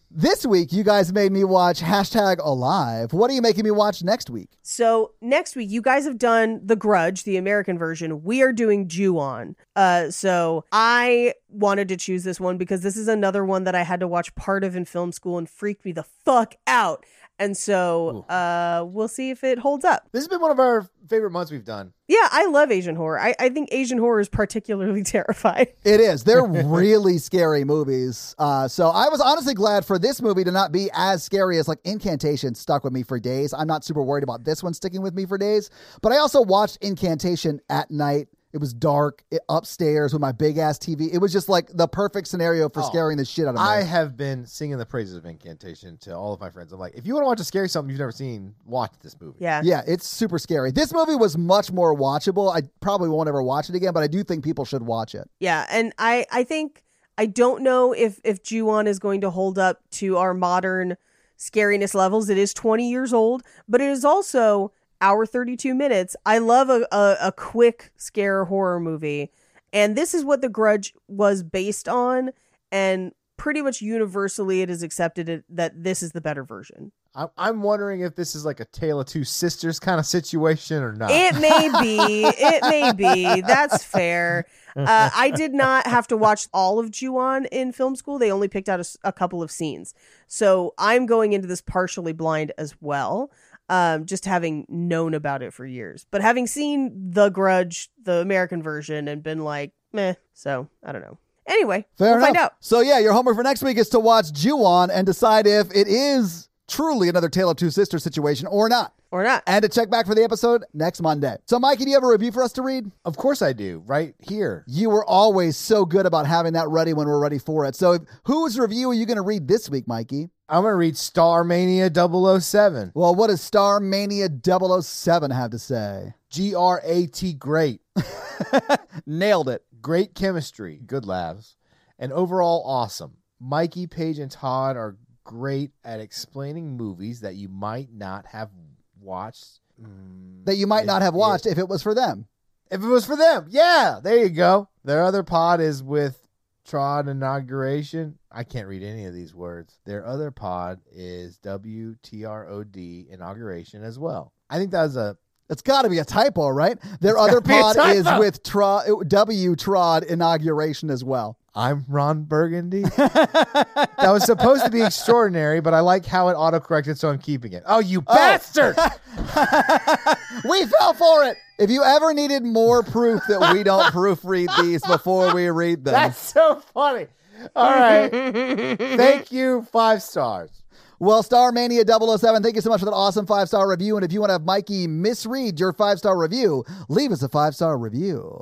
Speaker 2: this week, you guys made me watch hashtag alive. What are you making me watch next week?
Speaker 1: So next week, you guys have done The Grudge, the American version. We are doing Ju-on. Uh, so I wanted to choose this one because this is another one that I had to watch part of in film school and freaked me the fuck out. And so
Speaker 3: Ooh.
Speaker 1: uh, we'll see if it holds up.
Speaker 3: This has been one of our favorite months we've done.
Speaker 1: Yeah, I love Asian horror. I, I think Asian horror is particularly terrifying.
Speaker 2: It is. They're really scary movies. Uh, so I was honestly glad for this movie to not be as scary as like Incantation stuck with me for days. I'm not super worried about this one sticking with me for days. But I also watched Incantation at night. It was dark it, upstairs with my big ass TV. It was just like the perfect scenario for
Speaker 3: Oh.
Speaker 2: scaring the shit out of me.
Speaker 3: I have been singing the praises of Incantation to all of my friends. I'm like, if you want to watch a scary something you've never seen, watch this movie.
Speaker 1: Yeah.
Speaker 2: Yeah, it's super scary. This movie was much more watchable. I probably won't ever watch it again, but I do think people should watch it.
Speaker 1: Yeah, and I I think I don't know if if Ju-on is going to hold up to our modern scariness levels. It is 20 years old, but it is also hour 32 minutes. I love a a, a quick scare horror movie. And this is what The Grudge was based on and pretty much universally it is accepted it- that this is the better version.
Speaker 3: I, I'm wondering if this is like a Tale of Two Sisters kind of situation or not.
Speaker 1: It may be. It may be. That's fair. Uh, I did not have to watch all of Ju-on in film school. They only picked out a, s- a couple of scenes. So I'm going into this partially blind as well, um, just having known about it for years. But having seen The Grudge, the American version, and been like, meh. So I don't know. Anyway,
Speaker 2: Fair
Speaker 1: we'll
Speaker 2: enough.
Speaker 1: find out.
Speaker 2: So yeah, your homework for next week is to watch Ju-on and decide if it is truly another Tale of Two Sisters situation or not.
Speaker 1: or not.
Speaker 2: And to check back for the episode next Monday. So, Mikey, do you have a review for us to read?
Speaker 3: Of course I do, right here.
Speaker 2: You were always so good about having that ready when we're ready for it. So, if- whose review are you going to read this week, Mikey?
Speaker 3: I'm going to read oh Star Mania 007.
Speaker 2: Well, what does Star Mania 007 have to say?
Speaker 3: G R A T, great.
Speaker 2: Nailed it.
Speaker 3: Great chemistry, good laughs, and overall awesome. Mikey, Paige, and Todd are great at explaining movies that you might not have watched. Mm,
Speaker 2: That you might
Speaker 3: if-
Speaker 2: not have watched
Speaker 3: If,
Speaker 2: if it was for them.
Speaker 3: if it was for them, yeah, there you go. Their other pod is with Trod Inauguration. I can't read any of these words. Their other pod is W T R O D Inauguration as well. I think that was a
Speaker 2: It's got to be a typo, right? Their
Speaker 3: It's
Speaker 2: other
Speaker 3: gotta be a
Speaker 2: pod is
Speaker 3: typo.
Speaker 2: with tro- W Trod inauguration as well.
Speaker 3: I'm Ron Burgundy. that was supposed to be extraordinary, but I like how it autocorrected, so I'm keeping it. Oh, you bastard!
Speaker 2: we fell for it. If you ever needed more proof that we don't proofread these before we read them,
Speaker 3: That's so funny. All right. Thank you, five stars.
Speaker 2: Well, Star Mania 007, thank you so much for that awesome five star review. And if you want to have Mikey misread your five star review, leave us a five star review.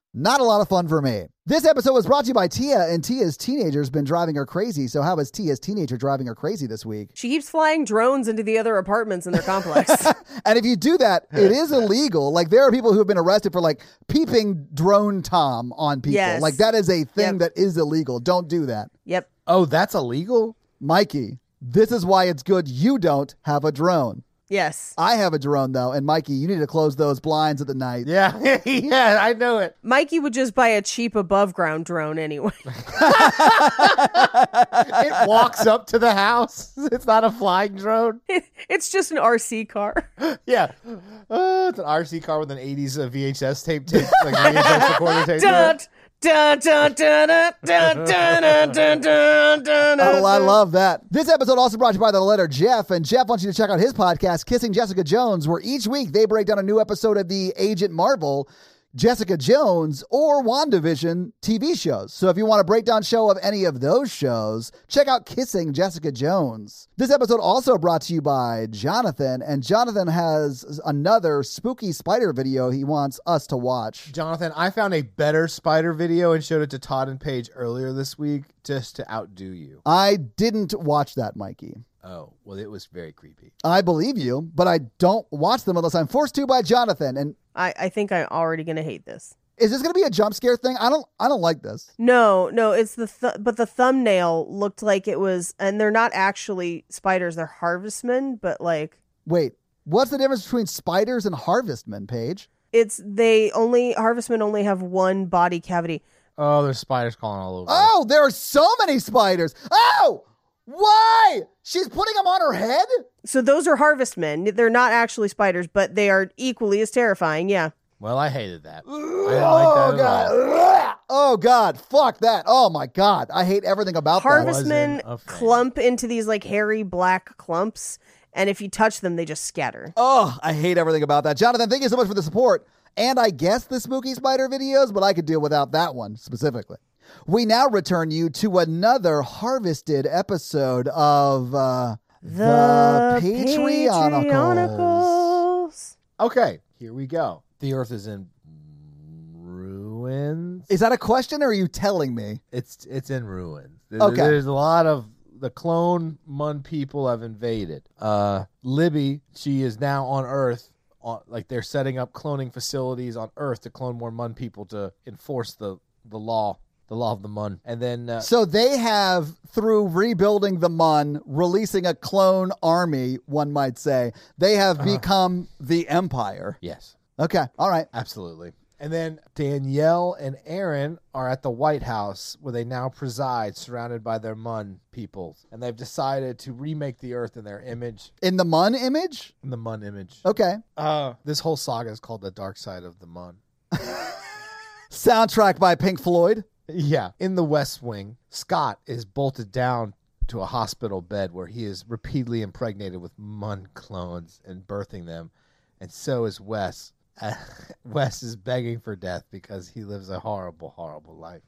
Speaker 2: Not a lot of fun for me. This episode was brought to you by Tia, and Tia's teenager's been driving her crazy. So, how is Tia's teenager driving her crazy this week?
Speaker 1: She keeps flying drones into the other apartments in their complex.
Speaker 2: And if you do that, it is illegal. Like there are people who have been arrested for like peeping drone tom on people.
Speaker 1: Yes.
Speaker 2: Like that is a
Speaker 1: Yep.
Speaker 2: thing that is illegal. Don't do that.
Speaker 1: yep.
Speaker 3: Oh, that's illegal?
Speaker 2: Mikey, this is why it's good you don't have a drone.
Speaker 1: Yes.
Speaker 2: I have a drone though, and Mikey, you need to close those blinds at the night.
Speaker 3: Yeah. yeah, I know it.
Speaker 1: Mikey would just buy a cheap above ground drone anyway.
Speaker 3: It walks up to the house. It's not a flying drone.
Speaker 1: it's just an RC car.
Speaker 3: Yeah. Uh, it's an RC car with an 80s uh, VHS tape, tape like VHS recorder tape. to it.
Speaker 1: Dun, dun, dun, dun, dun, dun, dun, dun, dun, dun,
Speaker 2: Oh, I
Speaker 1: dun.
Speaker 2: love that. This episode also brought to you by the letter Jeff, and Jeff wants you to check out his podcast, Kissing Jessica Jones, where each week they break down a new episode of the Agent Marvel, Jessica Jones, or WandaVision TV shows. So if you want a breakdown show of any of those shows, check out Kissing Jessica Jones. This episode also brought to you by Jonathan, and Jonathan has another spooky spider video he wants us to watch.
Speaker 3: Jonathan, I found a better spider video and showed it to Todd and Paige earlier this week just to outdo you.
Speaker 2: I didn't watch that, Mikey.
Speaker 3: Oh, well, it was very creepy.
Speaker 2: I believe you, but I don't watch them unless I'm forced to by Jonathan. And
Speaker 1: I, I think I'm already going to hate this.
Speaker 2: is this going to be a jump scare thing? I don't. I don't like this.
Speaker 1: No, no, it's the th- but the thumbnail looked like it was, and they're not actually spiders; they're harvestmen. But like,
Speaker 2: Wait, what's the difference between spiders and harvestmen, Paige?
Speaker 1: It's they only harvestmen only have one body cavity.
Speaker 3: Oh, there's spiders crawling all over.
Speaker 2: Oh, there are so many spiders. Oh, why? She's putting them on her head?
Speaker 1: So those are harvestmen. They're not actually spiders, but they are equally as terrifying. Yeah.
Speaker 3: Well, I hated that. I didn't like
Speaker 2: oh,
Speaker 3: that at
Speaker 2: God.
Speaker 3: all.
Speaker 2: Ugh. Oh, God. Fuck that. Oh, my God. I hate everything about that.
Speaker 1: Harvestmen
Speaker 3: wasn't a fan.
Speaker 1: clump into these like hairy black clumps, and if you touch them, they just scatter.
Speaker 2: Oh, I hate everything about that. Jonathan, thank you so much for the support. And I guess the spooky spider videos, but I could deal without that one specifically. We now return you to another harvested episode of uh, Patreonicles.
Speaker 1: Patreonicles.
Speaker 3: Okay, here we go. The Earth is in ruins.
Speaker 2: Is that a question or are you telling me?
Speaker 3: It's it's in ruins. There-
Speaker 2: Okay.
Speaker 3: There's a lot of the clone mun people have invaded. Uh, Libby, she is now on Earth. On, like they're setting up cloning facilities on Earth to clone more mun people to enforce the the law, the law of the mun. And then uh,
Speaker 2: So they have, through rebuilding the Mun, releasing a clone army, one might say, they have become the Empire.
Speaker 3: yes,
Speaker 2: Okay, all right.
Speaker 3: Absolutely. And then Danielle and Aaron are at the White House where they now preside, surrounded by their Mun people. And they've decided to remake the Earth in their image,
Speaker 2: In the Mun image?
Speaker 3: in the Mun image.
Speaker 2: Okay.
Speaker 3: Uh, this whole saga is called The Dark Side of the Mun.
Speaker 2: Soundtrack by Pink Floyd.
Speaker 3: Yeah. In the West Wing, Scott is bolted down to a hospital bed where he is repeatedly impregnated with Mun clones and birthing them. And so is Wes. Wes is begging for death because he lives a horrible, horrible life.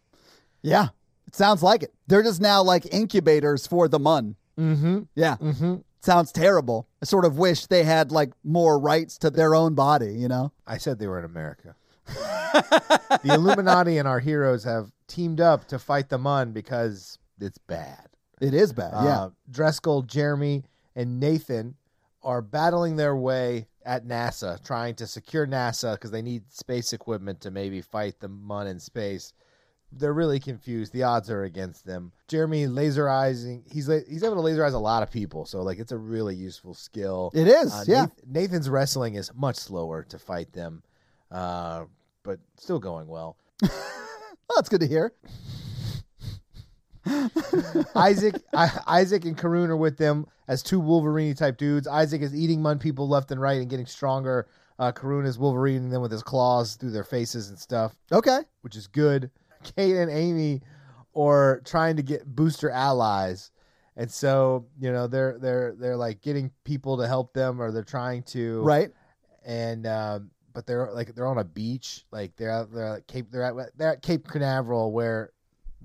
Speaker 2: Yeah, it sounds like it. They're just now like incubators for the Mun.
Speaker 3: Mm hmm.
Speaker 2: Yeah,
Speaker 3: Mm hmm.
Speaker 2: sounds terrible. I sort of wish they had like more rights to their own body, you know?
Speaker 3: I said they were in America. the Illuminati and our heroes have teamed up to fight the Mun because it's bad.
Speaker 2: It is bad. yeah.
Speaker 3: Uh, Dreskel, Jeremy, and Nathan are battling their way at NASA, trying to secure NASA because they need space equipment to maybe fight the Mun in space. They're really confused. The odds are against them. Jeremy laser eyesing. He's la- he's able to laser eyes a lot of people, so like it's a really useful skill.
Speaker 2: It is.
Speaker 3: Uh,
Speaker 2: yeah.
Speaker 3: Nath- Nathan's wrestling is much slower to fight them, uh, but still going well.
Speaker 2: Well, that's good to hear.
Speaker 3: Isaac, I, Isaac and Karun are with them as two Wolverine type dudes. Isaac is eating Mun people left and right and getting stronger. Uh, Karun is Wolverining them with his claws through their faces and stuff,
Speaker 2: Okay.
Speaker 3: which is good. Kate and Amy are trying to get booster allies, and so you know they're they're they're like getting people to help them or they're trying to
Speaker 2: Right.
Speaker 3: and um, but they're like they're on a beach, like they're out they're at Cape they're at they're at Cape Canaveral where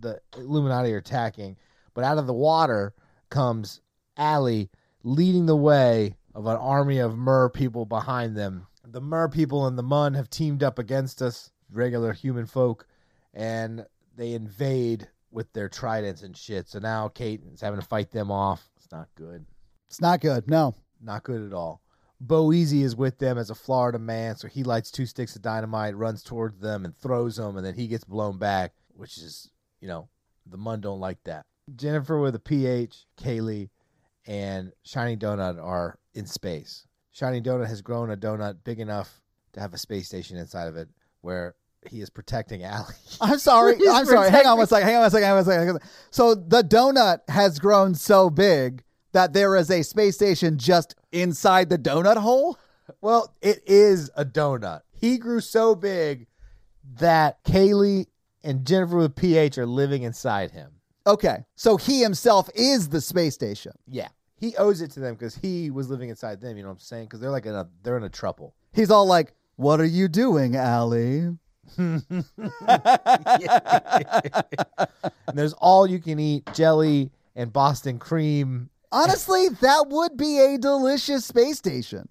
Speaker 3: the Illuminati are attacking. But out of the water comes Allie leading the way of an army of Mer people behind them. The Mer people and the Mun have teamed up against us, regular human folk, and they invade with their tridents and shit. So now Kate is having to fight them off. It's not good
Speaker 2: It's not good. No.
Speaker 3: not good at all. Boeasy is with them as a Florida man, so he lights two sticks of dynamite, runs towards them, and throws them, and then he gets blown back, which is, you know, the Mun don't like that. Jennifer with a PH, Kaylee, and Shiny Donut are in space. Shiny Donut has grown a donut big enough to have a space station inside of it where he is protecting Allie.
Speaker 2: I'm sorry.
Speaker 3: He's
Speaker 2: I'm sorry. Hang on one second. Hang on one second. Hang on one second. hang on one second. So the donut has grown so big that there is a space station just inside the donut hole.
Speaker 3: Well, it is a donut. He grew so big that Kaylee and Jennifer with PH are living inside him.
Speaker 2: Okay. So he himself is the space station.
Speaker 3: Yeah. He owes it to them because he was living inside them. You know what I'm saying? Because they're like in a they're in a trouble.
Speaker 2: He's all like, "What are you doing, Allie?"
Speaker 3: And there's all you can eat jelly and Boston cream,
Speaker 2: Honestly, that would be a delicious space station.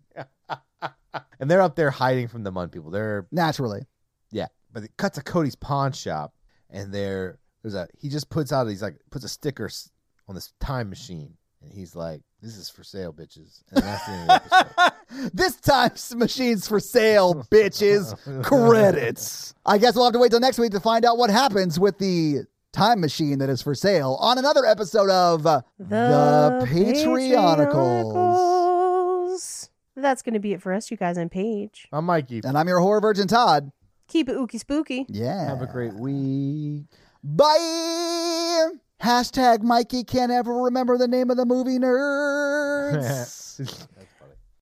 Speaker 3: and they're up there hiding from the Mun people. They're
Speaker 2: Naturally.
Speaker 3: Yeah, but it cuts to Cody's pawn shop, and there there's a he just puts out he's like puts a sticker s- on this time machine, and he's like, "This is for sale, bitches." And that's the end of the episode.
Speaker 2: this time's machine's for sale, bitches. Credits. I guess we'll have to wait till next week to find out what happens with the time machine that is for sale on another episode of
Speaker 1: The, Patreonicles. That's going to be it for us, you guys, on page.
Speaker 3: I'm Mikey.
Speaker 2: And I'm your horror virgin, Todd.
Speaker 1: Keep it ooky spooky.
Speaker 2: Yeah.
Speaker 3: Have a great week.
Speaker 2: Bye. Hashtag Mikey can't ever remember the name of the movie nerds.